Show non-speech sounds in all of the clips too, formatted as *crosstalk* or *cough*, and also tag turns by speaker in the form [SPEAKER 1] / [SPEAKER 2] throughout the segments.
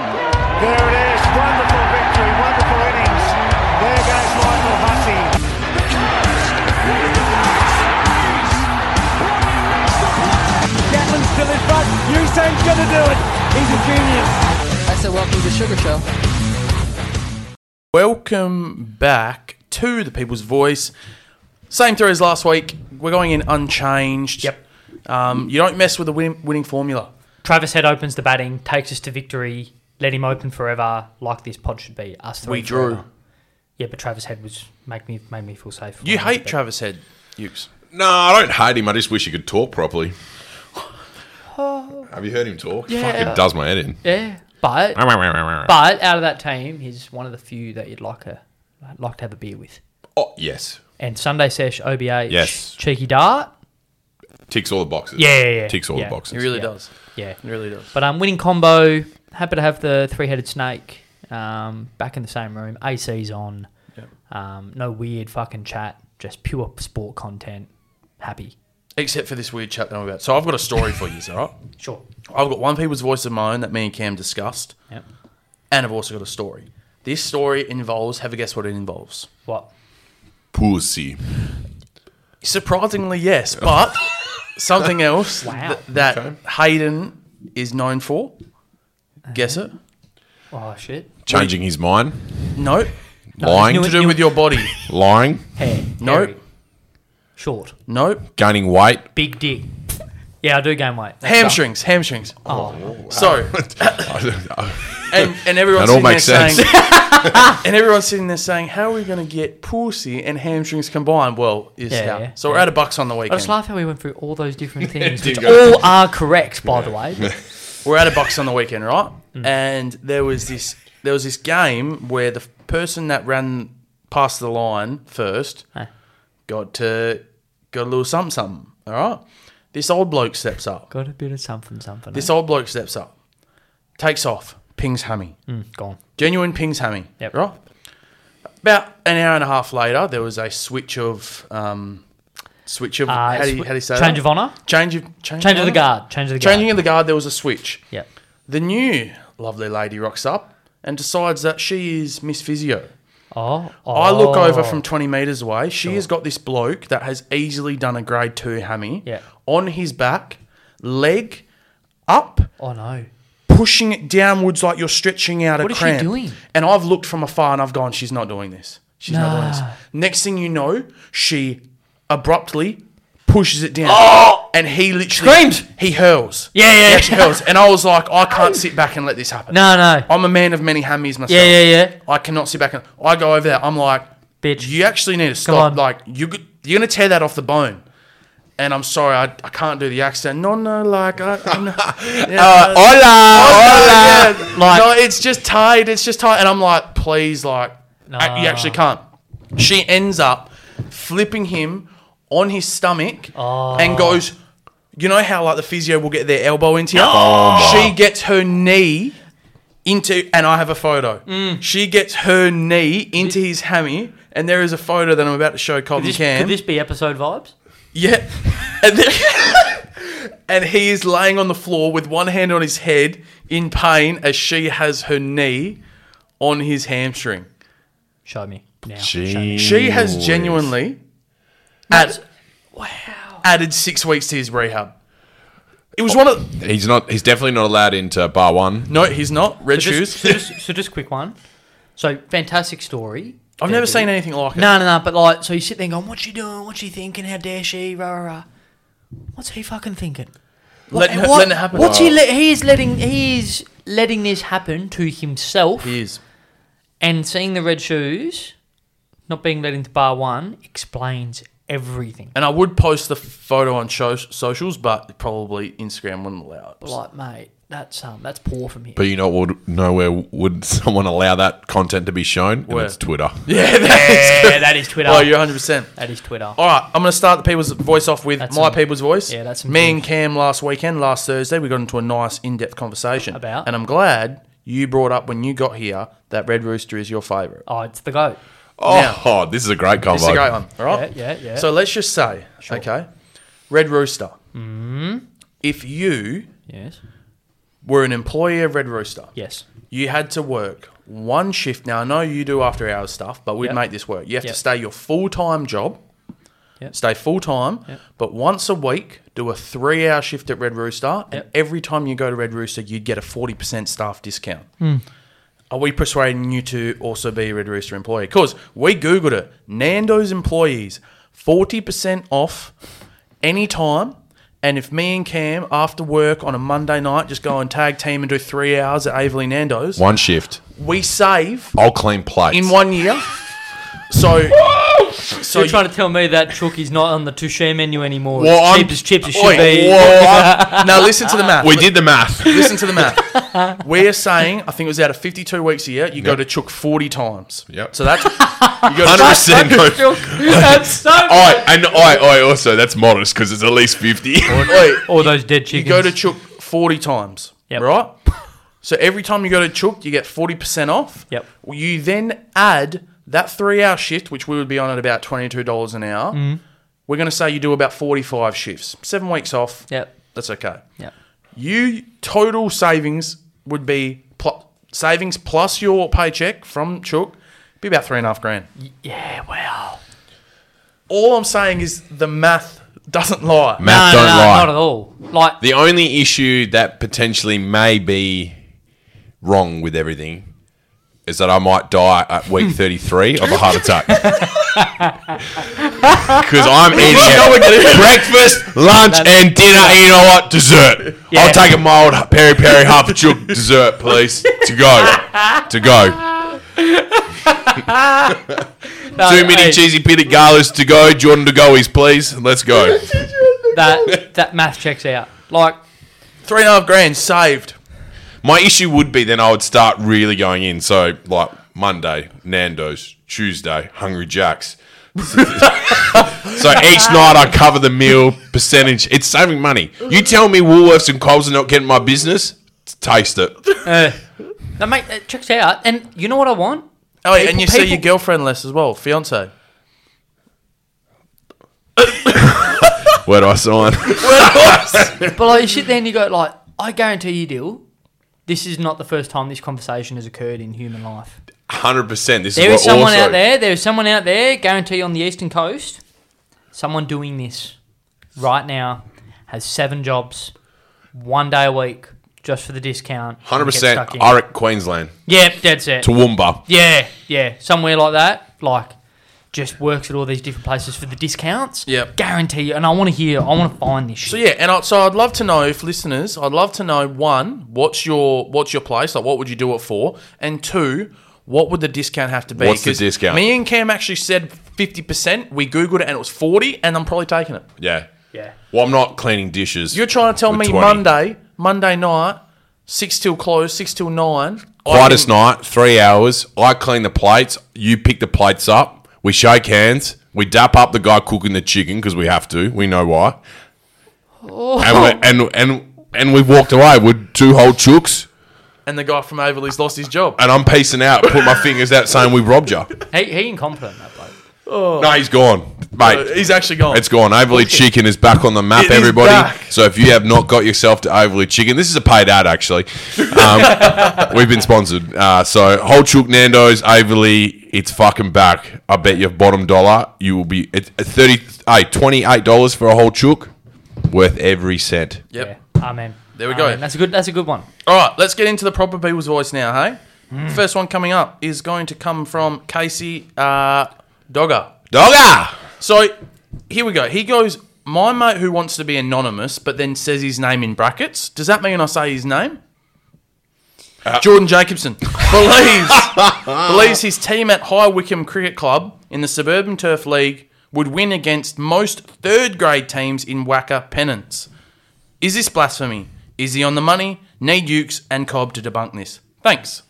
[SPEAKER 1] There it is. Wonderful victory. Wonderful innings. There goes Lionel Hussey.
[SPEAKER 2] Gatlin's still in front. Usain's gonna do it. He's a genius.
[SPEAKER 3] I said, welcome to the Sugar Show.
[SPEAKER 4] Welcome back to the People's Voice. Same three as last week. We're going in unchanged.
[SPEAKER 5] Yep.
[SPEAKER 4] Um, you don't mess with the win- winning formula.
[SPEAKER 5] Travis Head opens the batting, takes us to victory. Let him open forever, like this pod should be. Us three.
[SPEAKER 4] We drew.
[SPEAKER 5] forever. Yeah, but Travis Head was make me made me feel safe.
[SPEAKER 4] You hate
[SPEAKER 5] But-
[SPEAKER 4] Travis Head, Hughes.
[SPEAKER 6] No, Uh, I don't hate him. I just wish he could talk properly. Have you heard him talk?
[SPEAKER 5] Yeah.
[SPEAKER 6] Fuck, it does my head in.
[SPEAKER 5] Yeah, but
[SPEAKER 6] But,
[SPEAKER 5] but out of that team, he's one of the few that you'd like a like to have a beer with.
[SPEAKER 6] oh, yes.
[SPEAKER 5] And Sunday Sesh OBH.
[SPEAKER 6] Yes.
[SPEAKER 5] Cheeky dart.
[SPEAKER 6] Ticks all the boxes.
[SPEAKER 5] Yeah, yeah, yeah.
[SPEAKER 6] Ticks all
[SPEAKER 5] Yeah.
[SPEAKER 6] the boxes.
[SPEAKER 4] He really
[SPEAKER 5] Yeah.
[SPEAKER 4] does.
[SPEAKER 5] Yeah.
[SPEAKER 4] He really does.
[SPEAKER 5] But um, winning combo. Happy to have the three-headed snake um, back in the same room. AC's on. Um, no weird fucking chat. Just pure sport content. Happy.
[SPEAKER 4] Except for this weird chat that I'm about. So I've got a story for you, all right?
[SPEAKER 5] Sure.
[SPEAKER 4] I've got one people's voice of my own that me and Cam discussed,
[SPEAKER 5] Yep.
[SPEAKER 4] and I've also got a story. This story involves, have a guess what it involves?
[SPEAKER 5] What?
[SPEAKER 6] Pussy.
[SPEAKER 4] Surprisingly, yes, but something else
[SPEAKER 5] Wow.
[SPEAKER 4] th- that Hayden is known for. Guess it?
[SPEAKER 5] Oh shit.
[SPEAKER 6] Changing his mind.
[SPEAKER 4] No.
[SPEAKER 6] Lying.
[SPEAKER 4] To do with your body.
[SPEAKER 6] Lying.
[SPEAKER 5] Hair.
[SPEAKER 4] No.
[SPEAKER 5] Hairy. Short. *laughs*
[SPEAKER 4] No.
[SPEAKER 6] Gaining
[SPEAKER 4] *laughs*
[SPEAKER 6] weight.
[SPEAKER 5] Big dick. Yeah, I do gain weight. That's
[SPEAKER 4] Hamstrings. Hamstrings.
[SPEAKER 5] Oh.
[SPEAKER 4] So, Uh, and,
[SPEAKER 6] That
[SPEAKER 4] and everyone's
[SPEAKER 6] all
[SPEAKER 4] sitting there
[SPEAKER 6] makes sense.
[SPEAKER 4] saying,
[SPEAKER 6] *laughs*
[SPEAKER 4] and everyone's sitting there saying, how are we going to get pussy and hamstrings combined? Well, is
[SPEAKER 5] Yeah,
[SPEAKER 4] how.
[SPEAKER 5] yeah,
[SPEAKER 4] so we're out of bucks on the
[SPEAKER 5] I
[SPEAKER 4] weekend.
[SPEAKER 5] just love how we went through all those
[SPEAKER 4] *laughs*
[SPEAKER 5] different things, which
[SPEAKER 6] go.
[SPEAKER 5] all are correct, by the way.
[SPEAKER 4] we're at a box on the weekend, right?
[SPEAKER 5] Mm.
[SPEAKER 4] And there was this there was this game where the person that ran past the line first
[SPEAKER 5] Huh.
[SPEAKER 4] got to got a little something something. All right. This old bloke steps up.
[SPEAKER 5] Got a bit of something, something.
[SPEAKER 4] This old bloke steps up, takes off, pings hammy,
[SPEAKER 5] eh? Mm, gone.
[SPEAKER 4] genuine pings hammy.
[SPEAKER 5] Yep.
[SPEAKER 4] Right. About an hour and a half later, there was a switch of um, switch of
[SPEAKER 5] Uh,
[SPEAKER 4] how, do you,
[SPEAKER 5] swi-
[SPEAKER 4] how do you say
[SPEAKER 5] change
[SPEAKER 4] that?
[SPEAKER 5] of honour?
[SPEAKER 4] change of change,
[SPEAKER 5] Change of the
[SPEAKER 4] honour?
[SPEAKER 5] guard. Change of the guard.
[SPEAKER 4] Changing of the guard. There was a switch.
[SPEAKER 5] Yeah.
[SPEAKER 4] The new lovely lady rocks up and decides that she is Miss Physio.
[SPEAKER 5] Oh, oh.
[SPEAKER 4] I look over from 20 metres away. She has got this bloke that has easily done a grade two hammy
[SPEAKER 5] Yeah.
[SPEAKER 4] on his back, leg up,
[SPEAKER 5] Oh no.
[SPEAKER 4] pushing it downwards like you're stretching out
[SPEAKER 5] What
[SPEAKER 4] a
[SPEAKER 5] is she
[SPEAKER 4] cramp.
[SPEAKER 5] doing?
[SPEAKER 4] And I've looked from afar and I've gone, she's not doing this. She's not
[SPEAKER 5] Nah.
[SPEAKER 4] doing this. Next thing you know, she abruptly pushes it down. And he literally
[SPEAKER 5] Screamed.
[SPEAKER 4] He hurls.
[SPEAKER 5] Oh! Yeah, yeah,
[SPEAKER 4] He
[SPEAKER 5] yeah.
[SPEAKER 4] actually hurls. And I was like, I can't sit back and let this happen.
[SPEAKER 5] No, no.
[SPEAKER 4] I'm a man of many hammies myself.
[SPEAKER 5] Yeah, yeah, yeah.
[SPEAKER 4] I cannot sit back and I go over there. I'm like,
[SPEAKER 5] Bitch.
[SPEAKER 4] you actually need to
[SPEAKER 5] on.
[SPEAKER 4] stop. Like, you g- you're gonna tear that off the bone. And I'm sorry, I, I can't do the accent. No, no, like I, I'm
[SPEAKER 5] *laughs*
[SPEAKER 4] not, yeah,
[SPEAKER 5] Oh,
[SPEAKER 4] no,
[SPEAKER 6] Hola.
[SPEAKER 4] no, *laughs* yeah.
[SPEAKER 5] Like-
[SPEAKER 4] no, it's just tight. It's just tight. And I'm like, please, like, I- you
[SPEAKER 5] Nah.
[SPEAKER 4] actually can't. She ends up flipping him on his stomach
[SPEAKER 5] Oh.
[SPEAKER 4] and goes. You know how like the physio will get their elbow into you.
[SPEAKER 5] Oh
[SPEAKER 4] She gets her knee into, and I have a photo.
[SPEAKER 5] Mm.
[SPEAKER 4] She gets her knee into his hammy, and there is a photo that I'm about to show Colin
[SPEAKER 5] This,
[SPEAKER 4] Cam.
[SPEAKER 5] could this be episode vibes?
[SPEAKER 4] yeah, *laughs* and, then- and he is laying on the floor with one hand on his head in pain as she has her knee on his hamstring.
[SPEAKER 5] Show me now. Show me.
[SPEAKER 6] Jeez.
[SPEAKER 4] She has genuinely add, added six weeks to his rehab. It was one of
[SPEAKER 6] He's not. He's definitely not allowed into bar one.
[SPEAKER 4] no, he's not red
[SPEAKER 5] So
[SPEAKER 4] shoes.
[SPEAKER 5] just, *laughs* so, just, so just quick one. So fantastic story.
[SPEAKER 4] I've never seen anything like it.
[SPEAKER 5] No, no, no. But like, so you sit there going, "What's she doing? What's she thinking? How dare she?" Rah, rah, rah. What's he fucking thinking?
[SPEAKER 4] Letting,
[SPEAKER 5] What-
[SPEAKER 4] it- letting it happen.
[SPEAKER 5] What's he? Le- he is letting. He is letting this happen to himself.
[SPEAKER 4] He is.
[SPEAKER 5] And seeing the red shoes, not being let into bar one, explains everything.
[SPEAKER 4] And I would post the photo on show- socials, but probably Instagram wouldn't allow it.
[SPEAKER 5] Like, mate, that's um, that's poor from here.
[SPEAKER 6] *laughs* But you know what? would- Nowhere would *laughs* someone allow that content to be shown. And
[SPEAKER 4] Where?
[SPEAKER 6] it's Twitter.
[SPEAKER 4] Yeah, that
[SPEAKER 5] yeah, that is Twitter.
[SPEAKER 4] Oh, you're 100%.
[SPEAKER 5] that is Twitter.
[SPEAKER 4] All right, I'm going to start the people's voice off with
[SPEAKER 5] That's
[SPEAKER 4] my
[SPEAKER 5] some-
[SPEAKER 4] people's voice.
[SPEAKER 5] yeah, that's some
[SPEAKER 4] me
[SPEAKER 5] truth.
[SPEAKER 4] and Cam last weekend, last Thursday, we got into a nice in-depth conversation
[SPEAKER 5] About?
[SPEAKER 4] and I'm glad you brought up when you got here that Red Rooster is your favourite.
[SPEAKER 5] Oh, it's the goat.
[SPEAKER 6] Oh,
[SPEAKER 4] Now-
[SPEAKER 6] oh, this is a great combo.
[SPEAKER 4] This is a great one. All right.
[SPEAKER 5] Yeah, yeah, yeah.
[SPEAKER 4] So let's just say,
[SPEAKER 5] Mm-hmm.
[SPEAKER 4] okay, Red Rooster. Mm. If you
[SPEAKER 5] Yes.
[SPEAKER 4] were an employee of Red Rooster.
[SPEAKER 5] Yes.
[SPEAKER 4] You had to work one shift. Now, I know you do after hours stuff, but we'd
[SPEAKER 5] Yep.
[SPEAKER 4] make this work. You have
[SPEAKER 5] Yep.
[SPEAKER 4] to stay your full time job,
[SPEAKER 5] Yep.
[SPEAKER 4] stay full time,
[SPEAKER 5] Yep.
[SPEAKER 4] but once a week, do a three hour shift at Red Rooster. And
[SPEAKER 5] Yep.
[SPEAKER 4] every time you go to Red Rooster, you'd get a 40% staff discount. Are we persuading you to also be a Red Rooster employee? Because we Googled it. Nando's employees, 40% off anytime. And if me and Cam, after work on a Monday night, just go and tag team and do three hours at Averley Nando's,
[SPEAKER 6] One shift.
[SPEAKER 4] we save
[SPEAKER 6] I'll clean plates.
[SPEAKER 4] in one year. So, so
[SPEAKER 5] So you're trying to tell me that Chookie's not on the touche menu anymore.
[SPEAKER 4] Well,
[SPEAKER 5] it's
[SPEAKER 4] I'm-
[SPEAKER 5] cheap as chips as
[SPEAKER 4] Oi,
[SPEAKER 5] should be. *laughs*
[SPEAKER 4] *laughs* whoa. now listen to the math.
[SPEAKER 6] Oh, We did the math.
[SPEAKER 4] Listen to the math. We're saying, I think it was out of 52 weeks a year, you go to Chook 40 times.
[SPEAKER 6] Yep.
[SPEAKER 4] So that's, you go to
[SPEAKER 6] Hundred percent.
[SPEAKER 5] That's so
[SPEAKER 6] I and I, I also that's modest because it's at least
[SPEAKER 5] *laughs*
[SPEAKER 6] fifty.
[SPEAKER 4] Oi,
[SPEAKER 5] All those dead
[SPEAKER 4] you
[SPEAKER 5] chickens.
[SPEAKER 4] go to Chook 40 times,
[SPEAKER 5] Yep.
[SPEAKER 4] right? So every time you go to Chook, you get 40% off.
[SPEAKER 5] Yep.
[SPEAKER 4] You then add that three hour shift, which we would be on at about $22 an hour.
[SPEAKER 5] Mm.
[SPEAKER 4] We're going to say you do about 45 shifts, seven weeks off.
[SPEAKER 5] Yep.
[SPEAKER 4] That's okay.
[SPEAKER 5] Yep.
[SPEAKER 4] You total savings would be pl- savings plus your paycheck from Chook, be about three and a half grand.
[SPEAKER 5] Yeah, wow.
[SPEAKER 4] All I'm saying is the math doesn't lie.
[SPEAKER 6] Math
[SPEAKER 5] no,
[SPEAKER 6] don't
[SPEAKER 5] no,
[SPEAKER 6] lie.
[SPEAKER 5] not at all. Like
[SPEAKER 6] The only issue that potentially may be wrong with everything is that I might die at week
[SPEAKER 5] *laughs*
[SPEAKER 6] 33 of a heart attack. Because I'm eating it.
[SPEAKER 5] *laughs*
[SPEAKER 6] breakfast, lunch, and dinner. and You know what? Dessert. I'll take a mild peri peri half a chook dessert, please. To go. To go.
[SPEAKER 5] no,
[SPEAKER 6] Too many
[SPEAKER 5] hey,
[SPEAKER 6] cheesy pita galas to go. Jordan to goies, please. Let's go.
[SPEAKER 5] That that math checks out. Like
[SPEAKER 4] Three and a half grand saved.
[SPEAKER 6] My issue would be then I would start really going in. So like Monday, Nando's, Tuesday, Hungry Jacks. *laughs* so each night I cover the meal percentage. It's saving money. You tell me Woolworths and Coles are not getting my business? Taste it.
[SPEAKER 5] no, mate, that checks out. And you know what I want?
[SPEAKER 4] Oh, yeah, and you see your
[SPEAKER 5] people-
[SPEAKER 4] girlfriend less as well, fiance.
[SPEAKER 6] Where do I sign? *laughs*
[SPEAKER 5] But like you sit there and you go like, I guarantee you, deal. This is not the first time this conversation has occurred in human life.
[SPEAKER 6] Hundred percent. This
[SPEAKER 5] There
[SPEAKER 6] is
[SPEAKER 5] is
[SPEAKER 6] what
[SPEAKER 5] someone
[SPEAKER 6] also,
[SPEAKER 5] out there. There is someone out there. Guarantee on the eastern coast, someone doing this right now has seven jobs, one day a week, just for the discount. and
[SPEAKER 6] Hundred
[SPEAKER 5] get
[SPEAKER 6] percent.
[SPEAKER 5] stuck in.
[SPEAKER 6] Irek, Queensland,
[SPEAKER 5] Yeah, that's it.
[SPEAKER 6] Toowoomba.
[SPEAKER 5] Yeah, yeah, somewhere like that. Like, just works at all these different places for the discounts.
[SPEAKER 4] Yep.
[SPEAKER 5] guarantee. you. And I want to hear. I want to find this
[SPEAKER 4] So
[SPEAKER 5] shit.
[SPEAKER 4] yeah, and I, so I'd love to know if listeners, I'd love to know one, what's your what's your place? Like, what would you do it for? And two, what would the discount have to be?
[SPEAKER 6] What's the
[SPEAKER 4] 'Cause
[SPEAKER 6] discount?
[SPEAKER 4] Me and Cam actually said fifty percent. We googled it and it was forty, and I'm probably taking it.
[SPEAKER 6] Yeah.
[SPEAKER 5] Yeah.
[SPEAKER 6] Well, I'm not cleaning dishes.
[SPEAKER 4] You're trying to tell
[SPEAKER 6] for
[SPEAKER 4] me
[SPEAKER 6] 20.
[SPEAKER 4] Monday, Monday night, six till close, six till nine. I
[SPEAKER 6] Quietest
[SPEAKER 4] can-
[SPEAKER 6] night, three hours. I clean the plates. You pick the plates up. We shake hands. We dap up the guy cooking the chicken because we have to. We know why.
[SPEAKER 4] Oh.
[SPEAKER 6] And, we, and and and we walked away with two whole chooks.
[SPEAKER 4] And the guy from Overly's lost his job.
[SPEAKER 6] And I'm piecing out, putting my fingers out, saying we robbed you.
[SPEAKER 5] He he incompetent that bloke.
[SPEAKER 6] No, he's gone, mate.
[SPEAKER 4] Oh. Uh, He's actually gone.
[SPEAKER 6] It's gone. Overly Chicken is back on the map,
[SPEAKER 4] It is
[SPEAKER 6] everybody.
[SPEAKER 4] back.
[SPEAKER 6] So if you have not got yourself to Overly Chicken, this is a paid ad, actually. Um,
[SPEAKER 4] *laughs*
[SPEAKER 6] we've been sponsored. Uh, so Whole Chook Nando's, Overly, it's fucking back. I bet your bottom dollar, you will be at thirty, hey, twenty-eight dollars for a whole chook, worth every cent.
[SPEAKER 4] yep.
[SPEAKER 5] Yeah. Amen.
[SPEAKER 4] There we go.
[SPEAKER 5] Amen. That's a good. That's a good one.
[SPEAKER 4] All right, let's get into the proper people's voice now, hey? First one coming up is going to come from Casey uh, Dogger.
[SPEAKER 6] Dogger.
[SPEAKER 4] So here we go. He goes, My mate who wants to be anonymous but then says his name in brackets. Does that mean I say his name? Jordan Jacobson believes *laughs* believes his team at High Wycombe Cricket Club in the Suburban Turf League would win against most third grade teams in Wacker Pennants. Is this blasphemy? Is he on the money? Need Ukes and Cobb to debunk this. Thanks.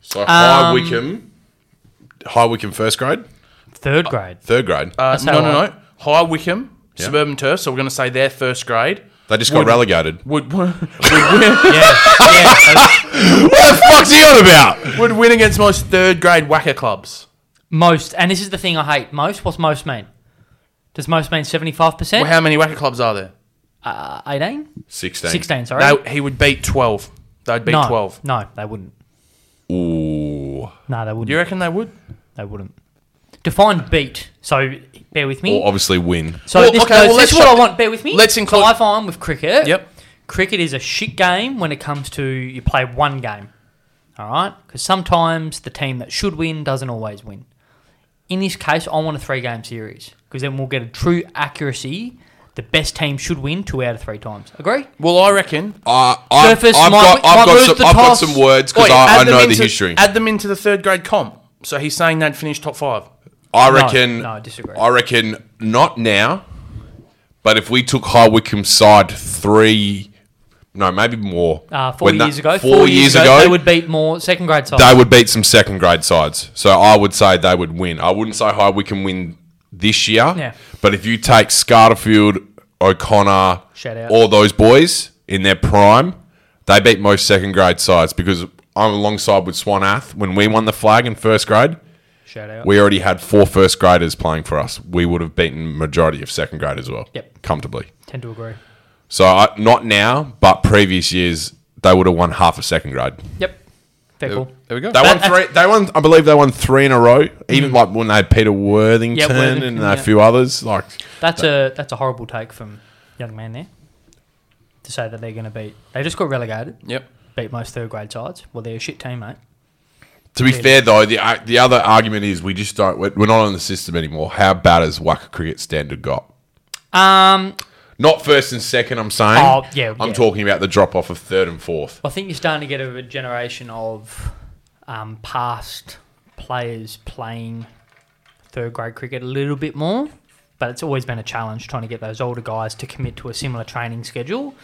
[SPEAKER 6] So High
[SPEAKER 4] Um,
[SPEAKER 6] Wycombe, High Wycombe first grade,
[SPEAKER 5] Third grade.
[SPEAKER 6] third grade.
[SPEAKER 4] Uh,
[SPEAKER 5] how
[SPEAKER 4] no, no,
[SPEAKER 5] I-
[SPEAKER 4] no. High Wycombe, Suburban Turf. So we're going to say their first grade.
[SPEAKER 6] they just got
[SPEAKER 4] would-
[SPEAKER 6] relegated.
[SPEAKER 4] would *laughs* would win,
[SPEAKER 5] Yeah. yeah.
[SPEAKER 6] What the fuck's he on about?
[SPEAKER 4] would win against most third grade whacker clubs.
[SPEAKER 5] Most. And this is the thing I hate. Most. What's most mean? Does most mean seventy five
[SPEAKER 4] Well,
[SPEAKER 5] percent?
[SPEAKER 4] how many whacker clubs are there?
[SPEAKER 5] Uh, Eighteen.
[SPEAKER 6] Sixteen.
[SPEAKER 5] Sixteen. Sorry.
[SPEAKER 4] No, he would beat twelve. They'd be
[SPEAKER 5] no,
[SPEAKER 4] 12.
[SPEAKER 5] No, they wouldn't.
[SPEAKER 6] Ooh.
[SPEAKER 5] No, they wouldn't.
[SPEAKER 4] You reckon they would?
[SPEAKER 5] They wouldn't. Define beat. So bear with me.
[SPEAKER 6] Or obviously win.
[SPEAKER 5] so
[SPEAKER 4] Well,
[SPEAKER 5] this,
[SPEAKER 4] okay,
[SPEAKER 5] goes,
[SPEAKER 4] well,
[SPEAKER 5] this
[SPEAKER 4] let's
[SPEAKER 5] is what
[SPEAKER 4] shut-
[SPEAKER 5] I want. Bear with me.
[SPEAKER 4] let's include-
[SPEAKER 5] So I find with cricket.
[SPEAKER 4] Yep.
[SPEAKER 5] Cricket is a shit game when it comes to you play one game. All right, because sometimes the team that should win doesn't always win. In this case, I want a three-game series because then we'll get a true accuracy. The best team should win two out of three times. Agree?
[SPEAKER 4] Well, I reckon.
[SPEAKER 6] Uh, I've,
[SPEAKER 5] Surface
[SPEAKER 6] I've
[SPEAKER 5] might-
[SPEAKER 6] got,
[SPEAKER 5] might
[SPEAKER 6] I've, got
[SPEAKER 5] lose
[SPEAKER 6] some,
[SPEAKER 5] the
[SPEAKER 6] I've got
[SPEAKER 5] toss.
[SPEAKER 6] some words because I,
[SPEAKER 4] Wait,
[SPEAKER 6] I
[SPEAKER 4] add them
[SPEAKER 6] know the
[SPEAKER 4] into-
[SPEAKER 6] history.
[SPEAKER 4] Add them into the third grade comp. So he's saying they'd finish top five.
[SPEAKER 6] I reckon.
[SPEAKER 5] no, I disagree.
[SPEAKER 6] I reckon not now, but if we took High Wycombe side three, no, maybe more.
[SPEAKER 5] Uh, four
[SPEAKER 6] When that-
[SPEAKER 5] years ago.
[SPEAKER 6] Four, years ago,
[SPEAKER 5] they would beat more second-grade sides.
[SPEAKER 6] they would beat some second grade sides. So I would say they would win. I wouldn't say High Wycombe win this year.
[SPEAKER 5] Yeah.
[SPEAKER 6] But if you take Scarterfield, O'Connor,
[SPEAKER 5] Shout out.
[SPEAKER 6] all those boys in their prime, they beat most second grade sides because I'm alongside with Swanath when we won the flag in first grade.
[SPEAKER 5] Shout out.
[SPEAKER 6] We already had four first graders playing for us. We would have beaten majority of second grade as well.
[SPEAKER 5] Yep.
[SPEAKER 6] Comfortably.
[SPEAKER 5] Tend to agree.
[SPEAKER 6] So I, not now, but previous years they would have won half of second grade.
[SPEAKER 5] Yep. Fair call.
[SPEAKER 4] There we go.
[SPEAKER 6] They won three. They won. I believe they won three in a row. Even like when they had Peter Mm. Worthington,
[SPEAKER 5] Yeah, Worthington,
[SPEAKER 6] and
[SPEAKER 5] yeah.
[SPEAKER 6] a few others. Like
[SPEAKER 5] That's a that's a horrible take from young man there to say that they're going to beat. They just got relegated,
[SPEAKER 4] Yep.
[SPEAKER 5] beat most third grade sides. Well, they're a shit team, mate.
[SPEAKER 6] to be fair though, the ar- the other argument is we just don't. We're, we're not on the system anymore. How bad has Waka Cricket Standard got?
[SPEAKER 5] Um,
[SPEAKER 6] Not first and second. I'm saying.
[SPEAKER 5] Oh, yeah,
[SPEAKER 6] I'm
[SPEAKER 5] yeah.
[SPEAKER 6] talking about the drop off of third and fourth.
[SPEAKER 5] I think you're starting to get a generation of um, past players playing third grade cricket a little bit more, but it's always been a challenge trying to get those older guys to commit to a similar training schedule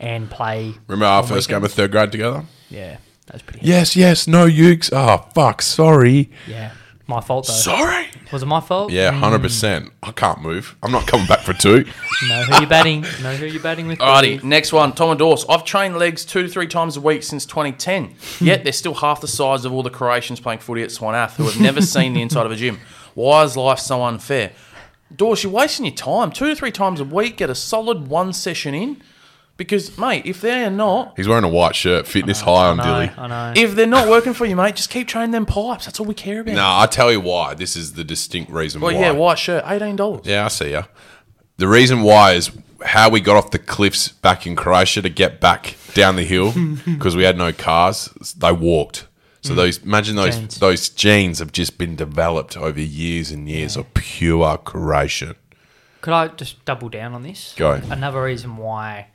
[SPEAKER 5] and play.
[SPEAKER 6] Remember our
[SPEAKER 5] on
[SPEAKER 6] first game of
[SPEAKER 5] weekends.
[SPEAKER 6] third grade together?
[SPEAKER 5] Yeah, that was pretty.
[SPEAKER 6] Yes, yes. No ukes. Oh fuck. Sorry.
[SPEAKER 5] yeah. My fault though.
[SPEAKER 6] Sorry.
[SPEAKER 5] Was it my fault?
[SPEAKER 6] Yeah, hundred percent. I can't move. I'm not coming back for two.
[SPEAKER 5] Know who you're batting. Know who you're batting with.
[SPEAKER 4] Alrighty, next one, Tom and Dorse. I've trained legs two to three times a week since 2010, yet they're still half the size of all the Croatians playing footy at Swanath who have never seen the inside of a gym. Why is life so unfair? Dorse, you're wasting your time. Two to three times a week, get a solid one session in. Because, mate, if they're not,
[SPEAKER 6] He's wearing a white shirt. Fitness high on
[SPEAKER 5] No,
[SPEAKER 6] Dilly.
[SPEAKER 5] I know.
[SPEAKER 4] if they're not working for you, mate, just keep training them pipes. That's all we
[SPEAKER 6] *laughs*
[SPEAKER 4] care about.
[SPEAKER 6] No, I tell you why. This is the distinct reason
[SPEAKER 4] Well,
[SPEAKER 6] why.
[SPEAKER 4] yeah, white shirt, eighteen dollars.
[SPEAKER 6] Yeah, I see ya. The reason why is how we got off the cliffs back in Croatia to get back down the hill
[SPEAKER 4] *laughs*
[SPEAKER 6] because we had no cars. They walked. So
[SPEAKER 4] Mm.
[SPEAKER 6] those imagine those
[SPEAKER 5] Genes.
[SPEAKER 6] those genes have just been developed over years and years of pure Croatian.
[SPEAKER 5] Could I just double down on this?
[SPEAKER 6] Go.
[SPEAKER 5] Another reason why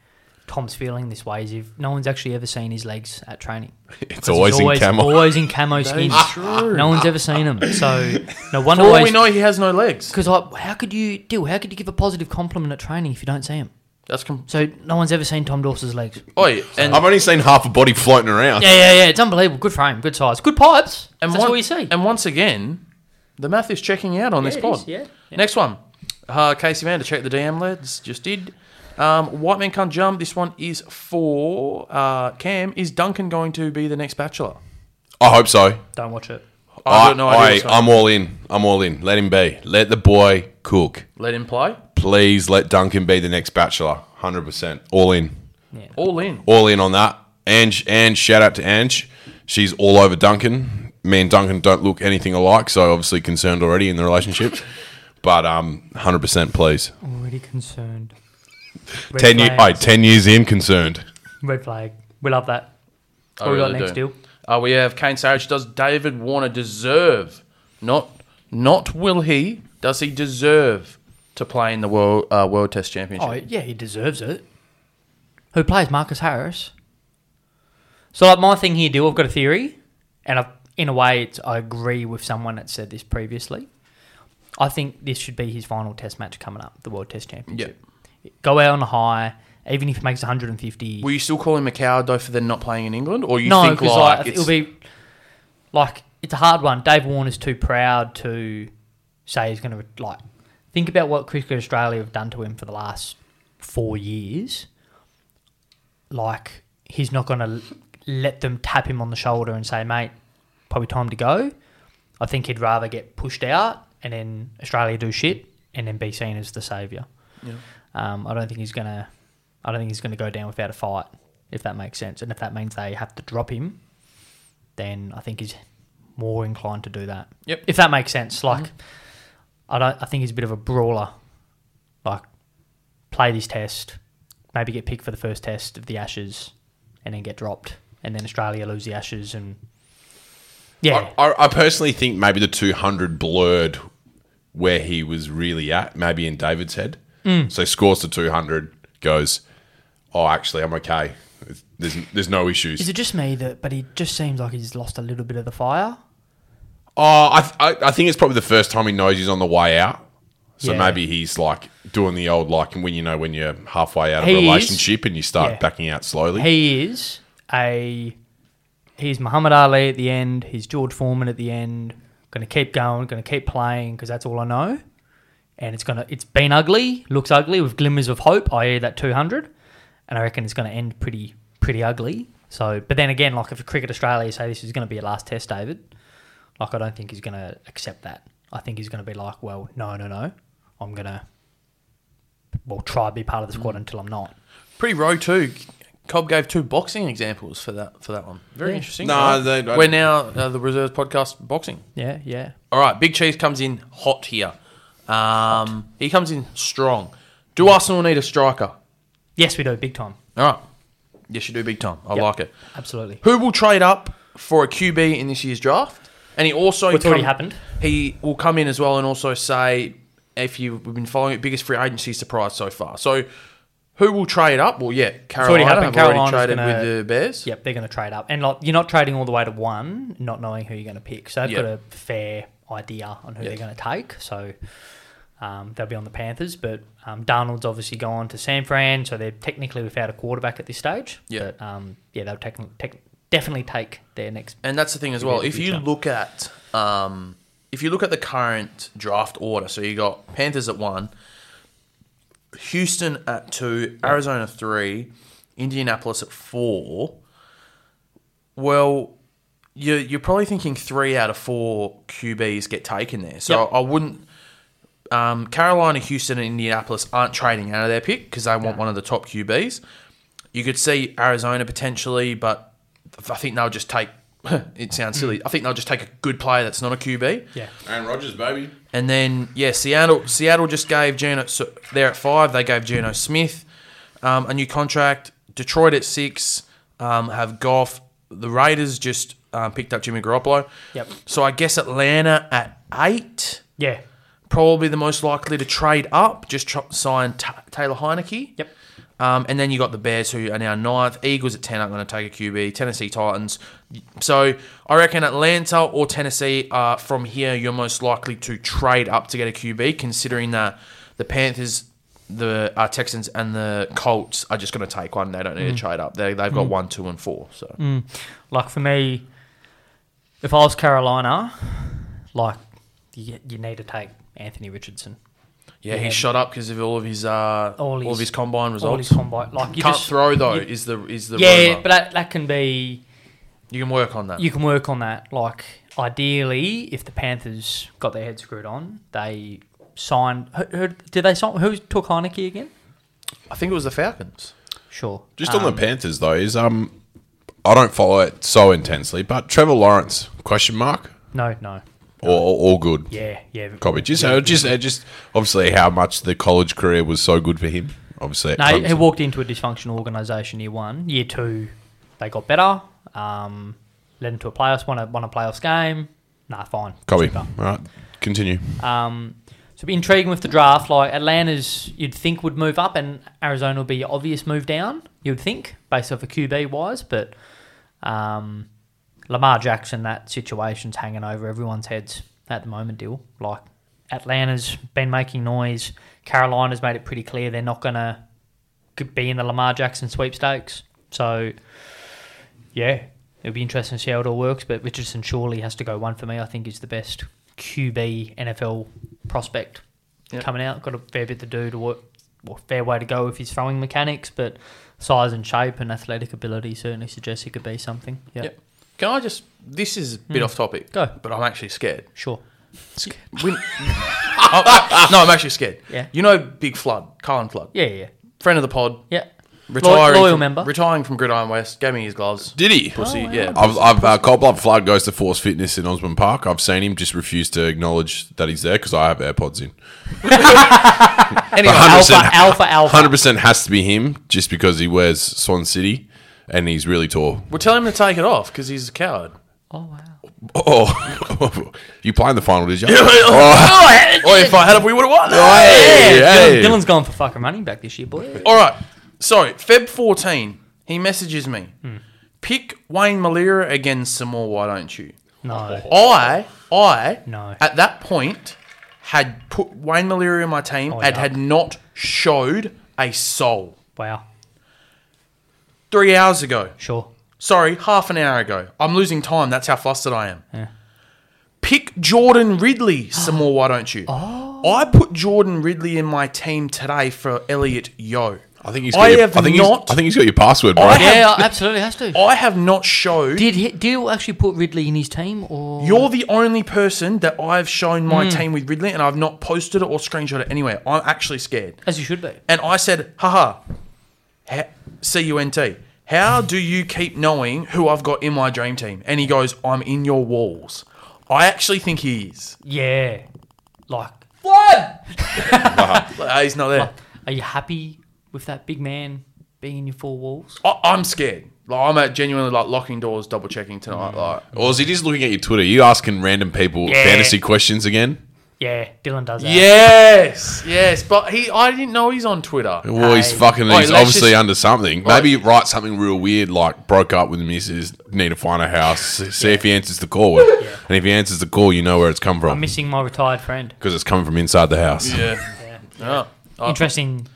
[SPEAKER 5] Tom's feeling this way is if no one's actually ever seen his legs at training.
[SPEAKER 6] It's
[SPEAKER 5] 'Cause
[SPEAKER 6] always,
[SPEAKER 5] he's
[SPEAKER 6] in camel. *laughs*
[SPEAKER 5] Always in camo skin.
[SPEAKER 4] true.
[SPEAKER 5] No one's ever seen him. So no wonder
[SPEAKER 4] For all
[SPEAKER 5] why.
[SPEAKER 4] we know, he has no legs.
[SPEAKER 5] Because like, how could you do? How could you give a positive compliment at training if you don't see him?
[SPEAKER 4] That's com-
[SPEAKER 5] So no one's ever seen Tom Dawson's legs.
[SPEAKER 4] Oi, and
[SPEAKER 6] I've only seen half a body floating around.
[SPEAKER 5] Yeah, yeah, yeah. It's unbelievable. Good frame, good size, good pipes.
[SPEAKER 4] And
[SPEAKER 5] That's
[SPEAKER 4] one-
[SPEAKER 5] all you see.
[SPEAKER 4] And once again, the math is checking out on this
[SPEAKER 5] it
[SPEAKER 4] pod.
[SPEAKER 5] is, yeah, yeah.
[SPEAKER 4] Next one. Uh, Casey Vander, check the DM, lads. Just did. Um, White Man Can't Jump. This one is for uh, Cam. Is Duncan going to be the next Bachelor?
[SPEAKER 6] I hope so.
[SPEAKER 5] don't watch it.
[SPEAKER 4] I've
[SPEAKER 6] I,
[SPEAKER 4] got no idea
[SPEAKER 6] I,
[SPEAKER 4] what's going
[SPEAKER 6] I'm all in. I'm all in. Let him be. Let the boy cook.
[SPEAKER 4] Let him play.
[SPEAKER 6] Please let Duncan be the next bachelor. 100%. All in.
[SPEAKER 4] All in.
[SPEAKER 6] all in on that. Ange, Ange, shout out to Ange. She's all over Duncan. Me and Duncan don't look anything alike, so obviously concerned already in the relationship. *laughs* But um, hundred percent, please.
[SPEAKER 5] Already concerned. Red
[SPEAKER 6] Ten year,
[SPEAKER 5] flags.
[SPEAKER 6] oh, 10 years in, concerned.
[SPEAKER 5] Red flag. We love that.
[SPEAKER 4] I
[SPEAKER 5] What we got
[SPEAKER 4] really
[SPEAKER 5] next,
[SPEAKER 4] do.
[SPEAKER 5] deal?
[SPEAKER 4] Uh, we have Kane Sarich. Does David Warner deserve, not not will he, does he deserve to play in the World, uh, World Test Championship?
[SPEAKER 5] Oh, yeah, he deserves it. Who plays Marcus Harris? So, like, my thing here, deal, I've got a theory, and I've, in a way, it's, I agree with someone that said this previously. I think this should be his final test match coming up, the World Test Championship.
[SPEAKER 4] yeah.
[SPEAKER 5] Go out on a high, even if he makes 150.
[SPEAKER 4] Will you still call him a coward though for them not playing in England, or you
[SPEAKER 5] no,
[SPEAKER 4] think
[SPEAKER 5] because
[SPEAKER 4] like,
[SPEAKER 5] like,
[SPEAKER 4] it's,
[SPEAKER 5] it'll be like it's a hard one. Dave Warner's too proud to say he's going to like think about what Cricket Australia have done to him for the last four years. Like he's not going to let them tap him on the shoulder and say, "Mate, probably time to go." I think he'd rather get pushed out and then Australia do shit and then be seen as the saviour. Um, I don't think he's gonna. I don't think he's gonna go down without a fight. if that makes sense. And if that means they have to drop him, then I think he's more inclined to do that.
[SPEAKER 4] Yep.
[SPEAKER 5] If that makes sense. Like I don't I think he's a bit of a brawler. Like play this test, maybe get picked for the first test of the Ashes and then get dropped. And then Australia lose the Ashes and Yeah.
[SPEAKER 6] I, I, I personally think maybe the 200 blurred where he was really at, maybe in David's head. So he scores the 200, goes, oh, actually, I'm okay. It's- There's, there's no issues.
[SPEAKER 5] Is it just me that but he just seems like he's lost a little bit of the fire?
[SPEAKER 6] oh, I, I, I think it's probably the first time he knows he's on the way out. So
[SPEAKER 5] Yeah.
[SPEAKER 6] maybe he's like doing the old, like, when you know, when you're halfway out of
[SPEAKER 5] He
[SPEAKER 6] a
[SPEAKER 5] is.
[SPEAKER 6] relationship and you start
[SPEAKER 5] Yeah.
[SPEAKER 6] backing out slowly.
[SPEAKER 5] He is a he's Muhammad Ali at the end. He's George Foreman at the end. Going to keep going. Going to keep playing because that's all I know. And it's gonna it's been ugly. Looks ugly with glimmers of hope. I.e. that two hundred. And I reckon it's going to end pretty pretty ugly. So, but then again, like if Cricket Australia say this is going to be your last test, David, like I don't think he's going to accept that. I think he's going to be like, well, no, no, no, I'm going to well try to be part of the squad until I'm not.
[SPEAKER 4] Pretty row too. Cobb gave two boxing examples for that for that one. Very
[SPEAKER 5] Yeah.
[SPEAKER 4] interesting.
[SPEAKER 6] No,
[SPEAKER 4] Right?
[SPEAKER 6] they- I-
[SPEAKER 4] we're now uh, the reserves podcast boxing.
[SPEAKER 5] Yeah, yeah.
[SPEAKER 4] All right, Big Cheese comes in hot here. Um, he comes in strong. Do Arsenal need a striker?
[SPEAKER 5] Yes, we do big time.
[SPEAKER 4] All right. Yes, you do big time. I
[SPEAKER 5] Yep.
[SPEAKER 4] like it.
[SPEAKER 5] Absolutely.
[SPEAKER 4] Who will trade up for a QB in this year's draft? And he also
[SPEAKER 5] It's already happened.
[SPEAKER 4] He will come in as well and also say if you've been following it, biggest free agency surprise so far. So who will trade up? Well, yeah,
[SPEAKER 5] already
[SPEAKER 4] Carolina
[SPEAKER 5] happened.
[SPEAKER 4] have already
[SPEAKER 5] Carolina's
[SPEAKER 4] traded
[SPEAKER 5] gonna-
[SPEAKER 4] with the Bears.
[SPEAKER 5] Yep, they're going to trade up, and like you're not trading all the way to one, not knowing who you're going to pick. So they've
[SPEAKER 4] Yep.
[SPEAKER 5] got a fair idea on who
[SPEAKER 4] Yeah.
[SPEAKER 5] they're going to take. So um, they'll be on the Panthers, but um, Darnold's obviously gone to San Fran, so they're technically without a quarterback at this stage.
[SPEAKER 4] Yeah.
[SPEAKER 5] but, um, yeah, they'll tec- tec- definitely take their next.
[SPEAKER 4] And that's the thing as well.
[SPEAKER 5] the
[SPEAKER 4] If you
[SPEAKER 5] future.
[SPEAKER 4] look at um, if you look at the current draft order, so you got Panthers at one, Houston at two, Arizona three, Indianapolis at four. Well, you're you're probably thinking three out of four QBs get taken there. So
[SPEAKER 5] Yep.
[SPEAKER 4] I wouldn't. Um, Carolina, Houston, and Indianapolis aren't trading out of their pick because they want one of the top QBs. You could see Arizona potentially, but I think they'll just take. *laughs* It sounds silly. I think they'll just take a good player that's not a QB.
[SPEAKER 5] Yeah,
[SPEAKER 6] Aaron Rodgers, baby.
[SPEAKER 4] And then yeah, Seattle. Seattle just gave Geno. So they're at five. They gave Geno Smith um, a new contract. Detroit at six um, have Goff. The Raiders just um, picked up Jimmy Garoppolo.
[SPEAKER 5] Yep.
[SPEAKER 4] So I guess Atlanta at eight,
[SPEAKER 5] yeah,
[SPEAKER 4] probably the most likely to trade up. Just tr- sign Ta Taylor Heineke.
[SPEAKER 5] yep.
[SPEAKER 4] Um, and then you got the Bears who are now ninth. Eagles at ten are going to take a QB. Tennessee Titans. So I reckon Atlanta or Tennessee are from here. You're most likely to trade up to get a QB, considering that the Panthers, the uh, Texans, and the Colts are just going to take one. They don't
[SPEAKER 5] Mm.
[SPEAKER 4] need to trade up. They they've got one, two, and four. So
[SPEAKER 5] Like for me, if I was Carolina, like you, you need to take Anthony Richardson.
[SPEAKER 4] yeah,
[SPEAKER 5] Yeah.
[SPEAKER 4] he shot up because of all of his uh, all,
[SPEAKER 5] All
[SPEAKER 4] of
[SPEAKER 5] his-
[SPEAKER 4] his combine
[SPEAKER 5] All
[SPEAKER 4] results.
[SPEAKER 5] his combine, like you
[SPEAKER 4] Can't
[SPEAKER 5] just-
[SPEAKER 4] throw though
[SPEAKER 5] you-
[SPEAKER 4] is the is the
[SPEAKER 5] Yeah,
[SPEAKER 4] rumor.
[SPEAKER 5] but that, that can be.
[SPEAKER 4] you can work on that.
[SPEAKER 5] You can work on that. Like, ideally, if the Panthers got their head screwed on, they signed. Who, who, did they sign? Who took Heineke again?
[SPEAKER 4] I think it was the Falcons.
[SPEAKER 5] Sure.
[SPEAKER 6] Just on the Panthers though, is um, I don't follow it so intensely, but Trevor Lawrence question mark
[SPEAKER 5] No, no.
[SPEAKER 6] or all, all good?
[SPEAKER 5] Yeah, yeah.
[SPEAKER 6] Copy. Just, uh, just, uh, just obviously how much the college career was so good for him. Obviously, at
[SPEAKER 5] No, he- he
[SPEAKER 6] Clemson.
[SPEAKER 5] walked into a dysfunctional organisation year one. Year two, they got better. Um, led into a playoffs, won a, won a playoffs game. Nah, fine.
[SPEAKER 6] Copy.
[SPEAKER 5] Super.
[SPEAKER 6] All right, continue.
[SPEAKER 5] Um, so it'd be intriguing with the draft. Like Atlanta's, you'd think would move up, and Arizona would be your obvious move down. You'd think based off of QB wise, but um, Lamar Jackson, that situation's hanging over everyone's heads at the moment. Deal like Atlanta's been making noise. Carolina's made it pretty clear they're not gonna could be in the Lamar Jackson sweepstakes. So yeah, it'll be interesting to see how it all works. But Richardson surely has to go one for me. I think is the best QB NFL prospect
[SPEAKER 4] Yep.
[SPEAKER 5] coming out. Got a fair bit to do to work. Well, fair way to go if he's throwing mechanics, but size and shape and athletic ability certainly suggests he could be something. Yeah,
[SPEAKER 4] Yep. Can I just? This is a bit off topic.
[SPEAKER 5] Hmm. Go.
[SPEAKER 4] But I'm
[SPEAKER 5] *laughs*
[SPEAKER 4] actually scared.
[SPEAKER 5] sure.
[SPEAKER 4] We- Oh, no, I'm actually scared.
[SPEAKER 5] Yeah.
[SPEAKER 4] You know, Big Flood, Colin Flood,
[SPEAKER 5] Yeah, yeah,
[SPEAKER 4] friend of the pod.
[SPEAKER 5] yeah.
[SPEAKER 4] Retiring
[SPEAKER 5] loyal
[SPEAKER 4] from-
[SPEAKER 5] member.
[SPEAKER 4] Retiring from Gridiron West. Gave me his gloves.
[SPEAKER 6] Did he?
[SPEAKER 4] Pussy, yeah.
[SPEAKER 6] I've, I've uh, Cold Blood Flood goes to Force Fitness in Osborne Park. I've seen him just refuse to acknowledge that he's there because I have AirPods in.
[SPEAKER 4] Anyway,
[SPEAKER 5] Alpha, alpha, alpha.
[SPEAKER 6] Hundred percent has to be him, just because he wears Swan City, and he's really tall.
[SPEAKER 4] we'll tell him to take it off because he's a coward.
[SPEAKER 5] Oh, wow.
[SPEAKER 6] Oh, *laughs* you playing the final, did you? Oh.
[SPEAKER 4] Or if I had it, we would have won.
[SPEAKER 6] Hey, hey.
[SPEAKER 5] Dylan, Dylan's gone for fucking running back this year, boy.
[SPEAKER 4] All right. So Feb fourteen, he messages me.
[SPEAKER 5] Hmm.
[SPEAKER 4] Pick Wayne Malira again some more. Why don't you?
[SPEAKER 5] No.
[SPEAKER 4] I I
[SPEAKER 5] No.
[SPEAKER 4] at that point had put Wayne Malira in my team and
[SPEAKER 5] yeah.
[SPEAKER 4] had not showed a soul.
[SPEAKER 5] Wow.
[SPEAKER 4] Three hours ago.
[SPEAKER 5] Sure.
[SPEAKER 4] Sorry, half an hour ago. I'm losing time. That's how flustered I am. Pick Jordan Ridley some more. Why don't
[SPEAKER 5] *gasps*
[SPEAKER 4] you? I put Jordan Ridley in my team today for Elliot Yo.
[SPEAKER 6] I think he's.
[SPEAKER 4] I
[SPEAKER 6] Got your,
[SPEAKER 4] have
[SPEAKER 6] I think
[SPEAKER 4] not-
[SPEAKER 6] He's, I think he's got your password, bro.
[SPEAKER 4] I-
[SPEAKER 5] Yeah, absolutely has to.
[SPEAKER 4] I have not showed.
[SPEAKER 5] Did he, do you actually put Ridley in his team or
[SPEAKER 4] You're the only person that I've shown my
[SPEAKER 5] Hmm.
[SPEAKER 4] team with Ridley, and I've not posted it or screenshot it anywhere. I'm actually scared.
[SPEAKER 5] as you should be?
[SPEAKER 4] And I said, haha, ha- C-U-N-T, how do you keep knowing who I've got in my dream team? And he goes, I'm in your walls. I actually think he is.
[SPEAKER 5] Yeah. Like,
[SPEAKER 4] Uh, *laughs* he's not there.
[SPEAKER 5] are you happy with that big man being in your four walls?
[SPEAKER 4] I- I'm scared. Like, I'm at genuinely like locking doors, double checking tonight. Like,
[SPEAKER 6] Or is he just looking at your Twitter? You asking random people
[SPEAKER 5] Yeah.
[SPEAKER 6] fantasy questions again?
[SPEAKER 5] Yeah, Dylan does that.
[SPEAKER 4] yes, yes, but he, I didn't know he's on Twitter.
[SPEAKER 6] Well, he's
[SPEAKER 5] Hey.
[SPEAKER 6] fucking.
[SPEAKER 4] Oi,
[SPEAKER 6] he's
[SPEAKER 4] Oh, let's
[SPEAKER 6] obviously
[SPEAKER 4] just- Oh.
[SPEAKER 6] under something. Maybe write something real weird, like broke up with missus, need to find a house. See if he answers the call, and if he answers the call, you know where it's come
[SPEAKER 5] I'm
[SPEAKER 6] from
[SPEAKER 5] missing my retired friend.
[SPEAKER 6] because it's coming from inside the house.
[SPEAKER 4] *laughs* Yeah. yeah. Oh,
[SPEAKER 5] Interesting.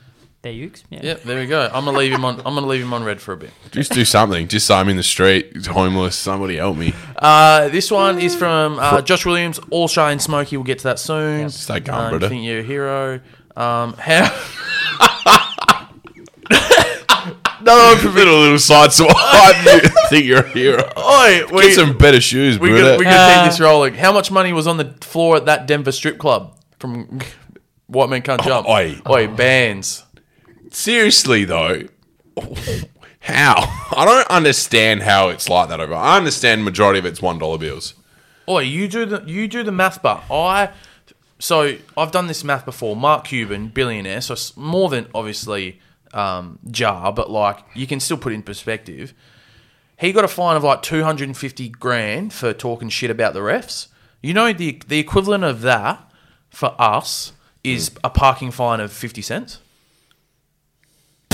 [SPEAKER 5] There you go. Yeah.
[SPEAKER 4] Yep, there we go. I'm gonna leave him on. I'm gonna leave him on red for a bit.
[SPEAKER 6] Just do something. Just say I'm in the street, homeless. Somebody help me.
[SPEAKER 4] Uh, this one is from uh, Josh Williams. All shy and smoky. We'll get to that soon.
[SPEAKER 6] Stay calm,
[SPEAKER 4] um,
[SPEAKER 6] brother.
[SPEAKER 4] you think you're a hero. Um, how?
[SPEAKER 6] No, a little little side *laughs*
[SPEAKER 4] *laughs*
[SPEAKER 6] swipe. you think you're a hero?
[SPEAKER 4] *laughs* Oi,
[SPEAKER 6] Get
[SPEAKER 4] we
[SPEAKER 6] some better shoes,
[SPEAKER 4] we
[SPEAKER 6] brother.
[SPEAKER 4] could, we could keep this rolling. How much money was on the floor at that Denver strip club from White Men Can't Jump?
[SPEAKER 6] oi.
[SPEAKER 4] Oh, oi, bands.
[SPEAKER 6] Seriously though, how? I don't understand how it's like that over. I understand majority of it's one dollar bills.
[SPEAKER 4] Oi, you do the you do the math, but I. So I've done this math before. Mark Cuban, billionaire, so s- more than obviously um, jar, but like you can still put it in perspective. He got a fine of like two hundred and fifty grand for talking shit about the refs. You know the the equivalent of that for us is
[SPEAKER 6] Hmm.
[SPEAKER 4] a parking fine of fifty cents. *laughs*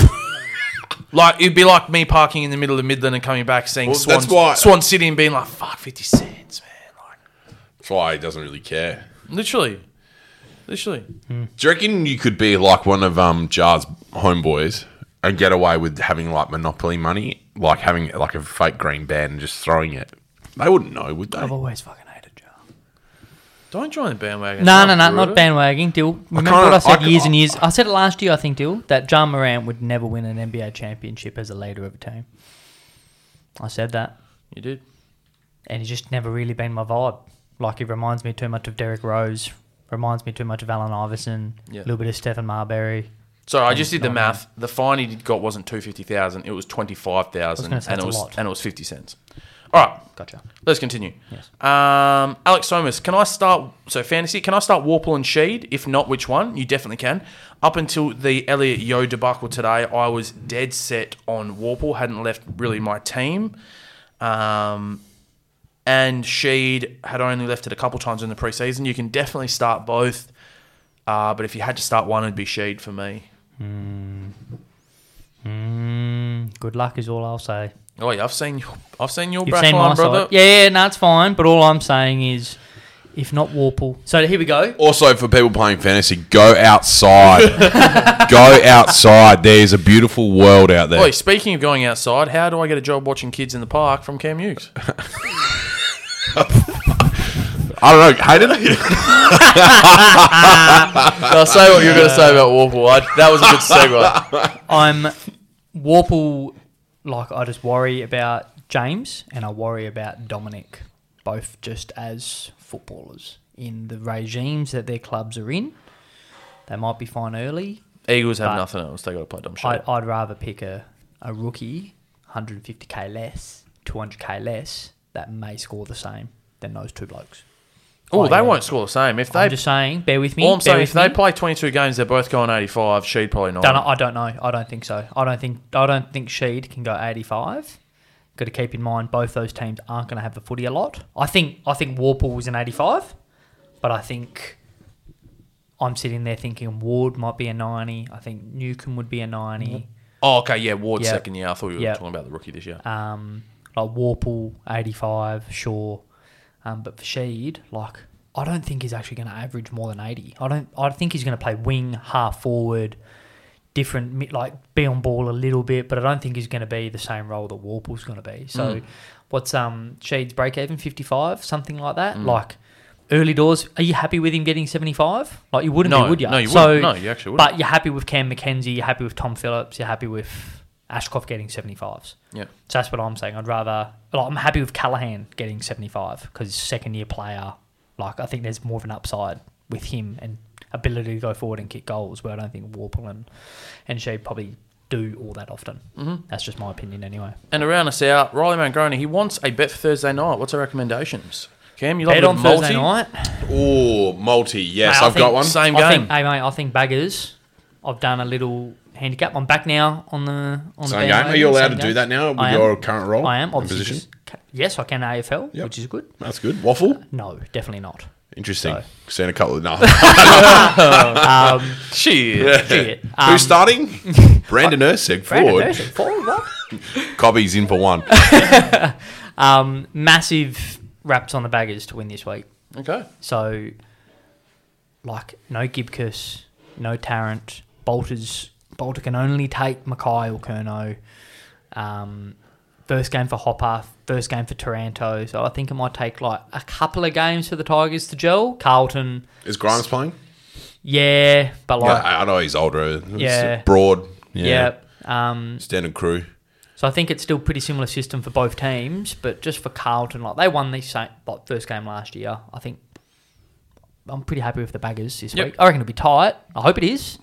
[SPEAKER 4] like it'd be like me parking in the middle of Midland and coming back seeing
[SPEAKER 6] Well,
[SPEAKER 4] Swan,
[SPEAKER 6] that's why-
[SPEAKER 4] Swan City and being like fuck fifty cents, man. Like,
[SPEAKER 6] That's why he doesn't really care.
[SPEAKER 4] Literally. Literally.
[SPEAKER 6] Do you reckon you could be like one of um Jar's homeboys and get away with having like monopoly money, like having like a fake green band and just throwing it? They wouldn't know, would they?
[SPEAKER 5] I've always fucking hated Joe.
[SPEAKER 4] Don't join the bandwagon.
[SPEAKER 5] No, no,
[SPEAKER 4] Like,
[SPEAKER 5] no, not
[SPEAKER 4] brutal.
[SPEAKER 5] bandwagon, Dill. Remember
[SPEAKER 6] kinda-
[SPEAKER 5] what I said
[SPEAKER 6] I c-
[SPEAKER 5] years and years? I said it last year, I think, Dill, that John Moran would never win an NBA championship as a leader of a team. I said that,
[SPEAKER 4] You did.
[SPEAKER 5] and he's just never really been my vibe. Like, he reminds me too much of Derek Rose, reminds me too much of Alan Iverson, a
[SPEAKER 4] Yeah.
[SPEAKER 5] little bit of Stephen Marbury.
[SPEAKER 4] Sorry, I just did the
[SPEAKER 5] not
[SPEAKER 4] math. The fine he got wasn't two fifty thousand; it was twenty five thousand,
[SPEAKER 5] I was gonna say,
[SPEAKER 4] and
[SPEAKER 5] it's
[SPEAKER 4] it
[SPEAKER 5] a
[SPEAKER 4] was
[SPEAKER 5] lot.
[SPEAKER 4] and it was fifty cents. All right,
[SPEAKER 5] Gotcha.
[SPEAKER 4] let's continue.
[SPEAKER 5] Yes.
[SPEAKER 4] Um, Alex Somas, can I start? So fantasy, can I start Warple and Sheed? If not, which one? You definitely can. Up until the Elliot Yo debacle today, I was dead set on Warple. Hadn't left really my team. Um, and Sheed had only left it a couple times in the preseason. You can definitely start both, uh, but if you had to start one, it'd be Sheed for me.
[SPEAKER 5] Mm, good luck is all I'll say.
[SPEAKER 4] Oh yeah, I've seen your, I've seen your
[SPEAKER 5] You've
[SPEAKER 4] back
[SPEAKER 5] seen my
[SPEAKER 4] line, brother.
[SPEAKER 5] side. Yeah, yeah, no, it's fine. But all I'm saying is, if not Warple. So here we go.
[SPEAKER 6] Also, for people playing fantasy, go
[SPEAKER 5] *laughs*
[SPEAKER 6] outside. go outside. There's a beautiful world out there.
[SPEAKER 4] Oi, speaking of going outside, how do I get a job watching kids in the park from Cam Hughes?
[SPEAKER 6] I don't know. Hayden, *laughs*
[SPEAKER 4] I'll say what you're going to say about Warple. I, that was a good segue.
[SPEAKER 5] I'm Warple. Like I just worry about James and I worry about Dominic, both just as footballers in the regimes that their clubs are in. They might be fine early.
[SPEAKER 4] Eagles have
[SPEAKER 5] But-
[SPEAKER 4] nothing else; they got to play dumb shit.
[SPEAKER 5] I'd, I'd rather pick a a rookie 150k less, 200k less that may score the same than those two blokes.
[SPEAKER 4] Oh,
[SPEAKER 5] Oh,
[SPEAKER 4] they
[SPEAKER 5] yeah.
[SPEAKER 4] won't score the same. If they,
[SPEAKER 5] I'm just saying, bear with me.
[SPEAKER 4] all I'm
[SPEAKER 5] bear
[SPEAKER 4] saying,
[SPEAKER 5] with
[SPEAKER 4] if they
[SPEAKER 5] me.
[SPEAKER 4] play 22 games, they're both going 85. She'd probably not.
[SPEAKER 5] Don't know- I don't know. I don't think so. I don't think I don't think Sheed can go 85. Got to keep in mind both those teams aren't going to have the footy a lot. I think I think Warpool was an 85, but I think I'm sitting there thinking Ward might be a 90. I think Newcomb would be a 90.
[SPEAKER 4] Oh, okay, yeah, Ward's
[SPEAKER 5] Yeah.
[SPEAKER 4] second year. I thought you were
[SPEAKER 5] Yeah.
[SPEAKER 4] talking about the rookie this year.
[SPEAKER 5] Um, like Warpool 85, sure. Um, but for Sheed, like I don't think he's actually going to average more than 80. I don't. I think he's going to play wing, half forward. different, mi- like be on ball a little bit, but I don't think he's going to be the same role that Warple's going to be. So,
[SPEAKER 4] Mm.
[SPEAKER 5] what's um Sheed's break even fifty five, something like that?
[SPEAKER 4] Mm.
[SPEAKER 5] Like early doors, are you happy with him getting seventy five? Like you wouldn't
[SPEAKER 4] No,
[SPEAKER 5] be, would you?
[SPEAKER 4] no, you
[SPEAKER 5] so,
[SPEAKER 4] wouldn't. No, you actually wouldn't.
[SPEAKER 5] But you're happy with Cam McKenzie, you're happy with Tom Phillips, you're happy with Ashcroft getting seventy fives.
[SPEAKER 4] Yeah.
[SPEAKER 5] So that's what I'm saying. I'd rather like I'm happy with Callahan getting 75 because he's a second year player. Like I think there's more of an upside with him and ability to go forward and kick goals where I don't think Warple and and Shea probably do all that often. Mm-hmm. That's just my opinion anyway.
[SPEAKER 4] And around us out, Riley Mangroni, he wants a bet for Thursday night. What's our recommendations? Cam, you like
[SPEAKER 5] Bet
[SPEAKER 4] a
[SPEAKER 5] on
[SPEAKER 4] multi?
[SPEAKER 5] Thursday night.
[SPEAKER 6] Oh, multi. Yes,
[SPEAKER 5] Mate, I
[SPEAKER 6] I've got
[SPEAKER 5] think-
[SPEAKER 6] one.
[SPEAKER 4] Same
[SPEAKER 5] I
[SPEAKER 4] game.
[SPEAKER 5] think, uh, hey mate, I think baggers. I've done a little handicap. I'm back now on the on
[SPEAKER 6] Same
[SPEAKER 5] the
[SPEAKER 6] game. Are
[SPEAKER 5] bandwagon,
[SPEAKER 6] you allowed
[SPEAKER 5] same
[SPEAKER 6] to do
[SPEAKER 5] game.
[SPEAKER 6] that now
[SPEAKER 5] I
[SPEAKER 6] with
[SPEAKER 5] am.
[SPEAKER 6] your current role?
[SPEAKER 5] I am
[SPEAKER 6] and
[SPEAKER 5] obviously.
[SPEAKER 6] position.
[SPEAKER 5] just- yes, I can AFL,
[SPEAKER 6] Yep.
[SPEAKER 5] which is good.
[SPEAKER 6] That's good. Waffle.
[SPEAKER 5] No, definitely not.
[SPEAKER 6] Interesting.
[SPEAKER 5] So-
[SPEAKER 6] Seen a couple
[SPEAKER 5] *laughs*
[SPEAKER 6] of no.
[SPEAKER 5] Um,
[SPEAKER 4] Shit.
[SPEAKER 5] shit. Um, *laughs*
[SPEAKER 6] Who's starting? Brandon
[SPEAKER 5] Brandon
[SPEAKER 6] Ursig. Forward.
[SPEAKER 5] Ursig, forward, what?
[SPEAKER 6] Cobby's in
[SPEAKER 5] *laughs*
[SPEAKER 6] for one.
[SPEAKER 5] Um, massive raps on the baggers to win this week.
[SPEAKER 4] Okay.
[SPEAKER 5] So, like, no Gibcus, no Tarrant. Bolter's Bolter can only take Mackay or Kerno. Um, first game for Hopper, first game for Taranto. So I think it might take like a couple of games for the Tigers to gel. Carlton,
[SPEAKER 6] Is Grimes playing?
[SPEAKER 5] yeah, but
[SPEAKER 6] Yeah,
[SPEAKER 5] like,
[SPEAKER 6] I I know he's older. It's
[SPEAKER 5] Yeah.
[SPEAKER 6] Broad.
[SPEAKER 5] yeah. Um,
[SPEAKER 6] Standard crew.
[SPEAKER 5] So I think it's still pretty similar system for both teams, but just for Carlton, like they won the same, like, first game last year. I think I'm pretty happy with the baggers this
[SPEAKER 4] Yep.
[SPEAKER 5] week. I reckon it'll be tight. I hope it is.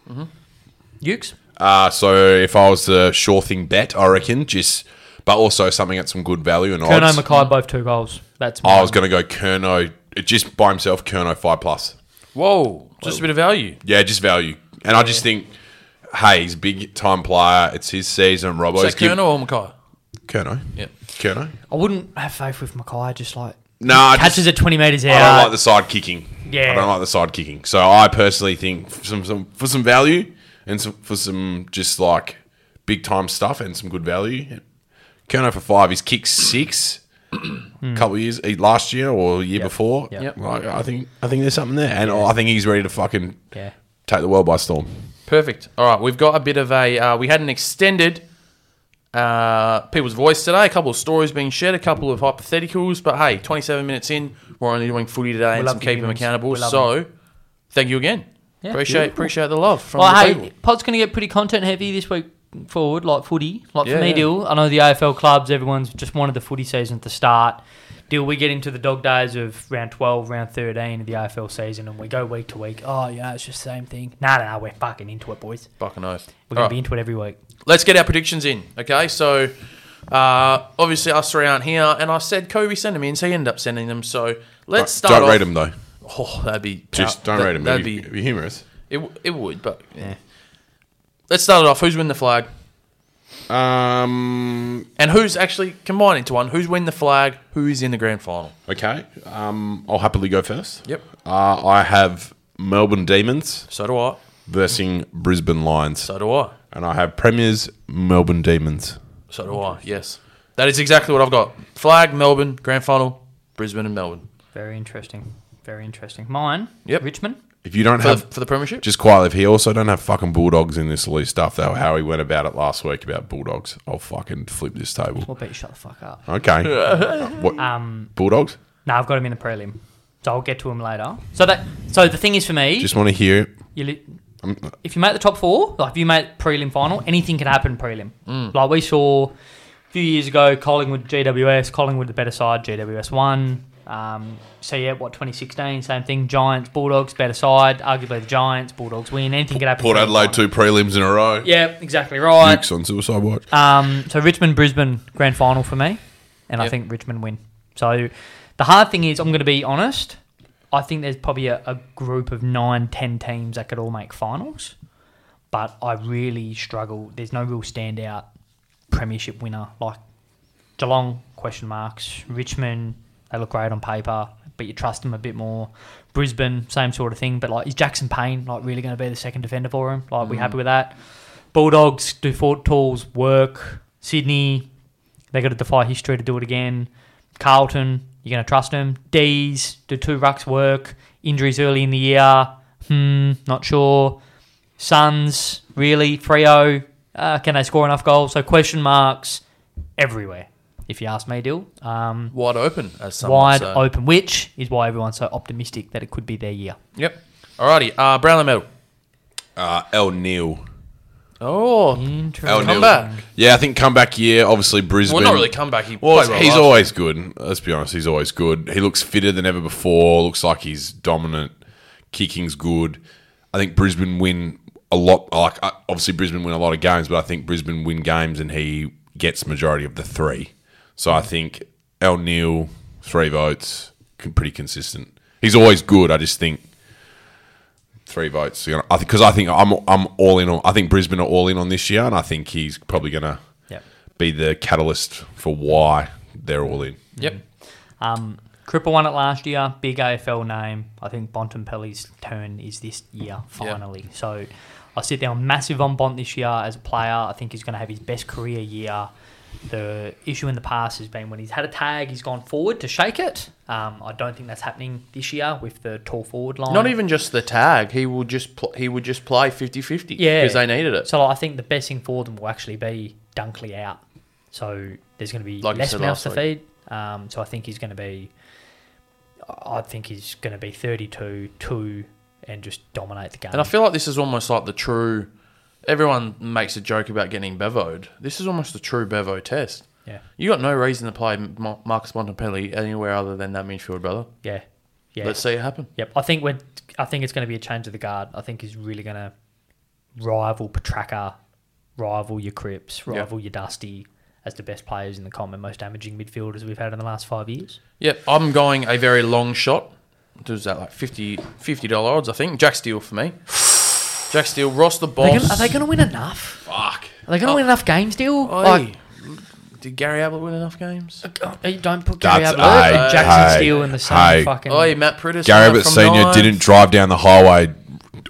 [SPEAKER 5] Ukes,
[SPEAKER 6] Uh, so if I was the sure thing bet, I reckon just, but also something at some good value and
[SPEAKER 5] Kerno
[SPEAKER 6] odds.
[SPEAKER 5] Mackay both two goals. That's
[SPEAKER 6] I was going to go Kerno just by himself. Kerno five plus.
[SPEAKER 4] Whoa. Just a bit of value.
[SPEAKER 6] Yeah, just value. And I just think, hey, he's a big time player. It's his season. Robbo's
[SPEAKER 4] Is that Colonel or Mackay?
[SPEAKER 6] Kerno.
[SPEAKER 4] Yep.
[SPEAKER 6] Kerno.
[SPEAKER 5] I wouldn't have faith with Mackay. Just like
[SPEAKER 6] No, I just-
[SPEAKER 5] catches at 20 meters out.
[SPEAKER 6] I don't like the side kicking.
[SPEAKER 5] Yeah.
[SPEAKER 6] I don't like the side kicking. So I personally think for some, some for some value and some, for some just like big time stuff and some good value. Kerno for five. He's kicked six. A couple of years eh, last year or a year before,
[SPEAKER 5] Mm. Yep.
[SPEAKER 6] like, I think I think there's something there, and I think he's ready to fucking
[SPEAKER 5] Yeah.
[SPEAKER 6] take the world by storm.
[SPEAKER 4] Perfect. All right, we've got a bit of a. Uh, we had an extended uh, people's voice today. A couple of stories being shared, a couple of hypotheticals. But hey, 27 minutes in, we're only doing footy today and
[SPEAKER 5] love
[SPEAKER 4] some
[SPEAKER 5] the
[SPEAKER 4] keep them
[SPEAKER 5] opinions.
[SPEAKER 4] accountable.
[SPEAKER 5] We love
[SPEAKER 4] So, thank you again.
[SPEAKER 5] Yeah,
[SPEAKER 4] appreciate
[SPEAKER 5] beautiful.
[SPEAKER 4] appreciate the love from
[SPEAKER 5] Well,
[SPEAKER 4] the
[SPEAKER 5] hey,
[SPEAKER 4] people.
[SPEAKER 5] pod's going to get pretty content heavy this week forward, like footy. Like
[SPEAKER 4] Yeah,
[SPEAKER 5] for me,
[SPEAKER 4] yeah.
[SPEAKER 5] Dill, I know the AFL clubs, everyone's just wanted the footy season to start. Dill, we get into the dog days of round 12, round 13 of the AFL season, and we go week to week. Oh, yeah, it's just the same thing. Nah, nah, we're fucking into it, boys.
[SPEAKER 4] Fucking oath.
[SPEAKER 5] We're
[SPEAKER 4] All
[SPEAKER 5] going
[SPEAKER 4] right.
[SPEAKER 5] to be into it every week.
[SPEAKER 4] let's get our predictions in. Okay, so uh, obviously us three aren't here, and I said Kobe send them in, so he ended up sending them. So let's
[SPEAKER 6] Don't-
[SPEAKER 4] start.
[SPEAKER 6] don't
[SPEAKER 4] off-
[SPEAKER 6] read him though.
[SPEAKER 4] Oh, that'd be
[SPEAKER 6] Just
[SPEAKER 4] that-
[SPEAKER 6] don't read him.
[SPEAKER 4] That'd
[SPEAKER 6] That'd be,
[SPEAKER 4] be
[SPEAKER 6] be humorous.
[SPEAKER 4] it. w- It would, but yeah. Let's start it off. Who's win the flag?
[SPEAKER 6] Um,
[SPEAKER 4] And who's actually combined into one? Who's win the flag? Who is in the grand final?
[SPEAKER 6] Okay. Um, I'll happily go first.
[SPEAKER 4] Yep.
[SPEAKER 6] Uh, I have Melbourne Demons
[SPEAKER 4] So do I.
[SPEAKER 6] versus Brisbane Lions.
[SPEAKER 4] So do I.
[SPEAKER 6] And I have Premiers Melbourne Demons.
[SPEAKER 4] So do I. Yes, that is exactly what I've got. Flag, Melbourne, grand final, Brisbane and Melbourne
[SPEAKER 5] Very interesting. Very interesting. Mine,
[SPEAKER 4] Yep.
[SPEAKER 5] Richmond.
[SPEAKER 6] If you don't
[SPEAKER 4] for,
[SPEAKER 6] have,
[SPEAKER 4] the, for the premiership.
[SPEAKER 6] just quietly, if he also don't have fucking Bulldogs in this loose stuff, though, how he went about it last week about Bulldogs, I'll fucking flip this table.
[SPEAKER 4] *laughs*
[SPEAKER 5] Well, bet you shut the fuck up.
[SPEAKER 6] Okay. what,
[SPEAKER 5] Um,
[SPEAKER 6] Bulldogs?
[SPEAKER 5] no, I've got him in the prelim. So I'll get to him later. So that, so the thing is for me,
[SPEAKER 6] Just want to hear it.
[SPEAKER 5] You li-
[SPEAKER 6] Um, uh,
[SPEAKER 5] if you make the top four, like if you make prelim final, anything can happen prelim. Like we saw a few years ago, Collingwood GWS, Collingwood the better side, GWS one. Um, so yeah, what 2016, same thing. Giants, Bulldogs, better side. Arguably the Giants, Bulldogs win. Anything could happen.
[SPEAKER 6] Port Adelaide two prelims in a row.
[SPEAKER 5] Yeah, exactly right.
[SPEAKER 6] Dukes on suicide watch.
[SPEAKER 5] Um, so Richmond Brisbane grand final for me, and I
[SPEAKER 4] Yep.
[SPEAKER 5] think Richmond win. So the hard thing is, I'm going to be honest. I think there's probably a, a group of nine, ten teams that could all make finals, but I really struggle. There's no real standout premiership winner like Geelong question marks. Richmond they look great on paper, but you trust them a bit more. Brisbane same sort of thing, but like is Jackson Payne like really going to be the second defender for him? Like we happy with that? Bulldogs do Fort Tools work. Sydney they got to defy history to do it again. Carlton you're going to trust them. D's do two rucks work. Injuries early in the year. Hmm, not sure. Suns, really? Frio, uh, can they score enough goals? So question marks everywhere, if you ask me, Dill. Um,
[SPEAKER 4] Wide open, as some would
[SPEAKER 5] wide
[SPEAKER 4] say.
[SPEAKER 5] open, which is why everyone's so optimistic that it could be their year.
[SPEAKER 4] Yep. Alrighty. Uh, Brownlow medal.
[SPEAKER 6] Uh, El Neil.
[SPEAKER 4] Oh,
[SPEAKER 6] El
[SPEAKER 5] Interesting.
[SPEAKER 4] Come
[SPEAKER 6] Neil.
[SPEAKER 4] back.
[SPEAKER 6] Yeah, I think comeback year. Obviously Brisbane.
[SPEAKER 4] Well, not really comeback. He
[SPEAKER 6] Well,
[SPEAKER 4] played well
[SPEAKER 6] he's
[SPEAKER 4] last-
[SPEAKER 6] always good. Let's be honest, he's always good. He looks fitter than ever before. Looks like he's dominant. Kicking's good. I think Brisbane win a lot. Like uh, obviously Brisbane win a lot of games, but I think Brisbane win games and he gets majority of the three. So I think El Neil three votes, con- pretty consistent. He's always good. I just think three votes. You know, I think because I think I'm I'm all in on. I think Brisbane are all in on this year, and I think he's probably gonna
[SPEAKER 5] Yep.
[SPEAKER 6] be the catalyst for why they're all in.
[SPEAKER 4] Yep.
[SPEAKER 5] Um, Cripple won it last year. Big AFL name. I think Bontempelli's turn is this year finally. So I sit down massive on Bont this year as a player. I think he's going to have his best career year. The issue in the past has been when he's had a tag, he's gone forward to shake it. Um, I don't think that's happening this year with the tall forward line.
[SPEAKER 4] Not even just the tag. He would just pl- he would just play 50-50
[SPEAKER 5] Yeah.
[SPEAKER 4] because they needed it.
[SPEAKER 5] So I think the best thing for them will actually be Dunkley out. So there's going to be
[SPEAKER 4] Like you
[SPEAKER 5] less
[SPEAKER 4] said
[SPEAKER 5] mouths to
[SPEAKER 4] last week.
[SPEAKER 5] feed. Um, so I think he's going to be. I think he's going to be 32 2 and just dominate the game.
[SPEAKER 4] And I feel like this is almost like the true. Everyone makes a joke about getting bevoed. This is almost the true bevo test.
[SPEAKER 5] yeah.
[SPEAKER 4] You got no reason to play M- Marcus Montempelli anywhere other than that midfield, brother.
[SPEAKER 5] Yeah. Yeah.
[SPEAKER 4] Let's see it happen.
[SPEAKER 5] Yep, I think when I think it's going to be a change of the guard. I think he's really going to rival Petraka, rival your Crips, rival your Dusty as the best players in the common, most damaging midfielders we've had in the last five years.
[SPEAKER 4] Yep, I'm going a very long shot. What is that like 50 dollar odds? I think Jack Steele
[SPEAKER 5] *sighs*
[SPEAKER 4] for me. Jack Steele, Ross the
[SPEAKER 5] Are
[SPEAKER 4] boss.
[SPEAKER 5] they gonna- are they going to win enough?
[SPEAKER 6] Fuck.
[SPEAKER 5] Are they going to win enough games, Deal?
[SPEAKER 4] Oh. Oi.
[SPEAKER 5] Like,
[SPEAKER 4] Did Gary Ablett win enough games?
[SPEAKER 5] uh, don't put Gary
[SPEAKER 6] That's-
[SPEAKER 5] Ablett
[SPEAKER 6] aye,
[SPEAKER 5] and Jackson
[SPEAKER 6] aye,
[SPEAKER 5] Steele in the same
[SPEAKER 6] aye.
[SPEAKER 5] fucking.
[SPEAKER 4] Oi, Matt Prittis.
[SPEAKER 6] Gary
[SPEAKER 4] went
[SPEAKER 6] Abbott
[SPEAKER 4] from
[SPEAKER 6] Senior
[SPEAKER 4] nine.
[SPEAKER 6] didn't drive down the highway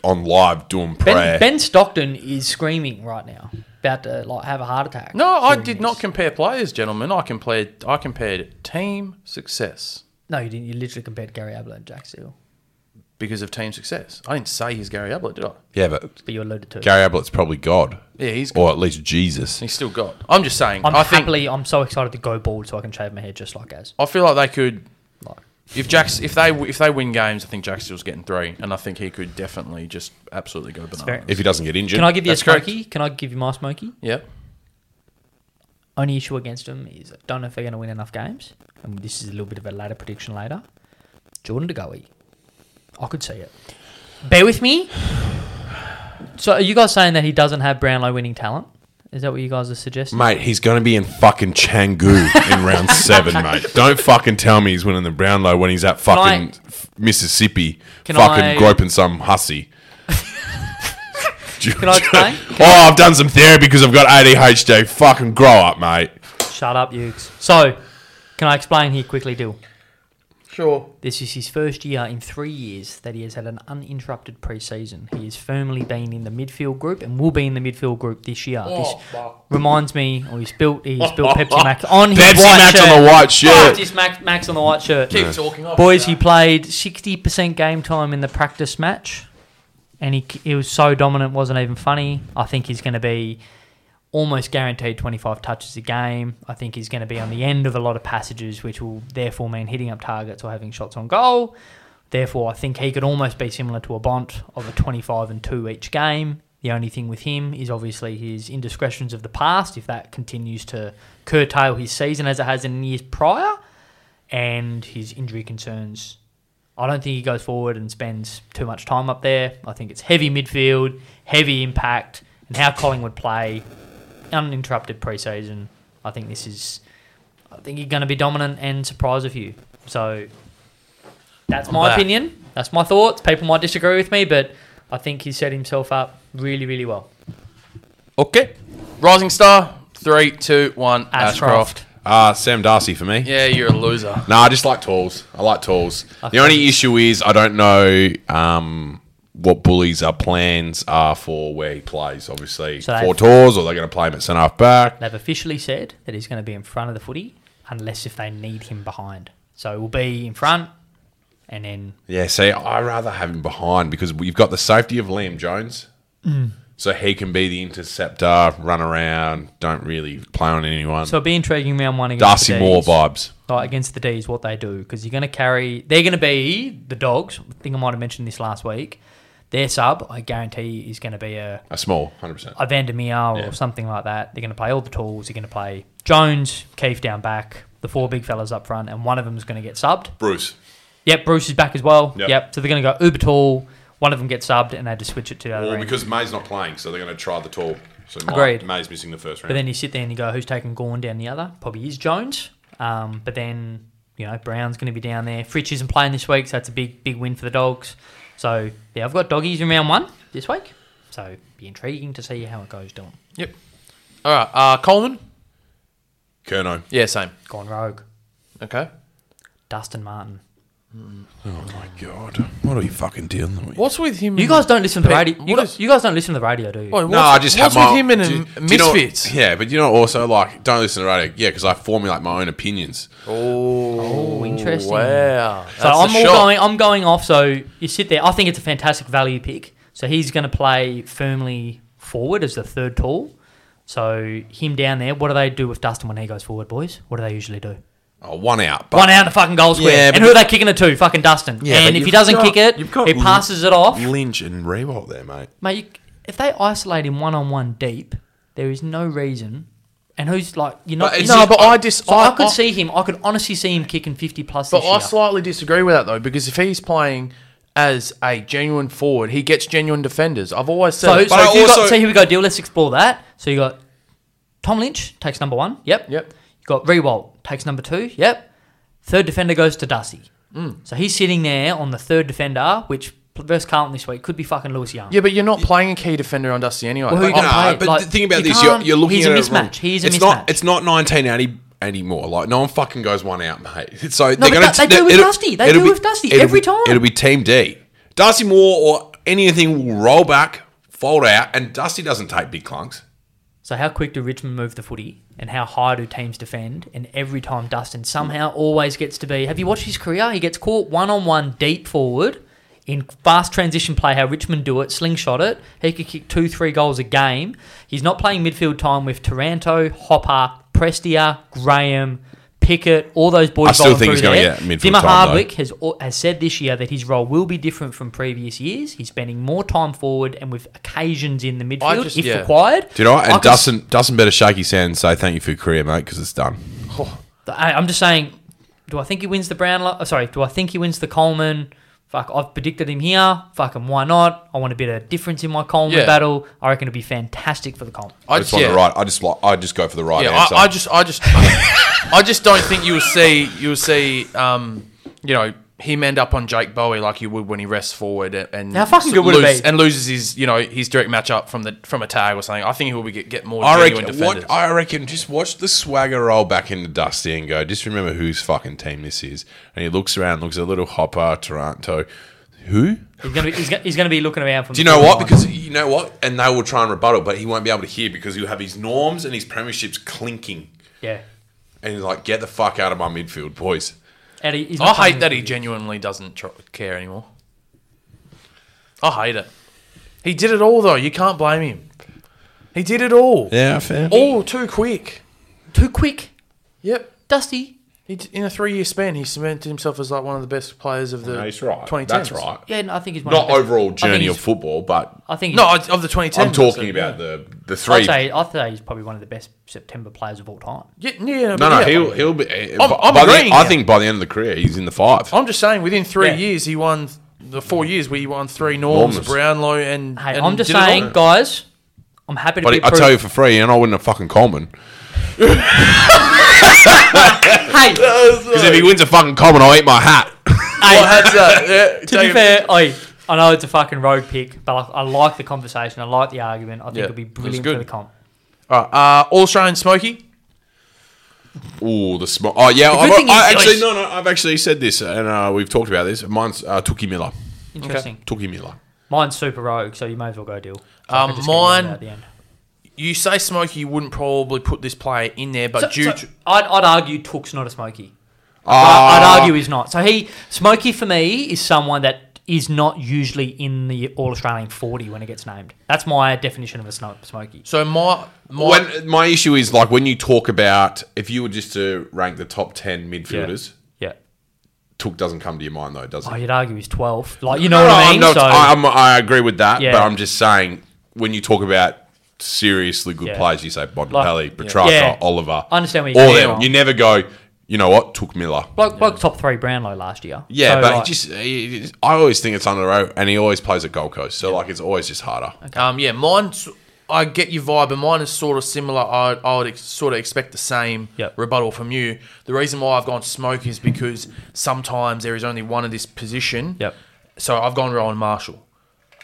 [SPEAKER 6] on live doing prayer.
[SPEAKER 5] ben, ben Stockton is screaming right now, about to like have a heart attack.
[SPEAKER 4] No, I
[SPEAKER 5] during
[SPEAKER 4] did
[SPEAKER 5] this.
[SPEAKER 4] not compare players, gentlemen. I compared. I compared team success
[SPEAKER 5] no, you didn't. You literally compared Gary Ablett and Jack Steele,
[SPEAKER 4] because of team success. I didn't say he's Gary Ablett, did I?
[SPEAKER 6] yeah, but
[SPEAKER 5] but you alluded to. it.
[SPEAKER 6] Gary Ablett's probably God,
[SPEAKER 4] Yeah, he's.
[SPEAKER 6] or at least Jesus.
[SPEAKER 4] He's still got. I'm just saying.
[SPEAKER 5] I'm
[SPEAKER 4] I think.
[SPEAKER 5] happily. I'm so excited to go bald so I can shave my head just like as.
[SPEAKER 4] I feel like they could.
[SPEAKER 5] Like,
[SPEAKER 4] If Jack's, if they if they win games, I think Jack Steele's getting three, and I think he could definitely just absolutely go
[SPEAKER 5] very-
[SPEAKER 4] bananas.
[SPEAKER 6] If he doesn't get injured,
[SPEAKER 5] can I give you a
[SPEAKER 4] That's correct.
[SPEAKER 5] smoky? Can I give you my smoky?
[SPEAKER 4] Yep.
[SPEAKER 5] Only issue against them is I don't know if they're going to win enough games. And this is a little bit of a later prediction later. Jordan DeGoey. I could see it. Bear with me. So are you guys saying that he doesn't have Brownlow winning talent? Is that what you guys are suggesting?
[SPEAKER 6] mate? He's going to be in fucking Changu
[SPEAKER 5] *laughs*
[SPEAKER 6] in round seven, mate. Don't fucking tell me he's winning the Brownlow when he's at fucking f- Mississippi,
[SPEAKER 5] Can
[SPEAKER 6] fucking
[SPEAKER 5] I-
[SPEAKER 6] groping some
[SPEAKER 5] *laughs*
[SPEAKER 6] hussy. Can
[SPEAKER 5] I explain?
[SPEAKER 6] *laughs* Oh, I've done some therapy because I've got ADHD. Fucking grow up, mate.
[SPEAKER 5] Shut up, Hughes. So, can I explain here quickly, Dill?
[SPEAKER 4] Sure.
[SPEAKER 5] This is his first year in three years that he has had an uninterrupted preseason. He has firmly been in the midfield group and will be in the midfield group this year.
[SPEAKER 4] Oh.
[SPEAKER 5] this reminds me, or he's built, he's built Pepsi Max
[SPEAKER 6] *laughs*
[SPEAKER 5] on his
[SPEAKER 6] Pepsi
[SPEAKER 5] white
[SPEAKER 6] Max
[SPEAKER 5] shirt.
[SPEAKER 6] on the white
[SPEAKER 5] Fuck,
[SPEAKER 6] shirt.
[SPEAKER 5] just Max, Max on the white shirt.
[SPEAKER 4] Keep talking. I'll
[SPEAKER 5] Boys,
[SPEAKER 4] be
[SPEAKER 5] he played 60% game time in the practice match, and he, he was so dominant, wasn't even funny. I think he's going to be almost guaranteed 25 touches a game. I think he's going to be on the end of a lot of passages, which will therefore mean hitting up targets or having shots on goal. Therefore, I think he could almost be similar to a Bont of a 25 and 2 each game. The only thing with him is obviously his indiscretions of the past, if that continues to curtail his season as it has in years prior and his injury concerns. I don't think he goes forward and spends too much time up there. I think it's heavy midfield, heavy impact, and how Collingwood play uninterrupted preseason. I think this is. I think you're going to be dominant and surprise a few. So that's my
[SPEAKER 4] back.
[SPEAKER 5] opinion. That's my thoughts. People might disagree with me, but I think he set himself up really, really well.
[SPEAKER 4] Okay. Rising star. Three, two, one. Ashcroft.
[SPEAKER 5] Ashcroft.
[SPEAKER 6] Uh, Sam Darcy for me.
[SPEAKER 4] Yeah, you're a loser.
[SPEAKER 6] No, I just like talls. I like talls. The only issue is I don't know um, what Bully's uh, plans are for where he plays, obviously.
[SPEAKER 5] So
[SPEAKER 6] for
[SPEAKER 5] they've-
[SPEAKER 6] tours, or they're going to play him at centre half back.
[SPEAKER 5] They've officially said that he's going to be in front of the footy, unless if they need him behind. So we'll be in front, and then
[SPEAKER 6] Yeah, see, I'd rather have him behind because you've got the safety of Liam Jones.
[SPEAKER 5] Mm.
[SPEAKER 6] So he can be the interceptor, run around, don't really play on anyone.
[SPEAKER 5] so it'll be intriguing round one against the
[SPEAKER 6] Darcy
[SPEAKER 5] Ds.
[SPEAKER 6] Moore vibes.
[SPEAKER 5] Like against the D's, what they do because you're going to carry. They're going to be the dogs. I think I might have mentioned this last week. Their sub, I guarantee, is going to be a
[SPEAKER 6] A Uh, small, 100%.
[SPEAKER 5] a Vandermeer
[SPEAKER 6] Yeah.
[SPEAKER 5] or something like that. They're going to play all the tools. They're going to play Jones, Keefe down back, the four big fellas up front, and one of them is going to get subbed.
[SPEAKER 6] Bruce.
[SPEAKER 5] Yep, Bruce is back as well.
[SPEAKER 6] Yep.
[SPEAKER 5] Yep. So they're going to go uber tall. One of them gets subbed, and they just switch it to the other
[SPEAKER 6] Well,
[SPEAKER 5] end.
[SPEAKER 6] because May's not playing, so they're going to try the tall. So May-
[SPEAKER 5] Agreed.
[SPEAKER 6] May's missing the first round.
[SPEAKER 5] But then you sit there and you go, who's taking Gorn down the other? Probably is Jones. Um, but then, you know, Brown's going to be down there. Fritch isn't playing this week, so that's a big, big win for the Dogs. So, yeah, I've got doggies in round one this week. So, be intriguing to see how it goes, Dylan.
[SPEAKER 4] Yep. All right. Uh, Coleman.
[SPEAKER 6] Kerno.
[SPEAKER 4] Yeah, same.
[SPEAKER 5] Gone rogue.
[SPEAKER 4] Okay.
[SPEAKER 5] Dustin Martin.
[SPEAKER 6] My God, what are you fucking dealing with?
[SPEAKER 4] What's with him?
[SPEAKER 5] You guys don't listen to the
[SPEAKER 4] Hey,
[SPEAKER 5] radio. You
[SPEAKER 4] what
[SPEAKER 5] guys,
[SPEAKER 4] is-
[SPEAKER 5] you guys don't listen to the radio, do you?
[SPEAKER 4] Wait, what's,
[SPEAKER 6] No, I just
[SPEAKER 4] what's
[SPEAKER 6] have my,
[SPEAKER 4] with him and
[SPEAKER 6] do you-
[SPEAKER 4] a
[SPEAKER 6] do you know-
[SPEAKER 4] Misfits?
[SPEAKER 6] yeah, but you know, also like, don't listen to the radio. Yeah, because I formulate my own opinions.
[SPEAKER 4] Oh,
[SPEAKER 5] Oh, interesting.
[SPEAKER 4] Wow.
[SPEAKER 5] So
[SPEAKER 4] That's
[SPEAKER 5] I'm
[SPEAKER 4] a
[SPEAKER 5] all
[SPEAKER 4] shock.
[SPEAKER 5] going. I'm going off. So you sit there. I think it's a fantastic value pick. So he's going to play firmly forward as the third tall. So him down there. What do they do with Dustin when he goes forward, boys? What do they usually do?
[SPEAKER 6] Oh, one out. But
[SPEAKER 5] One out in the fucking goal square.
[SPEAKER 6] Yeah,
[SPEAKER 5] and
[SPEAKER 6] but-
[SPEAKER 5] who are they kicking it to? Fucking Dustin.
[SPEAKER 6] Yeah,
[SPEAKER 5] and
[SPEAKER 6] but
[SPEAKER 5] if he
[SPEAKER 6] you've
[SPEAKER 5] doesn't
[SPEAKER 6] got-
[SPEAKER 5] kick it,
[SPEAKER 6] you've got
[SPEAKER 5] he passes it off.
[SPEAKER 6] Lynch and Rewalt there, mate.
[SPEAKER 5] Mate, you, if they isolate him one on one deep, there is no reason. And who's like you're not.
[SPEAKER 6] But it's
[SPEAKER 5] you're
[SPEAKER 4] No,
[SPEAKER 5] not-
[SPEAKER 4] but I just
[SPEAKER 5] so I, could see him. I could honestly see him kicking fifty plus.
[SPEAKER 4] But
[SPEAKER 5] this year.
[SPEAKER 4] I slightly disagree with that though, because if he's playing as a genuine forward, he gets genuine defenders. I've always
[SPEAKER 5] So,
[SPEAKER 4] said.
[SPEAKER 5] so,
[SPEAKER 6] I
[SPEAKER 5] if you
[SPEAKER 6] also-
[SPEAKER 5] got, so here we go, deal. Let's explore that. So you got Tom Lynch takes number one. Yep.
[SPEAKER 4] Yep.
[SPEAKER 5] You got Rewalt takes number two. Yep. Third defender goes to Darcy. So he's sitting there on the third defender, which versus Carlton this week could be fucking Lewis Young.
[SPEAKER 4] yeah, but you're not playing a key defender on Dusty anyway.
[SPEAKER 5] Well, who you
[SPEAKER 4] Like,
[SPEAKER 5] gonna play?
[SPEAKER 6] No, but
[SPEAKER 5] Like,
[SPEAKER 6] the thing about
[SPEAKER 5] you
[SPEAKER 6] this, you're,
[SPEAKER 5] can't-
[SPEAKER 6] you're looking
[SPEAKER 5] he's
[SPEAKER 6] at
[SPEAKER 5] a
[SPEAKER 6] it wrong.
[SPEAKER 5] mismatch. He's a
[SPEAKER 6] it's
[SPEAKER 5] mismatch.
[SPEAKER 6] Not, it's not 1980 anymore. Like no one fucking goes one out, mate. *laughs* So
[SPEAKER 5] but
[SPEAKER 6] they're gonna,
[SPEAKER 5] that- they do
[SPEAKER 6] it'll-
[SPEAKER 5] with
[SPEAKER 6] it'll-
[SPEAKER 5] Dusty. They
[SPEAKER 6] it'll
[SPEAKER 5] do with Dusty
[SPEAKER 6] it'll
[SPEAKER 5] every
[SPEAKER 6] be-
[SPEAKER 5] time.
[SPEAKER 6] It'll be Team D. Darcy Moore or anything will roll back, fold out, and Dusty doesn't take big clunks.
[SPEAKER 5] So how quick do Richmond move the footy, and how high do teams defend? And every time Dustin somehow always gets to be. Have you watched his career? He gets caught one on one deep forward in fast transition play. How Richmond do it, slingshot it. He could kick two, three goals a game. He's not playing midfield time with Taranto, Hopper, Prestia, Graham. Pickett, all those boys.
[SPEAKER 6] I still
[SPEAKER 5] rolling
[SPEAKER 6] think he's
[SPEAKER 5] through
[SPEAKER 6] gonna
[SPEAKER 5] there.
[SPEAKER 6] get midfield
[SPEAKER 5] Dimmer
[SPEAKER 6] time, though.
[SPEAKER 5] Hardwick has has said this year that his role will be different from previous years. He's spending more time forward and with occasions in the midfield
[SPEAKER 4] just-
[SPEAKER 5] if
[SPEAKER 4] yeah.
[SPEAKER 5] required.
[SPEAKER 6] Do you know what?
[SPEAKER 5] I
[SPEAKER 6] And
[SPEAKER 5] could
[SPEAKER 6] Dustin, Dustin better shake his hand and say thank you for your career, mate, because it's done.
[SPEAKER 5] I, I'm just saying, do I think he wins the Brown? Lo- oh, sorry, do I think he wins the Coleman? Fuck, I've predicted him here. Fucking, why not? I want a bit of difference in my Coleman
[SPEAKER 4] Yeah.
[SPEAKER 5] battle. I reckon it'll be fantastic for the Coleman.
[SPEAKER 6] I
[SPEAKER 4] I
[SPEAKER 6] just
[SPEAKER 4] just,
[SPEAKER 6] want
[SPEAKER 4] yeah,
[SPEAKER 6] the right. I just like. I just go for the right
[SPEAKER 4] yeah,
[SPEAKER 6] answer.
[SPEAKER 4] I, I just, I just, *laughs* I just don't think you'll see, you'll see, um, you know, him end up on Jake Bowie like you would when he rests forward and- and
[SPEAKER 5] How fucking good would it
[SPEAKER 4] lose-
[SPEAKER 5] be?
[SPEAKER 4] and loses his, you know, his direct matchup from the from a tag or something. I think he will be get, get more
[SPEAKER 6] I
[SPEAKER 4] genuine
[SPEAKER 6] reckon.
[SPEAKER 4] defenders.
[SPEAKER 6] What, I reckon. Just watch the swagger roll back into Dusty and go. Just remember whose fucking team this is. And he looks around, looks at little Hopper, Toronto. Who?
[SPEAKER 5] He's gonna be, he's gonna, he's gonna be looking around. From
[SPEAKER 6] Do you know what? Because you know what, and they will try and rebuttal, but he won't be able to hear because he'll have his norms and his premierships clinking.
[SPEAKER 5] yeah,
[SPEAKER 6] And he's like, "Get the fuck out of my midfield, boys."
[SPEAKER 5] Eddie, he's
[SPEAKER 4] I
[SPEAKER 5] not
[SPEAKER 4] hate
[SPEAKER 5] playing-
[SPEAKER 4] that he genuinely doesn't tr- care anymore. I hate it. He did it all though. You can't blame him. He did it all.
[SPEAKER 6] Yeah, fair.
[SPEAKER 4] All too quick.
[SPEAKER 5] too quick.
[SPEAKER 4] Yep.
[SPEAKER 5] Dusty,
[SPEAKER 4] He d- in a three-year span, he cemented himself as like one of the best players of the.
[SPEAKER 6] No, he's right.
[SPEAKER 4] 2010s.
[SPEAKER 6] That's right.
[SPEAKER 5] Yeah, no, I think he's one of
[SPEAKER 6] Not
[SPEAKER 5] the best-
[SPEAKER 6] overall
[SPEAKER 5] I think
[SPEAKER 6] journey
[SPEAKER 5] he's-
[SPEAKER 6] of football, but
[SPEAKER 5] I think
[SPEAKER 4] No,
[SPEAKER 5] he's-
[SPEAKER 4] I- of the 2010s.
[SPEAKER 6] I'm talking
[SPEAKER 4] so-
[SPEAKER 6] about the the
[SPEAKER 5] I'd
[SPEAKER 6] three.
[SPEAKER 5] say I'd say he's probably one of the best September players of all time.
[SPEAKER 4] Yeah,
[SPEAKER 6] no,
[SPEAKER 4] yeah,
[SPEAKER 6] no,
[SPEAKER 4] yeah.
[SPEAKER 6] he'll he'll be.
[SPEAKER 4] I'm- I'm
[SPEAKER 6] by the-
[SPEAKER 4] agreeing
[SPEAKER 6] I
[SPEAKER 4] now.
[SPEAKER 6] think by the end of the career, he's in the five.
[SPEAKER 4] I'm just saying, within three
[SPEAKER 5] Yeah.
[SPEAKER 4] years, he won the four years where he won three Norms,
[SPEAKER 6] Normans.
[SPEAKER 4] Brownlow, and.
[SPEAKER 5] Hey,
[SPEAKER 4] and
[SPEAKER 5] I'm just
[SPEAKER 4] did it all. *laughs*
[SPEAKER 5] saying, guys. I'm happy to
[SPEAKER 6] But
[SPEAKER 5] be.
[SPEAKER 6] I
[SPEAKER 5] proved-
[SPEAKER 6] tell you for free, and I wouldn't have fucking Coleman. *laughs*
[SPEAKER 5] hey,
[SPEAKER 6] Because if he wins a fucking Coleman, I'll eat my hat. *laughs*
[SPEAKER 4] Well, Oh, that's, uh,
[SPEAKER 5] *laughs*
[SPEAKER 4] yeah,
[SPEAKER 5] to be
[SPEAKER 4] David-
[SPEAKER 5] fair, I, I know it's a fucking road pick, but I, I like the conversation. I like the argument. I think
[SPEAKER 4] Yeah,
[SPEAKER 5] it'll be
[SPEAKER 4] that's
[SPEAKER 5] brilliant
[SPEAKER 4] good.
[SPEAKER 5] for the comp.
[SPEAKER 4] All right, uh, All Australian Smokey.
[SPEAKER 6] Ooh, the smoke. Oh yeah,
[SPEAKER 5] good
[SPEAKER 6] I've,
[SPEAKER 5] thing
[SPEAKER 6] I
[SPEAKER 5] is-
[SPEAKER 6] actually no, no. I've actually said this, and uh, we've talked about this. Mine's uh, Tookie Miller.
[SPEAKER 5] Interesting.
[SPEAKER 6] Tookie Miller.
[SPEAKER 5] Mine's super rogue, so you may as well go deal. So I
[SPEAKER 4] Um,
[SPEAKER 5] can just get rid of
[SPEAKER 4] mine-
[SPEAKER 5] that at the end.
[SPEAKER 4] You say Smokey, you wouldn't probably put this player in there, but
[SPEAKER 5] So-
[SPEAKER 4] Uh, due
[SPEAKER 5] so
[SPEAKER 4] to.
[SPEAKER 5] I'd, I'd argue Took's not a smoky.
[SPEAKER 6] Ah.
[SPEAKER 5] I'd argue he's not. So he smoky for me is someone that is not usually in the All Australian 40 when it gets named. That's my definition of a sno- smoky.
[SPEAKER 4] So my my
[SPEAKER 6] When my issue is like when you talk about if you were just to rank the top ten midfielders,
[SPEAKER 5] Yeah.
[SPEAKER 6] Took doesn't come to your mind though, does it?
[SPEAKER 5] Oh, you'd argue he's 12. Like you know what
[SPEAKER 6] No,
[SPEAKER 5] I mean?
[SPEAKER 6] I'm not-
[SPEAKER 5] so
[SPEAKER 6] I, I'm, I agree with that,
[SPEAKER 5] Yeah.
[SPEAKER 6] but I'm just saying when you talk about seriously good
[SPEAKER 5] Yeah.
[SPEAKER 6] players, you say Bontempelli,
[SPEAKER 5] Like-
[SPEAKER 6] Petrarca,
[SPEAKER 5] Yeah.
[SPEAKER 6] Oliver.
[SPEAKER 5] I understand where you're
[SPEAKER 6] all
[SPEAKER 5] coming
[SPEAKER 6] them.
[SPEAKER 5] from.
[SPEAKER 6] You never go. You know what? Took Miller.
[SPEAKER 5] bloke, bloke top three Brownlow last year.
[SPEAKER 6] Yeah,
[SPEAKER 5] So,
[SPEAKER 6] but
[SPEAKER 5] like,
[SPEAKER 6] he just he, he- I always think it's under the rope, and he always plays at Gold Coast, so like it's always just harder.
[SPEAKER 4] um yeah mine's I get your vibe, and mine is sort of similar. I I would ex- sort of expect the same
[SPEAKER 5] Yep.
[SPEAKER 4] rebuttal from you. The reason why I've gone smoke is because sometimes there is only one of this position.
[SPEAKER 5] Yep.
[SPEAKER 4] So I've gone Rowan Marshall,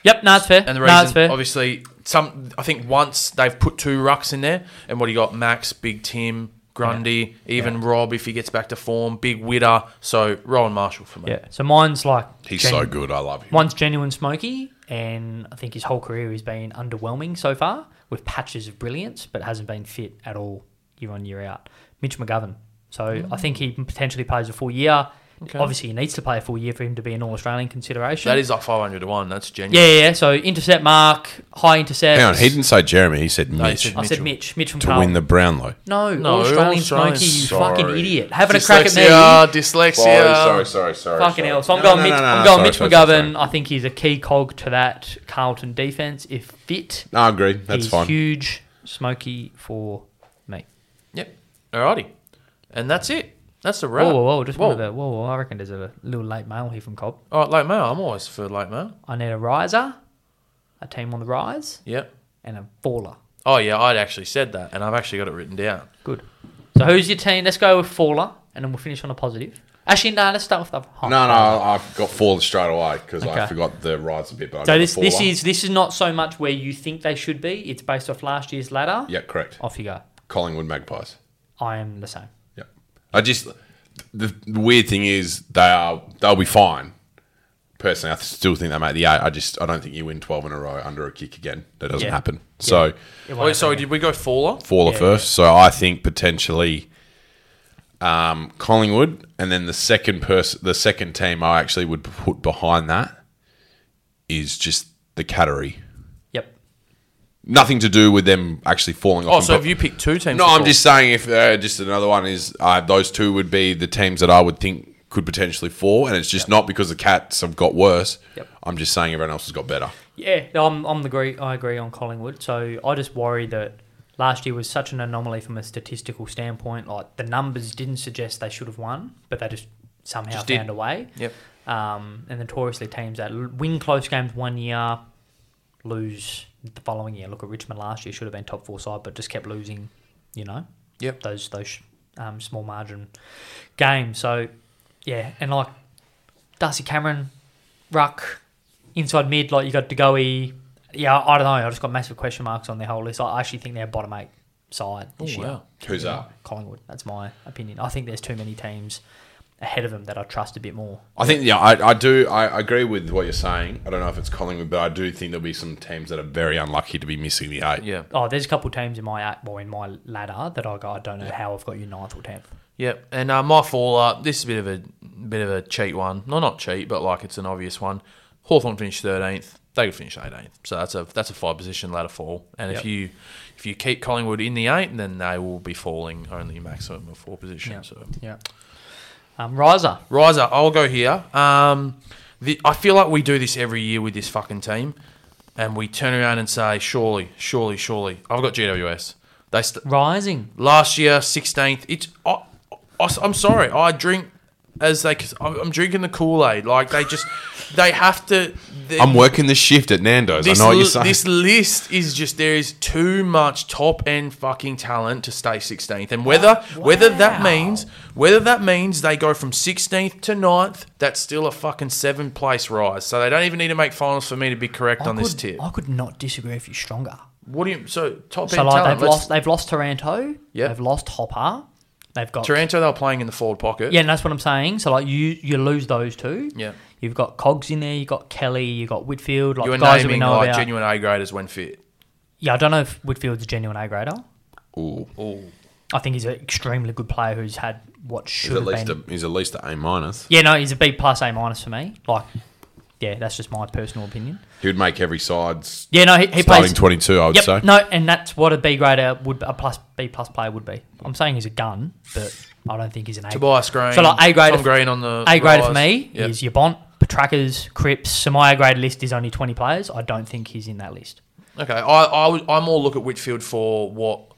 [SPEAKER 5] Yep, no, it's fair.
[SPEAKER 4] and the
[SPEAKER 5] no,
[SPEAKER 4] reason
[SPEAKER 5] it's fair.
[SPEAKER 4] obviously some I think once they've put two rucks in there, and what he got Max, Big Tim, Grundy, even Rob if he gets back to form, Big Witter. So Rowan Marshall for me.
[SPEAKER 5] Yeah. So mine's like
[SPEAKER 6] He's
[SPEAKER 5] gen-
[SPEAKER 6] so good. I love him.
[SPEAKER 5] Mine's genuine smoky, and I think his whole career has been underwhelming so far, with patches of brilliance, but hasn't been fit at all year on year out. Mitch McGovern. So I think he potentially plays a full year. Obviously, he needs to play a full year for him to be an All Australian consideration.
[SPEAKER 4] That is like five hundred to one. That's genuine.
[SPEAKER 5] yeah, yeah. yeah. So intercept mark, high intercept.
[SPEAKER 6] Hang on, he didn't say Jeremy. He said Mitch
[SPEAKER 4] said
[SPEAKER 5] I said
[SPEAKER 4] Mitchell.
[SPEAKER 5] Mitch. Mitch from
[SPEAKER 6] to
[SPEAKER 5] Carl.
[SPEAKER 6] win the Brownlow.
[SPEAKER 5] No,
[SPEAKER 4] No,
[SPEAKER 5] All Australian
[SPEAKER 4] Australian.
[SPEAKER 5] smoky. You
[SPEAKER 6] Sorry.
[SPEAKER 5] fucking idiot. Having a crack at me.
[SPEAKER 4] Dyslexia, dyslexia.
[SPEAKER 6] Oh, sorry, sorry, sorry.
[SPEAKER 5] Fucking
[SPEAKER 6] sorry.
[SPEAKER 5] hell. So I'm going
[SPEAKER 6] No, no,
[SPEAKER 5] Mitch,
[SPEAKER 6] no, no,
[SPEAKER 5] I'm
[SPEAKER 6] no,
[SPEAKER 5] going
[SPEAKER 6] sorry,
[SPEAKER 5] Mitch
[SPEAKER 6] sorry,
[SPEAKER 5] McGovern.
[SPEAKER 6] sorry.
[SPEAKER 5] I think he's a key cog to that Carlton defense if fit.
[SPEAKER 6] No, I agree. That's
[SPEAKER 5] he's
[SPEAKER 6] fine.
[SPEAKER 5] huge, smoky for me.
[SPEAKER 4] Yep. Alrighty. And that's it. That's a wrap.
[SPEAKER 5] Whoa, whoa, whoa. Just
[SPEAKER 4] whoa.
[SPEAKER 5] wanted to, whoa, whoa. I reckon there's a little late mail here from Cobb.
[SPEAKER 4] All right, late mail. I'm always for late mail.
[SPEAKER 5] I need a riser, a team on the rise,
[SPEAKER 4] Yep.
[SPEAKER 5] and a faller.
[SPEAKER 4] Oh yeah, I'd actually said that, and I've actually got it written down.
[SPEAKER 5] Good. So who's your team? Let's go with faller, and then we'll finish on a positive. Actually, no, let's start with the high.
[SPEAKER 6] No, no, I- I've got fallen straight away because I
[SPEAKER 5] Oh, Okay.
[SPEAKER 6] forgot the rides a bit. But I got
[SPEAKER 5] So
[SPEAKER 6] the
[SPEAKER 5] this this
[SPEAKER 6] faller.
[SPEAKER 5] is this is not so much where you think they should be. It's based off last year's ladder.
[SPEAKER 6] yeah, correct.
[SPEAKER 5] Off you go.
[SPEAKER 6] Collingwood Magpies.
[SPEAKER 5] I am the same.
[SPEAKER 6] Yeah, I just the, the weird thing is they are they'll be fine. Personally, I still think they make the eight. I just I don't think you win twelve in a row under a kick again. That doesn't
[SPEAKER 5] Yeah.
[SPEAKER 6] happen. So
[SPEAKER 5] It won't
[SPEAKER 4] Oh,
[SPEAKER 5] happen
[SPEAKER 4] sorry,
[SPEAKER 5] again.
[SPEAKER 4] did we go Oh, faller?
[SPEAKER 6] Faller
[SPEAKER 5] Yeah.
[SPEAKER 6] first. So I think potentially um, Collingwood, and then the second person, the second team I actually would put behind that is just the Cattery.
[SPEAKER 5] Yep.
[SPEAKER 6] Nothing to do with them actually falling off.
[SPEAKER 4] Oh,
[SPEAKER 6] and
[SPEAKER 4] so
[SPEAKER 6] put-
[SPEAKER 4] have you picked two teams?
[SPEAKER 6] No,
[SPEAKER 4] to
[SPEAKER 6] I'm
[SPEAKER 4] fall?
[SPEAKER 6] just saying if uh, just another one is uh, those two would be the teams that I would think could potentially fall, and it's just not because the Cats have got worse.
[SPEAKER 5] Yep.
[SPEAKER 6] I'm just saying everyone else has got better.
[SPEAKER 5] Yeah, no, I'm, I'm the agree, I agree on Collingwood. So I just worry that last year was such an anomaly from a statistical standpoint. Like the numbers didn't suggest they should have won, but they just somehow
[SPEAKER 4] Just did.
[SPEAKER 5] found a way.
[SPEAKER 4] Yep.
[SPEAKER 5] Um, and notoriously, teams that l- win close games one year, lose the following year. Look at Richmond last year; should have been top four side, but just kept losing. You know.
[SPEAKER 4] Yep.
[SPEAKER 5] Those those um, small margin games. So yeah, and like Darcy Cameron, Ruck, inside mid, like you got Degoe. Yeah, I don't know. I just got massive question marks on their whole list. I actually think they're bottom eight side this
[SPEAKER 4] Oh,
[SPEAKER 5] year.
[SPEAKER 4] wow.
[SPEAKER 6] Who's up?
[SPEAKER 5] Collingwood. That's my opinion. I think there's too many teams ahead of them that I trust a bit more.
[SPEAKER 6] I think yeah, I, I do. I agree with what you're saying. I don't know if it's Collingwood, but I do think there'll be some teams that are very unlucky to be missing the eight.
[SPEAKER 4] Yeah.
[SPEAKER 5] Oh, there's a couple of teams in my act, well, in my ladder that I go. I don't know how I've got you ninth or tenth.
[SPEAKER 4] Yep. And uh, my faller. This is a bit of a bit of a cheat one. No, not cheat, but like it's an obvious one. Hawthorn finished thirteenth. They could finish eighteenth. So that's a that's a five position ladder fall. And
[SPEAKER 5] Yep.
[SPEAKER 4] if you if you keep Collingwood in the eight, then they will be falling only maximum of four positions. So
[SPEAKER 5] Yeah. Um, Riser.
[SPEAKER 4] Riser, I'll go here. Um, the, I feel like we do this every year with this fucking team, and we turn around and say, surely, surely, surely. I've got GWS. They st-
[SPEAKER 5] Rising.
[SPEAKER 4] last year 16th. It's I, I, am sorry. I drink as they. Cause I'm I'm drinking the Kool Aid. Like they just, they have to. they-
[SPEAKER 6] I'm working the shift at Nando's.
[SPEAKER 4] this,
[SPEAKER 6] I know what
[SPEAKER 4] li-
[SPEAKER 6] you're saying.
[SPEAKER 4] this list is just there is too much top end fucking talent to stay 16th, and whether whether that means whether that means they go from 16th to 9th, that's still a fucking seven place rise. So they don't even need to make finals for me to be correct on
[SPEAKER 5] I could,
[SPEAKER 4] this tip.
[SPEAKER 5] I could not disagree if you're stronger.
[SPEAKER 4] What do you so top
[SPEAKER 5] So
[SPEAKER 4] end
[SPEAKER 5] like
[SPEAKER 4] talent?
[SPEAKER 5] they've
[SPEAKER 4] let's-
[SPEAKER 5] lost they've lost Taranto.
[SPEAKER 4] Yeah.
[SPEAKER 5] They've lost Hopper. They've got
[SPEAKER 4] Taranto, they were playing in the forward pocket.
[SPEAKER 5] Yeah, and that's what I'm saying. So like you you lose those two.
[SPEAKER 4] Yeah.
[SPEAKER 5] You've got Cogs in there, you've got Kelly, you've got Whitfield, like
[SPEAKER 4] you were
[SPEAKER 5] guys that we
[SPEAKER 4] naming
[SPEAKER 5] know
[SPEAKER 4] like
[SPEAKER 5] about.
[SPEAKER 4] genuine A graders when fit.
[SPEAKER 5] Yeah, I don't know if Whitfield's a genuine A grader.
[SPEAKER 6] Ooh.
[SPEAKER 5] I think he's an extremely good player who's had what
[SPEAKER 6] He's
[SPEAKER 5] should
[SPEAKER 6] at
[SPEAKER 5] have
[SPEAKER 6] least
[SPEAKER 5] been.
[SPEAKER 6] a, he's at least a A minus.
[SPEAKER 5] Yeah, no, he's a B plus A minus for me. Like, yeah, that's just my personal opinion.
[SPEAKER 6] He would make every side's
[SPEAKER 5] Yeah, no, he, he
[SPEAKER 6] starting
[SPEAKER 5] plays
[SPEAKER 6] 22. I would
[SPEAKER 5] Yep,
[SPEAKER 6] say.
[SPEAKER 5] no, and that's what a B grader would a plus B plus player would be. I'm saying he's a gun, but I don't think he's an A.
[SPEAKER 4] Tobias uh, Green.
[SPEAKER 5] So like A grader,
[SPEAKER 4] Tom Green on the
[SPEAKER 5] A grader for
[SPEAKER 4] rise.
[SPEAKER 5] me
[SPEAKER 4] Yep.
[SPEAKER 5] is your Bont, Petrakas, Cripps. So my A grade list is only 20 players. I don't think he's in that list.
[SPEAKER 4] Okay, I, I would- I more look at Whitfield for what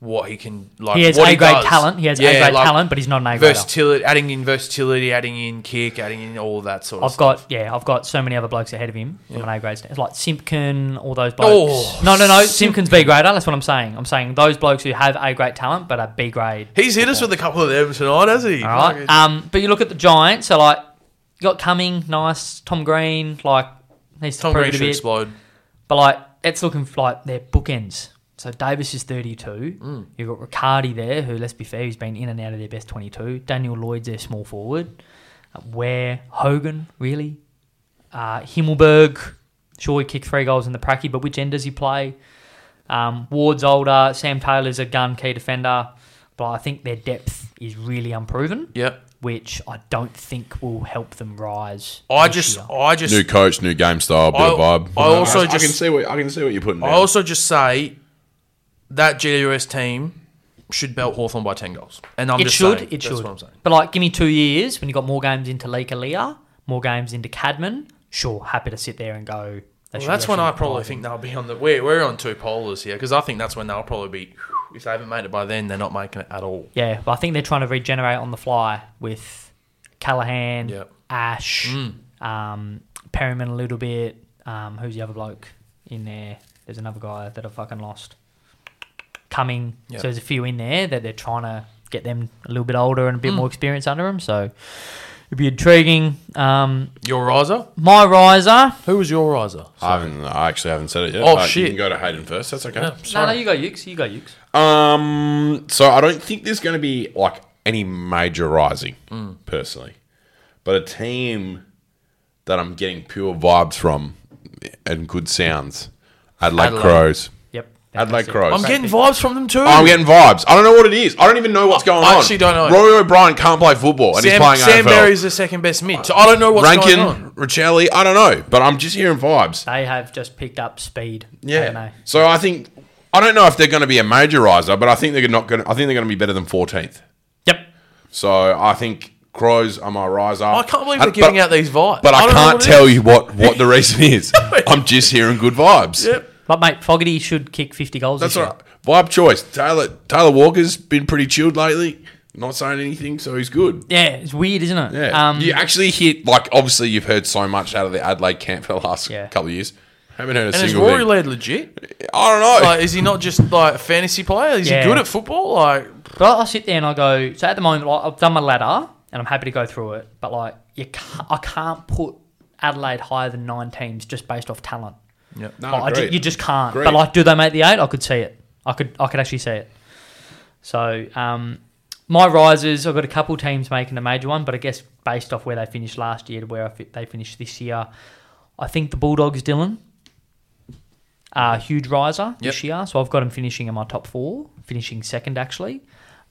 [SPEAKER 4] what he can like.
[SPEAKER 5] He has
[SPEAKER 4] what
[SPEAKER 5] A grade
[SPEAKER 4] does.
[SPEAKER 5] talent. He has A grade talent, but he's not an A grader.
[SPEAKER 4] versatility, adding in versatility, adding in kick, adding in all that sort of.
[SPEAKER 5] I've
[SPEAKER 4] stuff.
[SPEAKER 5] got yeah, I've got so many other blokes ahead of him from an A grade. It's like Simpkin, all those blokes.
[SPEAKER 4] Oh,
[SPEAKER 5] no, no, no. Simpkin's B grader. That's what I'm saying. I'm saying those blokes who have A grade talent but are B grade.
[SPEAKER 4] He's hit us with a couple of them tonight, has he?
[SPEAKER 5] All right.
[SPEAKER 4] Fucking-
[SPEAKER 5] Um, but you look at the Giants. So like, you got Cumming, nice. Tom Green, like, needs to
[SPEAKER 4] Tom
[SPEAKER 5] prove
[SPEAKER 4] Green
[SPEAKER 5] it a
[SPEAKER 4] should
[SPEAKER 5] bit.
[SPEAKER 4] explode.
[SPEAKER 5] But like, it's looking f- like they're bookends. So Davis is 32.
[SPEAKER 4] Mm.
[SPEAKER 5] You've got Riccardi there, who let's be fair, he's been in and out of their best 22. Daniel Lloyd's their small forward. Uh, Ware, Hogan, really. Uh, Himmelberg, sure he kicked three goals in the pracky, but which end does he play? Um, Ward's older. Sam Taylor's a gun key defender, but I think their depth is really unproven.
[SPEAKER 4] Yep.
[SPEAKER 5] Which I don't think will help them rise.
[SPEAKER 4] I
[SPEAKER 5] this
[SPEAKER 4] just,
[SPEAKER 5] year.
[SPEAKER 4] I just,
[SPEAKER 6] New coach, new game style, bit
[SPEAKER 4] I,
[SPEAKER 6] of vibe.
[SPEAKER 4] I also
[SPEAKER 6] I can
[SPEAKER 4] just,
[SPEAKER 6] see what I can see what you're putting.
[SPEAKER 4] I
[SPEAKER 6] down.
[SPEAKER 4] also just say that GWS team should belt Hawthorn by ten goals, and I'm
[SPEAKER 5] it
[SPEAKER 4] just
[SPEAKER 5] should.
[SPEAKER 4] saying,
[SPEAKER 5] it should.
[SPEAKER 4] That's what I'm saying.
[SPEAKER 5] But like, give me two years when you got more games into Lika Leah, more games into Cadman. Sure, happy to sit there and go. they
[SPEAKER 4] Well,
[SPEAKER 5] should-
[SPEAKER 4] that's
[SPEAKER 5] they
[SPEAKER 4] when
[SPEAKER 5] should
[SPEAKER 4] I
[SPEAKER 5] be
[SPEAKER 4] probably
[SPEAKER 5] diving.
[SPEAKER 4] think they'll be on the. We're, we're on two polars here because I think that's when they'll probably be. If they haven't made it by then, they're not making it at all.
[SPEAKER 5] Yeah, but I think they're trying to regenerate on the fly with Callahan,
[SPEAKER 4] Yep. Mm.
[SPEAKER 5] Ash, um, Perryman a little bit. Um, who's the other bloke in there? There's another guy that I fucking lost. Coming.
[SPEAKER 4] Yep.
[SPEAKER 5] So there's a few in there that they're trying to get them a little bit older and a
[SPEAKER 4] Mm.
[SPEAKER 5] bit more experience under them. So it'd be intriguing. Um,
[SPEAKER 4] Your riser?
[SPEAKER 5] my riser.
[SPEAKER 4] Who was your riser?
[SPEAKER 6] I haven't. I actually haven't said it yet.
[SPEAKER 4] Oh,
[SPEAKER 6] but
[SPEAKER 4] shit.
[SPEAKER 6] You can go to Hayden first. That's okay.
[SPEAKER 5] No, no, you go Ukes. You go Ukes.
[SPEAKER 6] Um, so I don't think there's going to be like any major rising
[SPEAKER 4] Hmm.
[SPEAKER 6] personally, but a team that I'm getting pure vibes from and good sounds, Adelaide,
[SPEAKER 4] Adelaide.
[SPEAKER 6] Crows.
[SPEAKER 5] Yep.
[SPEAKER 6] Adelaide
[SPEAKER 5] Fantastic.
[SPEAKER 6] Crows. Oh,
[SPEAKER 4] I'm getting vibes from them too.
[SPEAKER 6] I'm getting vibes. I don't know what it is. I don't even know what's going on.
[SPEAKER 4] I actually don't know.
[SPEAKER 6] Rory O'Brien can't play football and he's
[SPEAKER 4] Sam,
[SPEAKER 6] playing
[SPEAKER 4] Sam
[SPEAKER 6] AFL.
[SPEAKER 4] Berry's the second best mid. So I don't know what's going
[SPEAKER 6] Rankin,
[SPEAKER 4] on.
[SPEAKER 6] Richelli, I don't know, but I'm just hearing vibes.
[SPEAKER 5] They have just picked up speed. I don't know.
[SPEAKER 6] Yeah. So I think I don't know if they're going to be a major riser, but I think they're not going. To, I think they're going to be better than 14th.
[SPEAKER 5] Yep.
[SPEAKER 6] So I think Crows are my riser. Uh,
[SPEAKER 4] I can't believe they're giving out these vibes.
[SPEAKER 6] But I,
[SPEAKER 4] don't know
[SPEAKER 6] can't
[SPEAKER 4] what it
[SPEAKER 6] tell
[SPEAKER 4] is.
[SPEAKER 6] you what, what the reason
[SPEAKER 4] *laughs*
[SPEAKER 6] is. I'm just hearing good vibes.
[SPEAKER 4] Yep.
[SPEAKER 5] But mate, Fogarty should kick 50 goals.
[SPEAKER 6] That's
[SPEAKER 5] this
[SPEAKER 6] all
[SPEAKER 5] year.
[SPEAKER 6] right. Vibe choice. Taylor Taylor Walker's been pretty chilled lately. Not saying anything, so he's good.
[SPEAKER 5] Yeah, it's weird, isn't it?
[SPEAKER 6] Yeah.
[SPEAKER 5] Um,
[SPEAKER 6] you actually hit like obviously you've heard so much out of the Adelaide camp for the last
[SPEAKER 5] Yeah.
[SPEAKER 6] couple of years. Haven't heard a
[SPEAKER 4] And is
[SPEAKER 6] single
[SPEAKER 4] Rory
[SPEAKER 6] thing.
[SPEAKER 4] Laird legit?
[SPEAKER 6] I don't know.
[SPEAKER 4] Like, is he not just like a fantasy player? Is
[SPEAKER 5] Yeah.
[SPEAKER 4] he good at football? Like,
[SPEAKER 5] But I sit there and I go. So at the moment, like, I've done my ladder and I'm happy to go through it. But like, you can't, I can't put Adelaide higher than nine teams just based off talent.
[SPEAKER 6] no,
[SPEAKER 5] Like, I ju-
[SPEAKER 6] agreed.
[SPEAKER 5] you just can't.
[SPEAKER 6] Agreed.
[SPEAKER 5] But like, do they make the eight? I could see it. I could I could actually see it. So um, my risers, I've got a couple teams making a major one, but I guess based off where they finished last year to where I fi- they finished this year, I think the Bulldogs, Dylan, are a Uh, huge riser this
[SPEAKER 4] Yep.
[SPEAKER 5] year. So I've got them finishing in my top four, finishing second actually.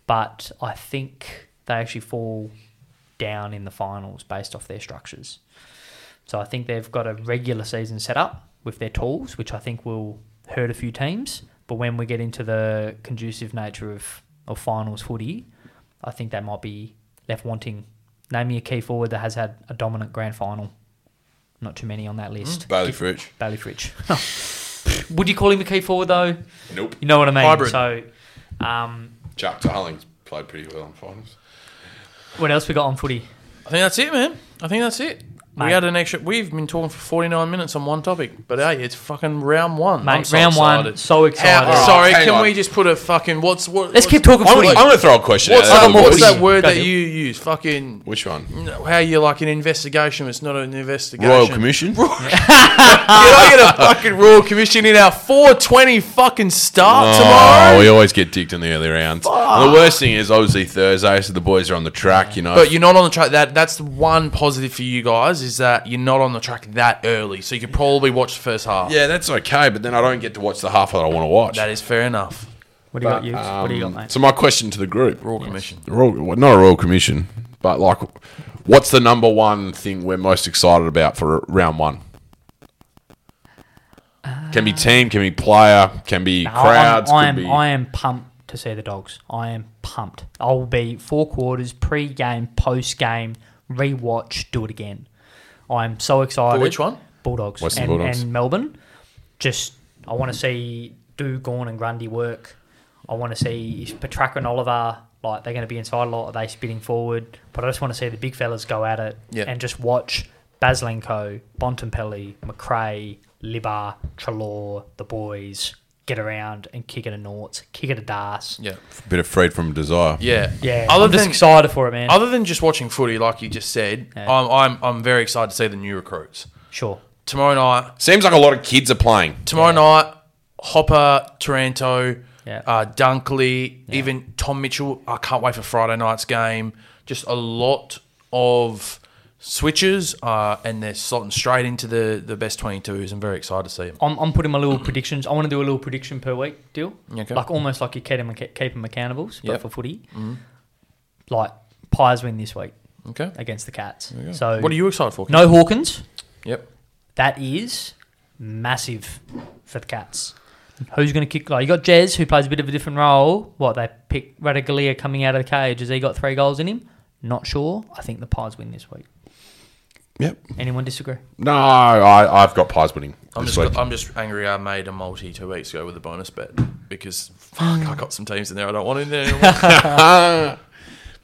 [SPEAKER 5] But I think they actually fall down in the finals based off their structures. So I think they've got a regular season set up with their tools, which I think will hurt a few teams. But when we get into the conducive nature of, of finals footy, I think they might be left wanting. Name me a key forward that has had a dominant grand final. Not too many on that list.
[SPEAKER 6] Bailey Fritch.
[SPEAKER 5] Bailey Fritch. *laughs* Would you call him a key forward though?
[SPEAKER 6] Nope.
[SPEAKER 5] You know what I mean.
[SPEAKER 4] Hybrid.
[SPEAKER 5] So, um,
[SPEAKER 6] Jack Darling's played pretty well in finals.
[SPEAKER 5] what else we got on footy?
[SPEAKER 4] I think that's it, man. I think that's it. We
[SPEAKER 5] Mate.
[SPEAKER 4] had an extra. We've been talking for 49 minutes on one topic, but hey, it's fucking round one.
[SPEAKER 5] Mate,
[SPEAKER 4] I'm so
[SPEAKER 5] round one,
[SPEAKER 4] excited.
[SPEAKER 5] so excited.
[SPEAKER 4] How, oh, sorry,
[SPEAKER 6] Hang
[SPEAKER 4] can
[SPEAKER 6] on.
[SPEAKER 4] we just put a fucking. What's. What,
[SPEAKER 5] Let's
[SPEAKER 4] what's-
[SPEAKER 5] keep talking
[SPEAKER 6] I'm
[SPEAKER 5] footy.
[SPEAKER 6] going to throw a question
[SPEAKER 4] What's,
[SPEAKER 6] out.
[SPEAKER 4] that,
[SPEAKER 6] there, boys.
[SPEAKER 4] what's that word
[SPEAKER 5] Go
[SPEAKER 4] that
[SPEAKER 5] ahead.
[SPEAKER 4] you use? Fucking.
[SPEAKER 6] Which one?
[SPEAKER 4] No, How you like an investigation? It's not an investigation.
[SPEAKER 6] Royal Commission.
[SPEAKER 4] Can I
[SPEAKER 6] *laughs*
[SPEAKER 4] get a fucking Royal Commission in our 420 fucking start
[SPEAKER 6] Oh,
[SPEAKER 4] tomorrow?
[SPEAKER 6] we always get dicked in the early rounds. And the worst thing is obviously Thursday, so the boys are on the track. You know,
[SPEAKER 4] But you're not on the track. That that's the one positive for you guys is that you're not on the track that early, so you could probably watch the first half.
[SPEAKER 6] yeah, that's okay. But then I don't get to watch the half that I want to watch.
[SPEAKER 4] That is fair enough.
[SPEAKER 5] What do you got, you? what do you got, mate?
[SPEAKER 6] Um, So my question to the group:
[SPEAKER 4] Royal Commission.
[SPEAKER 6] the Royal, well, not a Royal Commission, but like, what's the number one thing we're most excited about for round one? Can be team, can be player, can be
[SPEAKER 5] No,
[SPEAKER 6] crowds.
[SPEAKER 5] I'm, I am.
[SPEAKER 6] could be-
[SPEAKER 5] I am pumped to see the dogs. I am pumped. I'll be four quarters, pre-game, post-game, rewatch, do it again. I am so excited.
[SPEAKER 4] For which one?
[SPEAKER 5] Bulldogs
[SPEAKER 6] Western
[SPEAKER 5] and,
[SPEAKER 6] Bulldogs.
[SPEAKER 5] and Melbourne. Just I want to see do Gorn and Grundy work. I want to see is Petraka and Oliver like they're going to be inside a lot. Are they spinning forward? But I just want to see the big fellas go at it
[SPEAKER 4] Yeah.
[SPEAKER 5] and just watch Baslenko, Bontempelli, McRae, Libba, Trelaw, the boys get around and kick it a noughts, kick it a das.
[SPEAKER 4] Yeah,
[SPEAKER 6] bit of freed from desire.
[SPEAKER 4] yeah,
[SPEAKER 5] Yeah,
[SPEAKER 4] Other
[SPEAKER 5] I'm just
[SPEAKER 4] than
[SPEAKER 5] excited for it, man.
[SPEAKER 4] other than just watching footy, like you just said,
[SPEAKER 5] Yeah.
[SPEAKER 4] I'm, I'm I'm very excited to see the new recruits
[SPEAKER 5] sure.
[SPEAKER 4] tomorrow night.
[SPEAKER 6] Seems like a lot of kids are playing.
[SPEAKER 4] Tomorrow night, Hopper, Taranto,
[SPEAKER 5] Yeah.
[SPEAKER 4] uh, Dunkley, even Tom Mitchell. I can't wait for Friday night's game. Just a lot of switches, uh, and they're slotting straight into the, the best 22s. I'm very excited to see them.
[SPEAKER 5] I'm, I'm putting my little predictions. I want to do a little prediction per week deal.
[SPEAKER 4] Okay.
[SPEAKER 5] Like almost like you keep them, keep 'em accountables, but
[SPEAKER 4] Yep.
[SPEAKER 5] for footy. Like Pies win this week
[SPEAKER 4] Okay.
[SPEAKER 5] against the Cats. So
[SPEAKER 4] What are you excited for? Keith?
[SPEAKER 5] No Hawkins.
[SPEAKER 4] Yep.
[SPEAKER 5] That is massive for the Cats. Who's going to kick? Like you got Jez, who plays a bit of a different role. What they pick Radagalia coming out of the cage. Has he got three goals in him? Not sure. I think the Pies win this week.
[SPEAKER 6] Yep.
[SPEAKER 5] Anyone disagree?
[SPEAKER 6] No, I, I've got pies winning.
[SPEAKER 4] I'm
[SPEAKER 6] this
[SPEAKER 4] just,
[SPEAKER 6] week.
[SPEAKER 4] I'm just angry I made a multi two weeks ago with a bonus bet because fuck, I got some teams in there I don't want in there anymore.
[SPEAKER 5] *laughs*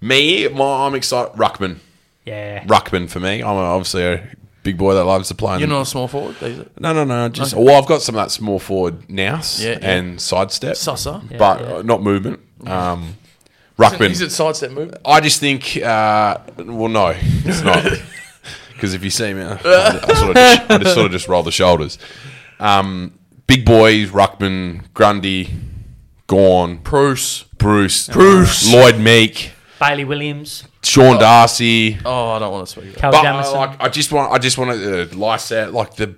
[SPEAKER 6] Me, my, I'm excited. Ruckman.
[SPEAKER 5] Yeah.
[SPEAKER 6] Ruckman for me. I'm obviously a big boy that loves to play.
[SPEAKER 4] You're not a small forward, these are
[SPEAKER 6] no, no, no. Just well, I've got some of that small forward nous
[SPEAKER 4] Yeah, yeah.
[SPEAKER 6] and sidestep,
[SPEAKER 4] Sussa.
[SPEAKER 5] Yeah,
[SPEAKER 6] but
[SPEAKER 5] yeah.
[SPEAKER 6] uh, not movement. Um,
[SPEAKER 4] Is
[SPEAKER 6] Ruckman.
[SPEAKER 4] it sidestep move?
[SPEAKER 6] I just think. Uh, well, no, it's *laughs* not. Because if you see *laughs* me, I, I sort of just, I just sort of just roll the shoulders. Um, big boys, Ruckman, Grundy, Gorn,
[SPEAKER 4] Bruce.
[SPEAKER 6] Bruce, Bruce, Lloyd Meek,
[SPEAKER 5] Bailey Williams,
[SPEAKER 6] Sean Darcy.
[SPEAKER 4] Oh, I don't want to speak.
[SPEAKER 5] Cal
[SPEAKER 6] But I,
[SPEAKER 5] Jamison.
[SPEAKER 6] like, I just want, I just want to uh, lice out like the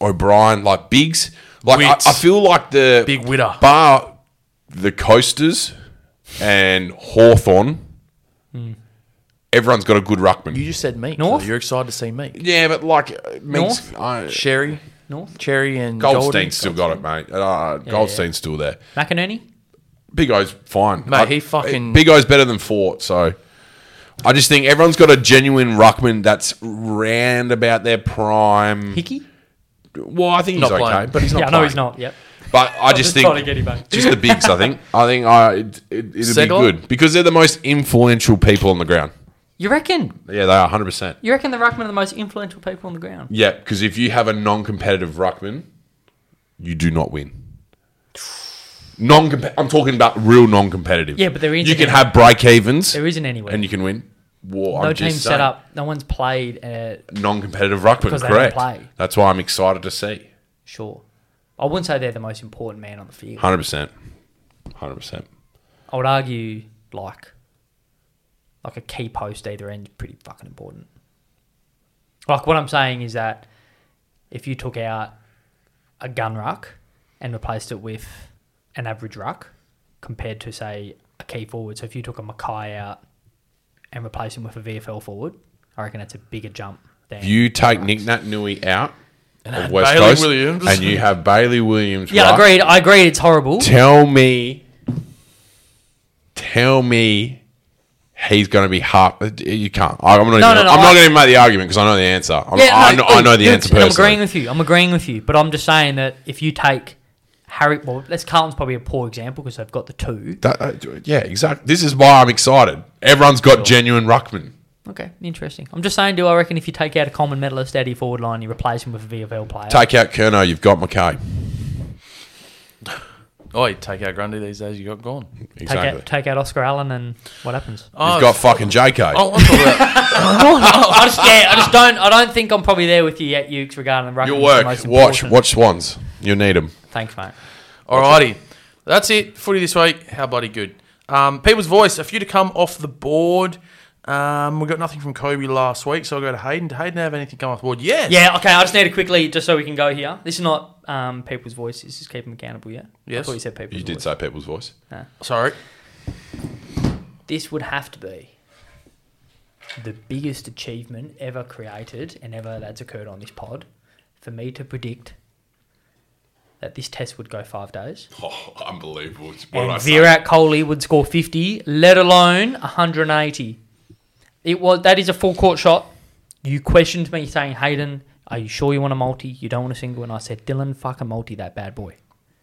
[SPEAKER 6] O'Brien, like Biggs. Like
[SPEAKER 4] Wits.
[SPEAKER 6] I, I feel like the
[SPEAKER 4] Big witter.
[SPEAKER 6] bar, the coasters, and Hawthorn. Everyone's got a good ruckman.
[SPEAKER 4] Hmm. You just said me.
[SPEAKER 5] North?
[SPEAKER 4] You're excited to see me.
[SPEAKER 6] yeah, but like uh, Meeks,
[SPEAKER 5] North?
[SPEAKER 6] I,
[SPEAKER 4] Sherry,
[SPEAKER 5] North.
[SPEAKER 4] Cherry, and Goldstein.
[SPEAKER 6] Goldstein's still got it, mate. Uh, Goldstein's still there.
[SPEAKER 5] McInerney.
[SPEAKER 6] Big O's fine.
[SPEAKER 4] Mate,
[SPEAKER 6] I-
[SPEAKER 4] he fucking-
[SPEAKER 6] Big O's better than Fort, so I just think everyone's got a genuine ruckman that's round about their prime.
[SPEAKER 5] Hickey.
[SPEAKER 6] well, I think he's
[SPEAKER 4] Not
[SPEAKER 6] okay,
[SPEAKER 4] playing.
[SPEAKER 6] but he's not.
[SPEAKER 5] Yeah, I know
[SPEAKER 6] playing.
[SPEAKER 5] he's not. Yep.
[SPEAKER 6] But I just think
[SPEAKER 5] trying to get him back.
[SPEAKER 6] just the bigs. I think I think I it, it, it'll
[SPEAKER 4] Segler?
[SPEAKER 6] be good because they're the most influential people on the ground.
[SPEAKER 5] You reckon?
[SPEAKER 6] Yeah, they are 100. percent
[SPEAKER 5] You reckon the ruckmen are the most influential people on the ground?
[SPEAKER 6] Yeah, because if you have a non-competitive ruckman, you do not win. Non, I'm talking about real non-competitive.
[SPEAKER 5] Yeah, but there is
[SPEAKER 6] You
[SPEAKER 5] an
[SPEAKER 6] can
[SPEAKER 5] area.
[SPEAKER 6] have break evens.
[SPEAKER 5] There isn't anywhere.
[SPEAKER 6] and you can win. Well,
[SPEAKER 5] no
[SPEAKER 6] I'm
[SPEAKER 5] team
[SPEAKER 6] just
[SPEAKER 5] set
[SPEAKER 6] saying,
[SPEAKER 5] up. No one's played. Uh,
[SPEAKER 6] non-competitive ruckman.
[SPEAKER 5] Because they don't
[SPEAKER 6] Correct.
[SPEAKER 5] play.
[SPEAKER 6] That's why I'm excited to see.
[SPEAKER 5] sure. I wouldn't say they're the most important man on the field.
[SPEAKER 6] 100, percent 100. percent
[SPEAKER 5] I would argue like like a key post either end is pretty fucking important. Like what I'm saying is that if you took out a gun ruck and replaced it with an average ruck compared to say a key forward, so if you took a Mackay out and replaced him with a VFL forward, I reckon that's a bigger jump than
[SPEAKER 6] If you take Nick Nat Nui out of West
[SPEAKER 4] Bailey
[SPEAKER 6] Coast,
[SPEAKER 4] Williams.
[SPEAKER 6] and you have Bailey Williams.
[SPEAKER 5] Yeah,
[SPEAKER 6] right?
[SPEAKER 5] agreed. I agreed. It's horrible.
[SPEAKER 6] Tell me, tell me, he's going to be half. You can't. I- I'm not. even,
[SPEAKER 5] no, no,
[SPEAKER 6] I'm
[SPEAKER 5] I-
[SPEAKER 6] not going to make the argument because I know the answer. I'm,
[SPEAKER 5] Yeah,
[SPEAKER 6] I,
[SPEAKER 5] no,
[SPEAKER 6] know, I know the
[SPEAKER 5] dude,
[SPEAKER 6] answer
[SPEAKER 5] and I'm
[SPEAKER 6] personally.
[SPEAKER 5] agreeing with you. I'm agreeing with you. But I'm just saying that if you take Harry, well, that's Carlton's probably a poor example because they've got the two.
[SPEAKER 6] That- uh, yeah, exactly. This is why I'm excited. Everyone's got genuine ruckman.
[SPEAKER 5] Okay, interesting. I'm just saying, do I reckon if you take out a common medalist out of your forward line, you replace him with a VFL player?
[SPEAKER 6] Take out Kerno, you've got McKay.
[SPEAKER 4] Oh, you take out Grundy these days, you got gone. Oh,
[SPEAKER 5] take,
[SPEAKER 6] Exactly.
[SPEAKER 5] out, take out Oscar Allen, and what
[SPEAKER 6] *laughs*
[SPEAKER 5] happens?
[SPEAKER 6] You've got fucking JK.
[SPEAKER 4] I want to talk oh, about-
[SPEAKER 5] I just, yeah, I just don't. I don't think I'm probably there with you yet, Ukes, regarding the ruckman.
[SPEAKER 6] Your
[SPEAKER 5] is
[SPEAKER 6] work.
[SPEAKER 5] the most
[SPEAKER 6] Watch.
[SPEAKER 5] important.
[SPEAKER 6] Watch Swans. You need them.
[SPEAKER 5] Thanks, mate.
[SPEAKER 4] Alrighty. That's it. Footy this week. How bloody good. Um, People's Voice, a few to come off the board. Um, we got nothing from Kobe last week, so I'll go to Hayden. Did Hayden have anything come off the board? Yes.
[SPEAKER 5] Yeah, okay. I just need to quickly, just so we can go here. This is not um, people's voice. This is keep them accountable. Yeah.
[SPEAKER 4] Yes.
[SPEAKER 5] I thought you said people's
[SPEAKER 6] You did
[SPEAKER 5] voice.
[SPEAKER 6] say people's voice.
[SPEAKER 4] Sorry.
[SPEAKER 5] This would have to be the biggest achievement ever created and ever that's occurred on this pod for me to predict that this test would go five days.
[SPEAKER 6] Oh,
[SPEAKER 4] *laughs*
[SPEAKER 6] unbelievable!
[SPEAKER 5] and Virat Kohli would score 50, let alone 180. It was that is a full court shot. You questioned me saying, Hayden, are you sure you want a multi? You don't want a single, and I said, Dylan, fuck a multi, that bad boy.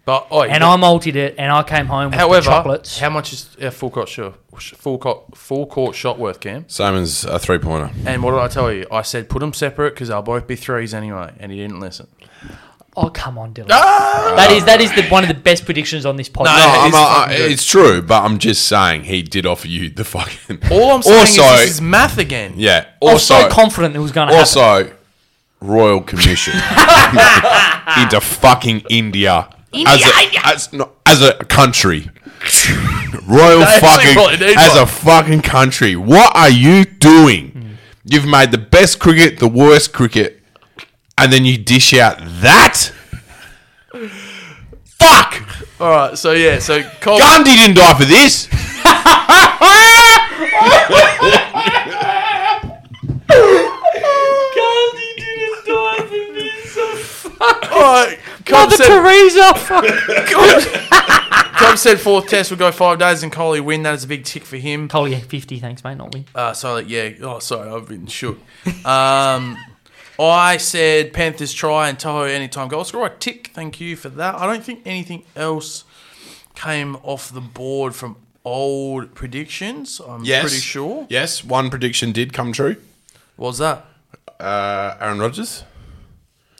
[SPEAKER 4] But oi,
[SPEAKER 5] And I multied it, and I came home with the
[SPEAKER 4] however,
[SPEAKER 5] chocolates.
[SPEAKER 4] how much is a full court shot, full court, full court shot worth, Cam?
[SPEAKER 6] Same as a three pointer.
[SPEAKER 4] And what did I tell you? I said put them separate because they'll both be threes anyway, and he didn't listen.
[SPEAKER 5] oh, come on, Dylan. That is that is the, one of the best predictions on this podcast.
[SPEAKER 4] No,
[SPEAKER 6] No,
[SPEAKER 4] it
[SPEAKER 6] I'm
[SPEAKER 4] is
[SPEAKER 6] uh,
[SPEAKER 4] fucking good.
[SPEAKER 6] it's true, but I'm just saying he did offer you the fucking.
[SPEAKER 4] All I'm saying
[SPEAKER 6] also,
[SPEAKER 4] is this is math again.
[SPEAKER 6] yeah.
[SPEAKER 5] I was so
[SPEAKER 6] Also,
[SPEAKER 5] confident it was going to happen.
[SPEAKER 6] also, Royal
[SPEAKER 4] *laughs*
[SPEAKER 6] Commission into fucking India, as a as, no, as a country. Royal
[SPEAKER 4] That's
[SPEAKER 6] fucking
[SPEAKER 4] what it is,
[SPEAKER 6] as a
[SPEAKER 4] like-
[SPEAKER 6] fucking country. What are you doing?
[SPEAKER 4] Hmm.
[SPEAKER 6] You've made the best cricket, the worst cricket, and then you dish out that. Fuck!
[SPEAKER 4] All right. So yeah. So Col-
[SPEAKER 6] Gandhi didn't die for this.
[SPEAKER 4] all right. Cobb
[SPEAKER 5] Mother
[SPEAKER 4] said,
[SPEAKER 5] Teresa, fuck.
[SPEAKER 4] Cobb said fourth test would go five days, and Coley win. That is a big tick for him.
[SPEAKER 5] Kohli 50, Oh, thanks, mate, not win.
[SPEAKER 4] Uh, so like, yeah. Oh, sorry, I've been shook. Um, I said Panthers try and Toho anytime goal score. I tick. Thank you for that. I don't think anything else came off the board from old predictions. I'm pretty sure.
[SPEAKER 6] Yes, one prediction did come true.
[SPEAKER 4] Was that?
[SPEAKER 6] Uh, Aaron Rodgers.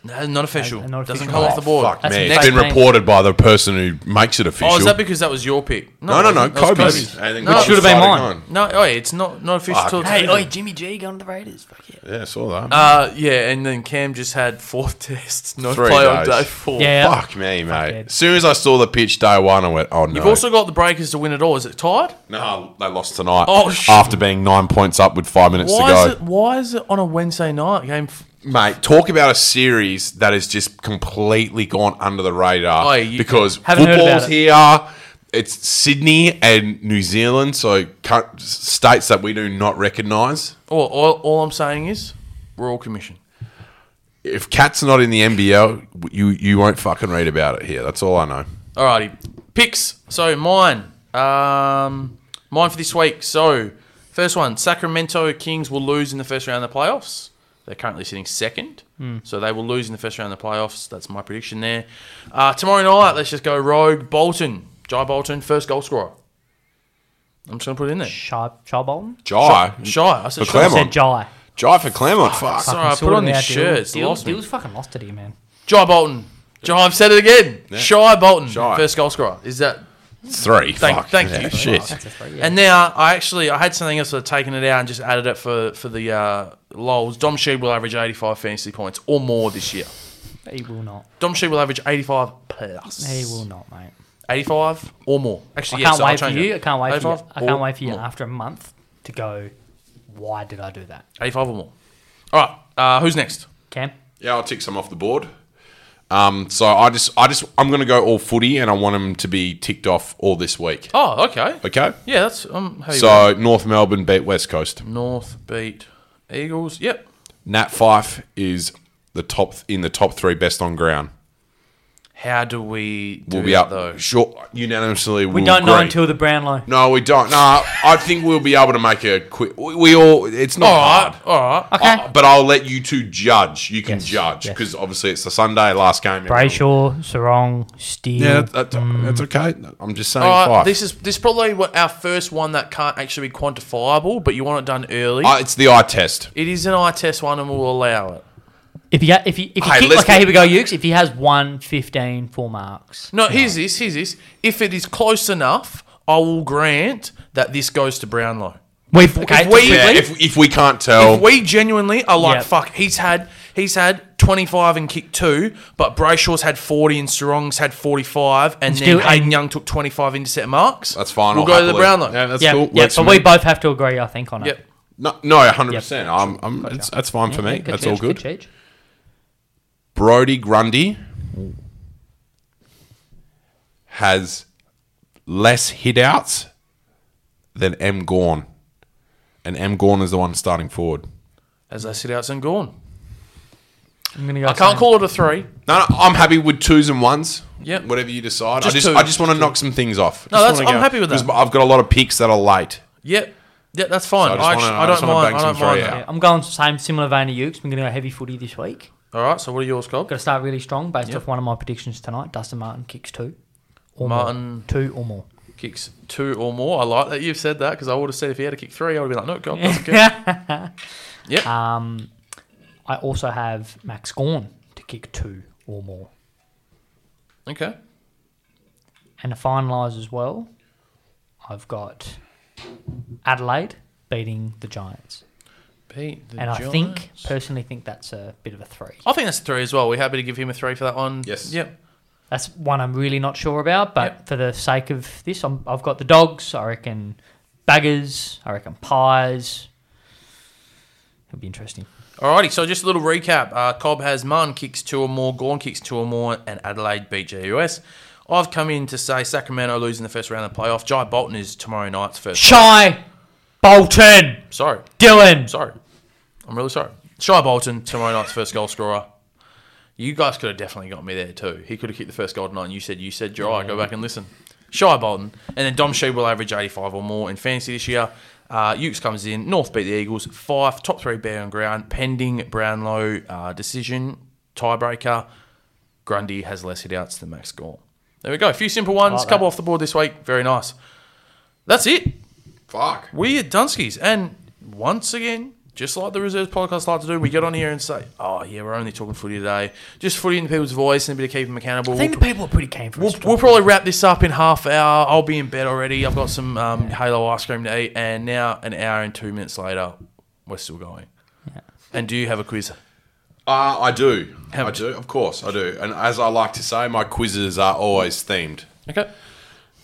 [SPEAKER 4] No, not official.
[SPEAKER 5] Uh, not
[SPEAKER 4] Doesn't
[SPEAKER 5] official.
[SPEAKER 4] come off the board.
[SPEAKER 6] Fuck
[SPEAKER 5] That's a
[SPEAKER 6] me, it's
[SPEAKER 5] fake
[SPEAKER 6] been
[SPEAKER 5] name.
[SPEAKER 6] reported by the person who makes it official.
[SPEAKER 4] Oh, is that because that was your pick?
[SPEAKER 6] no, no, no,
[SPEAKER 4] that was
[SPEAKER 6] Kobe's.
[SPEAKER 4] No,
[SPEAKER 5] Which should have been mine.
[SPEAKER 4] No, oh, yeah, it's not not official.
[SPEAKER 6] Fuck.
[SPEAKER 4] till it's
[SPEAKER 5] Hey,
[SPEAKER 4] written.
[SPEAKER 5] oi, Jimmy G going to the Raiders. Fuck yeah.
[SPEAKER 6] Yeah, I saw that.
[SPEAKER 4] Uh, yeah, and then Cam just had *laughs* fourth test, no
[SPEAKER 6] Three
[SPEAKER 4] play on
[SPEAKER 6] days.
[SPEAKER 4] day four.
[SPEAKER 5] Yeah.
[SPEAKER 6] Fuck me, mate.
[SPEAKER 5] it.
[SPEAKER 6] As soon as I saw the pitch day one, I went, "Oh no!"
[SPEAKER 4] You've also got the Breakers to win it all. Is it tied?
[SPEAKER 6] no, they lost tonight.
[SPEAKER 4] Oh, shit.
[SPEAKER 6] after being nine points up with five minutes to
[SPEAKER 4] Why
[SPEAKER 6] go,
[SPEAKER 4] is it? Why is it on a Wednesday night game? F-
[SPEAKER 6] mate. Talk about a series that has just completely gone under the radar
[SPEAKER 4] Oh, you-
[SPEAKER 6] because
[SPEAKER 5] Haven't heard about
[SPEAKER 6] football's
[SPEAKER 5] it.
[SPEAKER 6] here. It's Sydney and New Zealand, so cu- states that we do not recognise.
[SPEAKER 4] all, all, all I'm saying is, Royal Commission.
[SPEAKER 6] If Cat's not in the NBL, you you won't fucking read about it here. That's all I know.
[SPEAKER 4] Alrighty, picks. So mine, um, mine for this week. So first one, Sacramento Kings will lose in the first round of the playoffs. They're currently sitting second, so they will lose in the first round of the playoffs. That's my prediction there. Uh, tomorrow night, let's just go rogue. Bolton, Jai Bolton, first goal scorer. I'm just gonna put it in there.
[SPEAKER 5] Shy, Shy Bolton?
[SPEAKER 6] Jai,
[SPEAKER 4] Shy. I said
[SPEAKER 6] For
[SPEAKER 4] shy.
[SPEAKER 6] Claremont.
[SPEAKER 5] Said Jai.
[SPEAKER 6] Jai for Claremont. Fuck.
[SPEAKER 4] Sorry, I
[SPEAKER 5] Saw
[SPEAKER 4] put on
[SPEAKER 5] him
[SPEAKER 4] this
[SPEAKER 5] out,
[SPEAKER 4] shirt.
[SPEAKER 5] Dylan.
[SPEAKER 4] It's
[SPEAKER 5] Dylan-
[SPEAKER 4] lost me.
[SPEAKER 5] Dylan's fucking lost it here, man.
[SPEAKER 4] Jai Bolton. Jai, I've said it again. Shy Bolton,
[SPEAKER 6] Shy.
[SPEAKER 4] first goal scorer. Is that
[SPEAKER 6] Three.
[SPEAKER 4] Thank-
[SPEAKER 6] Fuck.
[SPEAKER 4] thank
[SPEAKER 6] Yeah,
[SPEAKER 4] you.
[SPEAKER 6] Shit.
[SPEAKER 5] That's a three, yeah.
[SPEAKER 4] And now I actually I had something else. I'd taken it out and just added it for for the uh, lols. Dom Sheed will average eighty five fantasy points or more this year.
[SPEAKER 5] He will not.
[SPEAKER 4] Dom Sheed will average eighty five plus.
[SPEAKER 5] He will not, mate.
[SPEAKER 4] Eighty five or more.
[SPEAKER 5] I
[SPEAKER 4] Actually, yes,
[SPEAKER 5] can't
[SPEAKER 4] I'll
[SPEAKER 5] wait for
[SPEAKER 4] change
[SPEAKER 5] you.
[SPEAKER 4] it.
[SPEAKER 5] I can't wait for you.
[SPEAKER 4] 85
[SPEAKER 5] I can't
[SPEAKER 4] or
[SPEAKER 5] wait for you
[SPEAKER 4] more.
[SPEAKER 5] after a month to go, why did I do that?
[SPEAKER 4] Eighty five or more. All right. Uh, who's next?
[SPEAKER 5] Cam?
[SPEAKER 6] Yeah, I'll tick some off the board. Um, so I just, I just, I'm gonna go all footy, and I want them to be ticked off all this week.
[SPEAKER 4] Oh, okay.
[SPEAKER 6] Okay.
[SPEAKER 4] Yeah, that's um. How you
[SPEAKER 6] So North Melbourne beat West Coast.
[SPEAKER 4] go. North beat Eagles. Yep.
[SPEAKER 6] Nat Fife is the top in the top three best on ground.
[SPEAKER 4] How do we do
[SPEAKER 6] We'll be
[SPEAKER 4] that,
[SPEAKER 6] up
[SPEAKER 4] though?
[SPEAKER 6] Sure, unanimously.
[SPEAKER 5] We don't know until the Brownlow.
[SPEAKER 6] No, we don't. No, I think we'll be able to make a quick. We, we all. It's not
[SPEAKER 4] All right,
[SPEAKER 6] hard.
[SPEAKER 4] all right.
[SPEAKER 5] Okay.
[SPEAKER 6] I- but I'll let you two judge. You can
[SPEAKER 5] Yes,
[SPEAKER 6] judge
[SPEAKER 5] yes.
[SPEAKER 6] because obviously it's the Sunday last game.
[SPEAKER 5] Brayshaw, Sarong, Steele.
[SPEAKER 6] Yeah, that, that-
[SPEAKER 5] Mm.
[SPEAKER 6] that's okay. I'm just saying
[SPEAKER 4] All right,
[SPEAKER 6] five.
[SPEAKER 4] Uh, this is this is probably what our first one that can't actually be quantifiable, but you want it done early.
[SPEAKER 6] Uh, it's the eye test.
[SPEAKER 4] it is an eye test one, and we'll allow it.
[SPEAKER 5] If he, ha- if he, if he
[SPEAKER 6] Hey,
[SPEAKER 5] kick-
[SPEAKER 6] let's
[SPEAKER 5] okay,
[SPEAKER 6] get-
[SPEAKER 5] here we go, Ukes. If he has one 15, four marks.
[SPEAKER 4] No, here's this. Here's this. If it is close enough, I will grant that this goes to Brownlow.
[SPEAKER 5] We've, okay,
[SPEAKER 4] if we-
[SPEAKER 6] Yeah,
[SPEAKER 4] Really?
[SPEAKER 6] if, if we can't tell,
[SPEAKER 4] If we genuinely are like,
[SPEAKER 5] Yeah.
[SPEAKER 4] fuck, he's had he's had 25 and kicked two, but Brayshaw's had 40 and Sarong's had 45, and
[SPEAKER 5] Still-
[SPEAKER 4] then Hayden
[SPEAKER 5] and-
[SPEAKER 4] Young took 25 intercept marks.
[SPEAKER 6] that's fine.
[SPEAKER 4] We'll
[SPEAKER 6] I'll
[SPEAKER 4] go to the
[SPEAKER 6] happily-
[SPEAKER 4] Brownlow.
[SPEAKER 6] Yeah, that's
[SPEAKER 5] yeah,
[SPEAKER 6] cool.
[SPEAKER 5] yeah,
[SPEAKER 6] Works
[SPEAKER 5] but
[SPEAKER 6] for
[SPEAKER 5] we
[SPEAKER 6] me.
[SPEAKER 5] both have to agree, I think, on it.
[SPEAKER 4] Yep.
[SPEAKER 6] No, no, hundred percent. I'm, I'm. It's, that's fine for me.
[SPEAKER 5] Good
[SPEAKER 6] That's
[SPEAKER 5] cheech,
[SPEAKER 6] all good.
[SPEAKER 5] cheech.
[SPEAKER 6] Brody Grundy has less hitouts than M Gorn, and M Gorn is the one starting forward.
[SPEAKER 4] As I sit out and gone.
[SPEAKER 5] I'm gonna go
[SPEAKER 4] I can't
[SPEAKER 5] same.
[SPEAKER 4] call it a three.
[SPEAKER 6] No, no, I'm happy with twos and ones.
[SPEAKER 4] Yep.
[SPEAKER 6] Whatever you decide.
[SPEAKER 4] Just
[SPEAKER 6] I just
[SPEAKER 4] two.
[SPEAKER 6] I just want to knock some things off.
[SPEAKER 4] No,
[SPEAKER 6] Just
[SPEAKER 4] that's-
[SPEAKER 6] wanna
[SPEAKER 4] I'm happy with that.
[SPEAKER 6] 'cause I've got a lot of picks that are late.
[SPEAKER 4] Yep. Yeah, that's fine.
[SPEAKER 6] So I
[SPEAKER 4] I,
[SPEAKER 6] just
[SPEAKER 4] actu-
[SPEAKER 6] wanna-
[SPEAKER 4] I
[SPEAKER 6] I just
[SPEAKER 4] don't
[SPEAKER 6] wanna
[SPEAKER 4] mind.
[SPEAKER 6] bang
[SPEAKER 4] I
[SPEAKER 6] some
[SPEAKER 4] don't mind
[SPEAKER 6] three
[SPEAKER 4] that.
[SPEAKER 6] out.
[SPEAKER 5] I'm going same similar vein to Ukes. I'm gonna go heavy footy this week.
[SPEAKER 4] All right. So what are yours, Cobb?
[SPEAKER 5] Got to start really strong based off one of my predictions tonight. Dustin Martin kicks two, or more.
[SPEAKER 4] Martin.
[SPEAKER 5] two or more.
[SPEAKER 4] Kicks two or more. I like that you've said that because I would have said if he had to kick three, I would have been like, no, Cobb doesn't
[SPEAKER 5] *laughs*
[SPEAKER 4] kick. Yep.
[SPEAKER 5] Um, I also have Max Gorn to kick two or more,
[SPEAKER 4] Okay.
[SPEAKER 5] and to finalise as well, I've got Adelaide beating the Giants,
[SPEAKER 4] Pete, the
[SPEAKER 5] and I
[SPEAKER 4] Giants.
[SPEAKER 5] think personally think that's a bit of a three.
[SPEAKER 4] I think that's a three as well. We're happy to give him a three for that one.
[SPEAKER 6] Yes.
[SPEAKER 4] Yep.
[SPEAKER 5] That's one I'm really not sure about, but
[SPEAKER 4] Yep.
[SPEAKER 5] for the sake of this, I'm, I've got the dogs. I reckon baggers. I reckon pies. It'll be interesting.
[SPEAKER 4] Alrighty, so just a little recap. Uh, Cobb has Martin kicks two or more, Gorn kicks two or more, and Adelaide beat GUS. I've come in to say Sacramento losing the first round of the playoff. Jai Bolton is tomorrow night's first.
[SPEAKER 5] Shy Bolton,
[SPEAKER 4] Sorry.
[SPEAKER 5] Dylan.
[SPEAKER 4] Sorry. I'm really sorry. Shy Bolton, tomorrow night's first goal scorer. You guys could have definitely got me there too. He could have kicked the first goal tonight. And you said you said Jai. Go back and listen. Shy Bolton, and then Dom Shee will average 85 or more in fantasy this year. Uh, Ukes comes in. North beat the Eagles five, top three bear on ground, pending Brownlow uh, decision tiebreaker. Grundy has less hitouts than Max Gore. There we go. A few simple ones.
[SPEAKER 5] like
[SPEAKER 4] couple
[SPEAKER 5] that.
[SPEAKER 4] off the board this week. Very nice. That's it.
[SPEAKER 6] Fuck.
[SPEAKER 4] We are Dunskies. And once again, just like the Reserves podcast like to do, we get on here and say, oh, yeah, we're only talking footy today. Just footy in people's voice and a bit of keeping them accountable.
[SPEAKER 5] I think
[SPEAKER 4] We'll-
[SPEAKER 5] the people are pretty keen for us.
[SPEAKER 4] We'll, we'll probably wrap this up in half hour. I'll be in bed already. I've got some um, Halo ice cream to eat. And now, an hour and two minutes later, we're still going. And do you have a quiz?
[SPEAKER 6] Uh, I do.
[SPEAKER 4] Have-
[SPEAKER 6] I do. Of course, I do. And as I like to say, my quizzes are always themed.
[SPEAKER 4] Okay.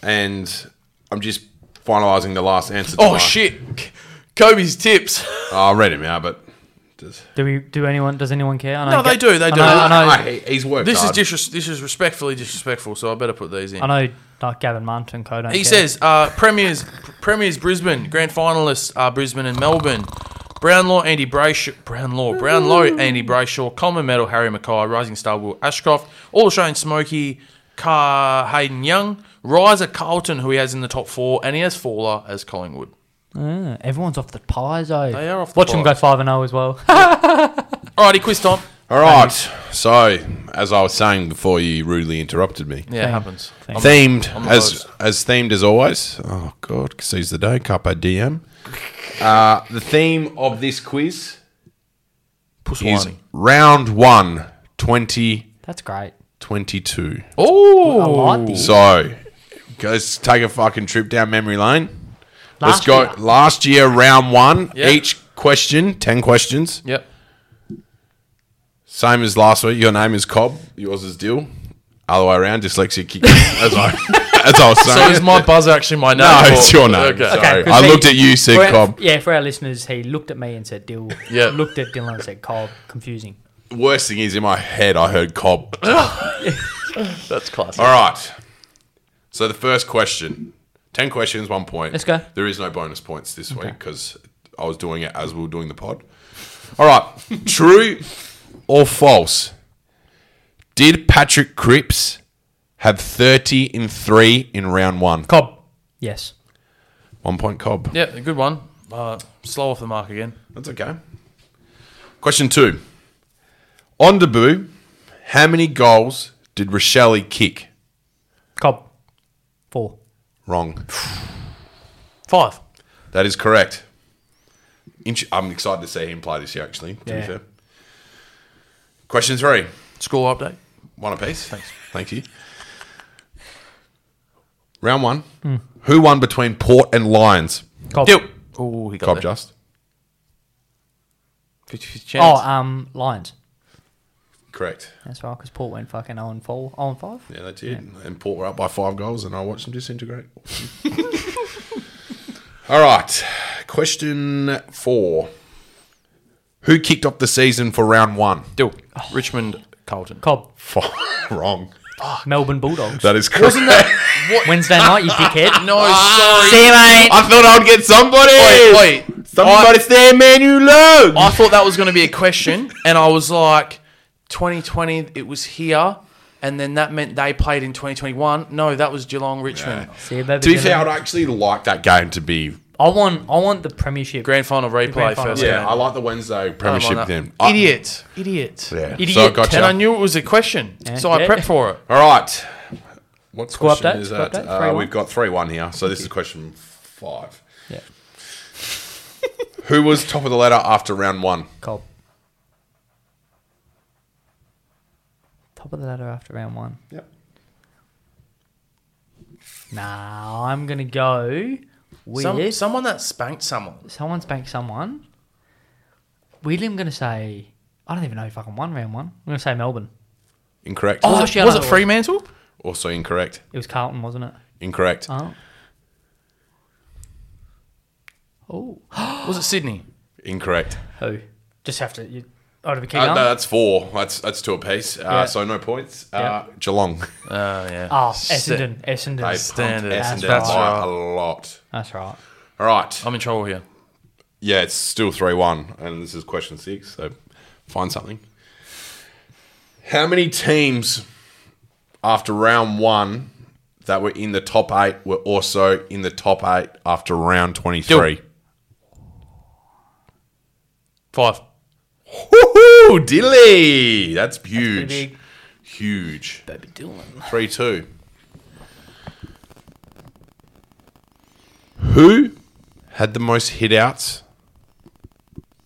[SPEAKER 6] And I'm just finalising the last answer.
[SPEAKER 4] Oh,
[SPEAKER 6] tonight.
[SPEAKER 4] shit.
[SPEAKER 5] *laughs*
[SPEAKER 4] Kobe's tips.
[SPEAKER 6] I'll Oh, read him out, but just,
[SPEAKER 5] do we? Do anyone? Does anyone care? I know
[SPEAKER 4] No, they do, they
[SPEAKER 5] I
[SPEAKER 4] do.
[SPEAKER 5] Know,
[SPEAKER 4] *laughs*
[SPEAKER 5] I know.
[SPEAKER 6] Hey, he- he's worked.
[SPEAKER 4] This is,
[SPEAKER 6] hard.
[SPEAKER 4] disres- this is respectfully disrespectful, so I better put these in.
[SPEAKER 5] I know. Like Gavin Martin and Co. Don't
[SPEAKER 4] He
[SPEAKER 5] care.
[SPEAKER 4] says uh, premiers premiers Brisbane grand finalists are Brisbane and Melbourne. Brownlaw Andy Brayshaw Brownlaw
[SPEAKER 6] Mm.
[SPEAKER 4] Brownlow Andy Brayshaw Common Medal Harry Mackay Rising Star Will Ashcroft All Australian Smokey Car Hayden Young Riser Carlton who he has in the top four and he has Faller as Collingwood.
[SPEAKER 5] Yeah, everyone's off the pies though.
[SPEAKER 4] They are off the
[SPEAKER 5] Watch them go
[SPEAKER 4] pies.
[SPEAKER 5] five and zero as well. *laughs*
[SPEAKER 4] Alrighty, quiz time.
[SPEAKER 6] All right. So, as I was saying before, you rudely interrupted me.
[SPEAKER 4] Yeah, it happens.
[SPEAKER 6] Themed
[SPEAKER 4] I'm
[SPEAKER 6] as
[SPEAKER 4] close.
[SPEAKER 6] as themed as always. Oh God, seize the day, Cuppa DM. Uh, the theme of this quiz is
[SPEAKER 4] Puswani.
[SPEAKER 6] round one, 2022.
[SPEAKER 5] That's great. I
[SPEAKER 4] Oh,
[SPEAKER 5] like this.
[SPEAKER 6] So, guys, take a fucking trip down memory lane. Let's
[SPEAKER 5] Last
[SPEAKER 6] go.
[SPEAKER 5] year.
[SPEAKER 6] Last year, round one.
[SPEAKER 4] Yeah.
[SPEAKER 6] Each question, ten questions.
[SPEAKER 4] yep.
[SPEAKER 6] Same as last week. Your name is Cobb. Yours is Dill. Other way around. Dyslexia kick. as I as I was saying.
[SPEAKER 4] So
[SPEAKER 6] *laughs*
[SPEAKER 4] is my buzz actually my name?
[SPEAKER 6] No,
[SPEAKER 4] or-
[SPEAKER 6] it's your name.
[SPEAKER 4] Okay.
[SPEAKER 6] Sorry.
[SPEAKER 5] Okay, 'cause
[SPEAKER 6] I
[SPEAKER 5] he-
[SPEAKER 6] looked at you,
[SPEAKER 5] For
[SPEAKER 6] said
[SPEAKER 5] our-
[SPEAKER 6] Cobb.
[SPEAKER 5] Yeah, for our listeners, he looked at me and said Dill.
[SPEAKER 4] Yeah.
[SPEAKER 5] Looked at Dylan and said Cobb. Confusing.
[SPEAKER 6] Worst thing is, in my head, I heard Cobb.
[SPEAKER 4] That's classic.
[SPEAKER 6] All right. So the first question 10 questions, one point.
[SPEAKER 5] Let's go.
[SPEAKER 6] There is no bonus points this week because I was doing it as we were doing the pod. All right. True or false? Did Patrick Cripps have 30 in three in round one?
[SPEAKER 5] Cobb. Yes.
[SPEAKER 6] One point Cobb.
[SPEAKER 4] Yeah, a good one. Uh, slow off the mark again.
[SPEAKER 6] That's okay. Question two. On debut, how many goals did Rochelle kick?
[SPEAKER 5] Cobb. Four.
[SPEAKER 6] Wrong.
[SPEAKER 4] Five.
[SPEAKER 6] That is correct. Int- I'm excited to see him play this year, actually, to be
[SPEAKER 5] Yeah.
[SPEAKER 6] fair. Question three.
[SPEAKER 4] Score update.
[SPEAKER 6] One apiece. Thanks. Thank you. Round one. Who won between Port and Lions?
[SPEAKER 5] Cobb.
[SPEAKER 4] Deal. Oh, he got
[SPEAKER 6] Cobb
[SPEAKER 4] that.
[SPEAKER 6] just.
[SPEAKER 4] 50
[SPEAKER 5] Oh,
[SPEAKER 4] chance.
[SPEAKER 5] um, Lions.
[SPEAKER 6] Correct.
[SPEAKER 5] That's right, because Port went fucking 0 and 4. 0 and 5?
[SPEAKER 6] Yeah, they did. And Port were up by five goals, and I watched them disintegrate. *laughs* All right. Question four. Who kicked off the season for round one? *laughs*
[SPEAKER 4] Deal. Richmond Carlton.
[SPEAKER 5] Cobb.
[SPEAKER 6] Wrong.
[SPEAKER 5] Melbourne Bulldogs.
[SPEAKER 6] That is correct.
[SPEAKER 5] Wednesday night, you dickhead.
[SPEAKER 4] No, sorry.
[SPEAKER 5] See you, mate.
[SPEAKER 6] *laughs* I thought I'd get somebody.
[SPEAKER 4] Wait, wait.
[SPEAKER 6] Somebody's there, man. You love.
[SPEAKER 4] I thought that was going to be a
[SPEAKER 5] *laughs*
[SPEAKER 4] question, and I was like, 2020, it was here, and then that meant they played in 2021. No, that was Geelong Richmond.
[SPEAKER 5] See you, baby.
[SPEAKER 6] to be
[SPEAKER 5] Dylan.
[SPEAKER 6] fair, I'd actually like that game to be
[SPEAKER 5] I want, I want the premiership.
[SPEAKER 4] Grand final replay
[SPEAKER 5] Grand final,
[SPEAKER 4] first.
[SPEAKER 5] yeah.
[SPEAKER 6] Yeah,
[SPEAKER 4] game.
[SPEAKER 6] I like the Wednesday
[SPEAKER 4] I'm on
[SPEAKER 6] Premiership
[SPEAKER 4] that.
[SPEAKER 6] game.
[SPEAKER 4] Idiot. Idiot.
[SPEAKER 6] I, yeah.
[SPEAKER 5] Idiot.
[SPEAKER 6] So I got
[SPEAKER 4] And I
[SPEAKER 6] you.
[SPEAKER 4] knew it was a question, so I
[SPEAKER 5] Yeah.
[SPEAKER 4] prepped for
[SPEAKER 5] *laughs*
[SPEAKER 4] it.
[SPEAKER 6] All right. What
[SPEAKER 5] Score
[SPEAKER 6] question
[SPEAKER 5] update,
[SPEAKER 6] is
[SPEAKER 5] score
[SPEAKER 6] that?
[SPEAKER 5] update,
[SPEAKER 6] Uh,
[SPEAKER 5] 3-1.
[SPEAKER 6] we've got 3 1 here. So this is question five.
[SPEAKER 5] Yeah.
[SPEAKER 6] Who was top of the ladder after round one?
[SPEAKER 5] Cobb. Top of the ladder after round one.
[SPEAKER 6] Yep.
[SPEAKER 5] Nah, I'm going to go with
[SPEAKER 4] Some, someone that spanked someone.
[SPEAKER 5] someone's banked someone. Weirdly, I'm going to say, I don't even know who fucking won round one. I'm going to say Melbourne.
[SPEAKER 6] Incorrect.
[SPEAKER 5] Oh,
[SPEAKER 4] Was
[SPEAKER 5] shit, I
[SPEAKER 4] it,
[SPEAKER 5] know
[SPEAKER 4] was
[SPEAKER 5] who
[SPEAKER 4] it Fremantle?
[SPEAKER 6] Also incorrect.
[SPEAKER 5] It was Carlton, wasn't it?
[SPEAKER 6] Incorrect.
[SPEAKER 5] Oh. Oh.
[SPEAKER 4] Was it Sydney?
[SPEAKER 6] Incorrect.
[SPEAKER 5] Who? Just have to. You, oh, to be
[SPEAKER 6] Uh,
[SPEAKER 5] keeping
[SPEAKER 6] no,
[SPEAKER 5] up?
[SPEAKER 6] that's four. That's that's two apiece. Uh,
[SPEAKER 5] Yeah.
[SPEAKER 6] So no points. Uh, Geelong.
[SPEAKER 4] Oh, yeah.
[SPEAKER 5] Oh,
[SPEAKER 4] Sick.
[SPEAKER 5] Essendon.
[SPEAKER 6] They
[SPEAKER 5] Essendon.
[SPEAKER 4] Standard.
[SPEAKER 6] pumped Essendon
[SPEAKER 4] That's
[SPEAKER 6] by
[SPEAKER 4] right.
[SPEAKER 6] a lot.
[SPEAKER 5] That's right.
[SPEAKER 6] All right.
[SPEAKER 5] Um,
[SPEAKER 4] I'm in trouble here.
[SPEAKER 6] Yeah, it's still 3 1, and this is question six, so find something. How many teams after round one that were in the top eight were also in the top eight after round 23?
[SPEAKER 4] Five.
[SPEAKER 6] Woohoo! Dilly! That's huge.
[SPEAKER 5] big.
[SPEAKER 6] Huge.
[SPEAKER 4] Baby Dylan.
[SPEAKER 6] 3 2. Who had the most hit outs,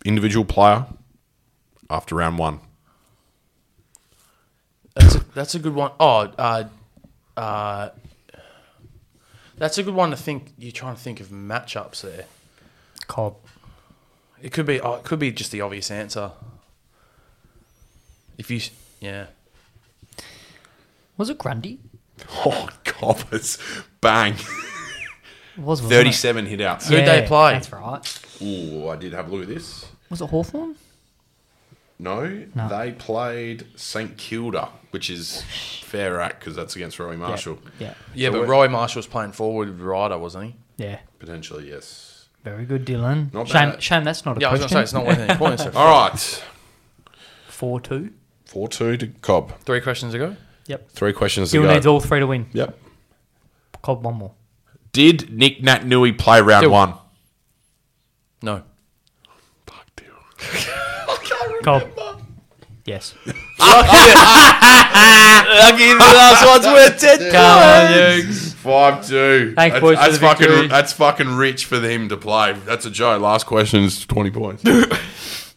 [SPEAKER 6] individual player, after round
[SPEAKER 5] *laughs*
[SPEAKER 6] one?
[SPEAKER 4] That's a, that's a good one. Oh, uh, uh, that's a good one to think. You're trying to think of matchups there.
[SPEAKER 5] Cobb.
[SPEAKER 4] It could be. Oh, it could be just the obvious answer. If you, s- yeah,
[SPEAKER 5] Was it Grundy?
[SPEAKER 6] Oh, coppers.
[SPEAKER 5] *laughs*
[SPEAKER 6] Bang.
[SPEAKER 5] It was wasn't it?
[SPEAKER 6] 37 hit outs.
[SPEAKER 4] Who'd they play?
[SPEAKER 5] That's right.
[SPEAKER 6] Ooh, I did have a look at this.
[SPEAKER 5] Was it Hawthorn?
[SPEAKER 6] No,
[SPEAKER 5] No.
[SPEAKER 6] they played St Kilda, which is fair act because that's against Rory Marshall.
[SPEAKER 5] Yeah.
[SPEAKER 4] yeah.
[SPEAKER 6] So
[SPEAKER 4] but
[SPEAKER 6] we're-
[SPEAKER 4] Roy Marshall was playing forward with Ryder, wasn't he?
[SPEAKER 5] Yeah.
[SPEAKER 6] Potentially, yes.
[SPEAKER 5] Very good, Dylan.
[SPEAKER 6] Not
[SPEAKER 5] shame,
[SPEAKER 6] bad.
[SPEAKER 5] shame that's not a
[SPEAKER 4] Yeah, I was
[SPEAKER 5] question.
[SPEAKER 4] gonna say it's not worth any *laughs* points.
[SPEAKER 6] All right.
[SPEAKER 5] Four two.
[SPEAKER 6] 4 2 to Cobb.
[SPEAKER 4] Three questions ago.
[SPEAKER 5] Yep.
[SPEAKER 6] Three questions to
[SPEAKER 5] Dylan
[SPEAKER 6] go.
[SPEAKER 5] needs all three to win.
[SPEAKER 6] Yep.
[SPEAKER 5] Cobb one more.
[SPEAKER 6] Did Nick Natnui play round *laughs*
[SPEAKER 4] Still.
[SPEAKER 6] one?
[SPEAKER 4] No.
[SPEAKER 6] Fuck, dude.
[SPEAKER 5] Cobb. Yes.
[SPEAKER 4] Lucky the last one's worth ten.
[SPEAKER 6] Five two.
[SPEAKER 5] Thanks,
[SPEAKER 6] that's,
[SPEAKER 5] boys, for
[SPEAKER 6] That's
[SPEAKER 5] the
[SPEAKER 6] fucking.
[SPEAKER 5] victory.
[SPEAKER 6] That's fucking rich for them to play. That's a joke. Last question is twenty *laughs* points. Uh,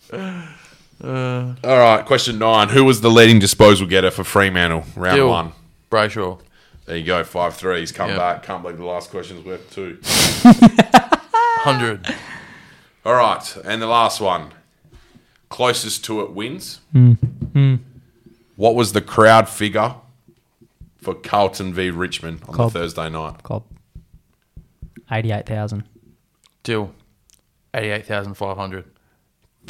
[SPEAKER 6] All right, question nine. Who was the leading disposal getter for Fremantle round
[SPEAKER 4] Deal.
[SPEAKER 6] one?
[SPEAKER 4] Brayshaw.
[SPEAKER 6] There you go, five three. He's come
[SPEAKER 4] Yeah.
[SPEAKER 6] back. Can't believe the last question's worth two.
[SPEAKER 4] Hundred.
[SPEAKER 6] All right, and the last one. Closest to it wins. What was the crowd figure for Carlton v Richmond on
[SPEAKER 5] Cobb.
[SPEAKER 6] the Thursday night?
[SPEAKER 4] *laughs*
[SPEAKER 5] Cobb. Eighty-eight thousand.
[SPEAKER 4] Deal. Eighty-eight thousand five hundred.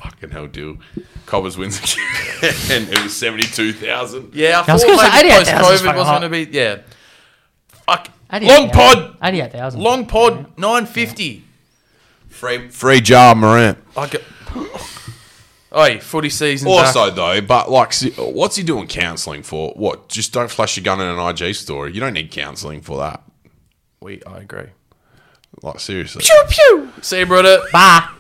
[SPEAKER 6] Fucking hell, dude. Cobbers wins again. *laughs* and it was 72,000.
[SPEAKER 4] Yeah, I
[SPEAKER 5] was
[SPEAKER 4] thought
[SPEAKER 5] gonna say
[SPEAKER 4] maybe
[SPEAKER 5] 88,000 is
[SPEAKER 4] post-COVID
[SPEAKER 5] fucking
[SPEAKER 4] was
[SPEAKER 5] hot.
[SPEAKER 4] going to be. Yeah. Fuck. Long pod.
[SPEAKER 5] Eighty-eight thousand.
[SPEAKER 4] Long pod, nine fifty.
[SPEAKER 6] Free, free jar Morant.
[SPEAKER 4] I got *gasps* Oi, footy season.
[SPEAKER 6] Also, though, but like, see- what's he doing counselling for? What? Just don't flash your gun in an IG story. You don't need counselling for that.
[SPEAKER 4] we I agree.
[SPEAKER 6] Like, seriously.
[SPEAKER 4] See you, brother.
[SPEAKER 5] Bye.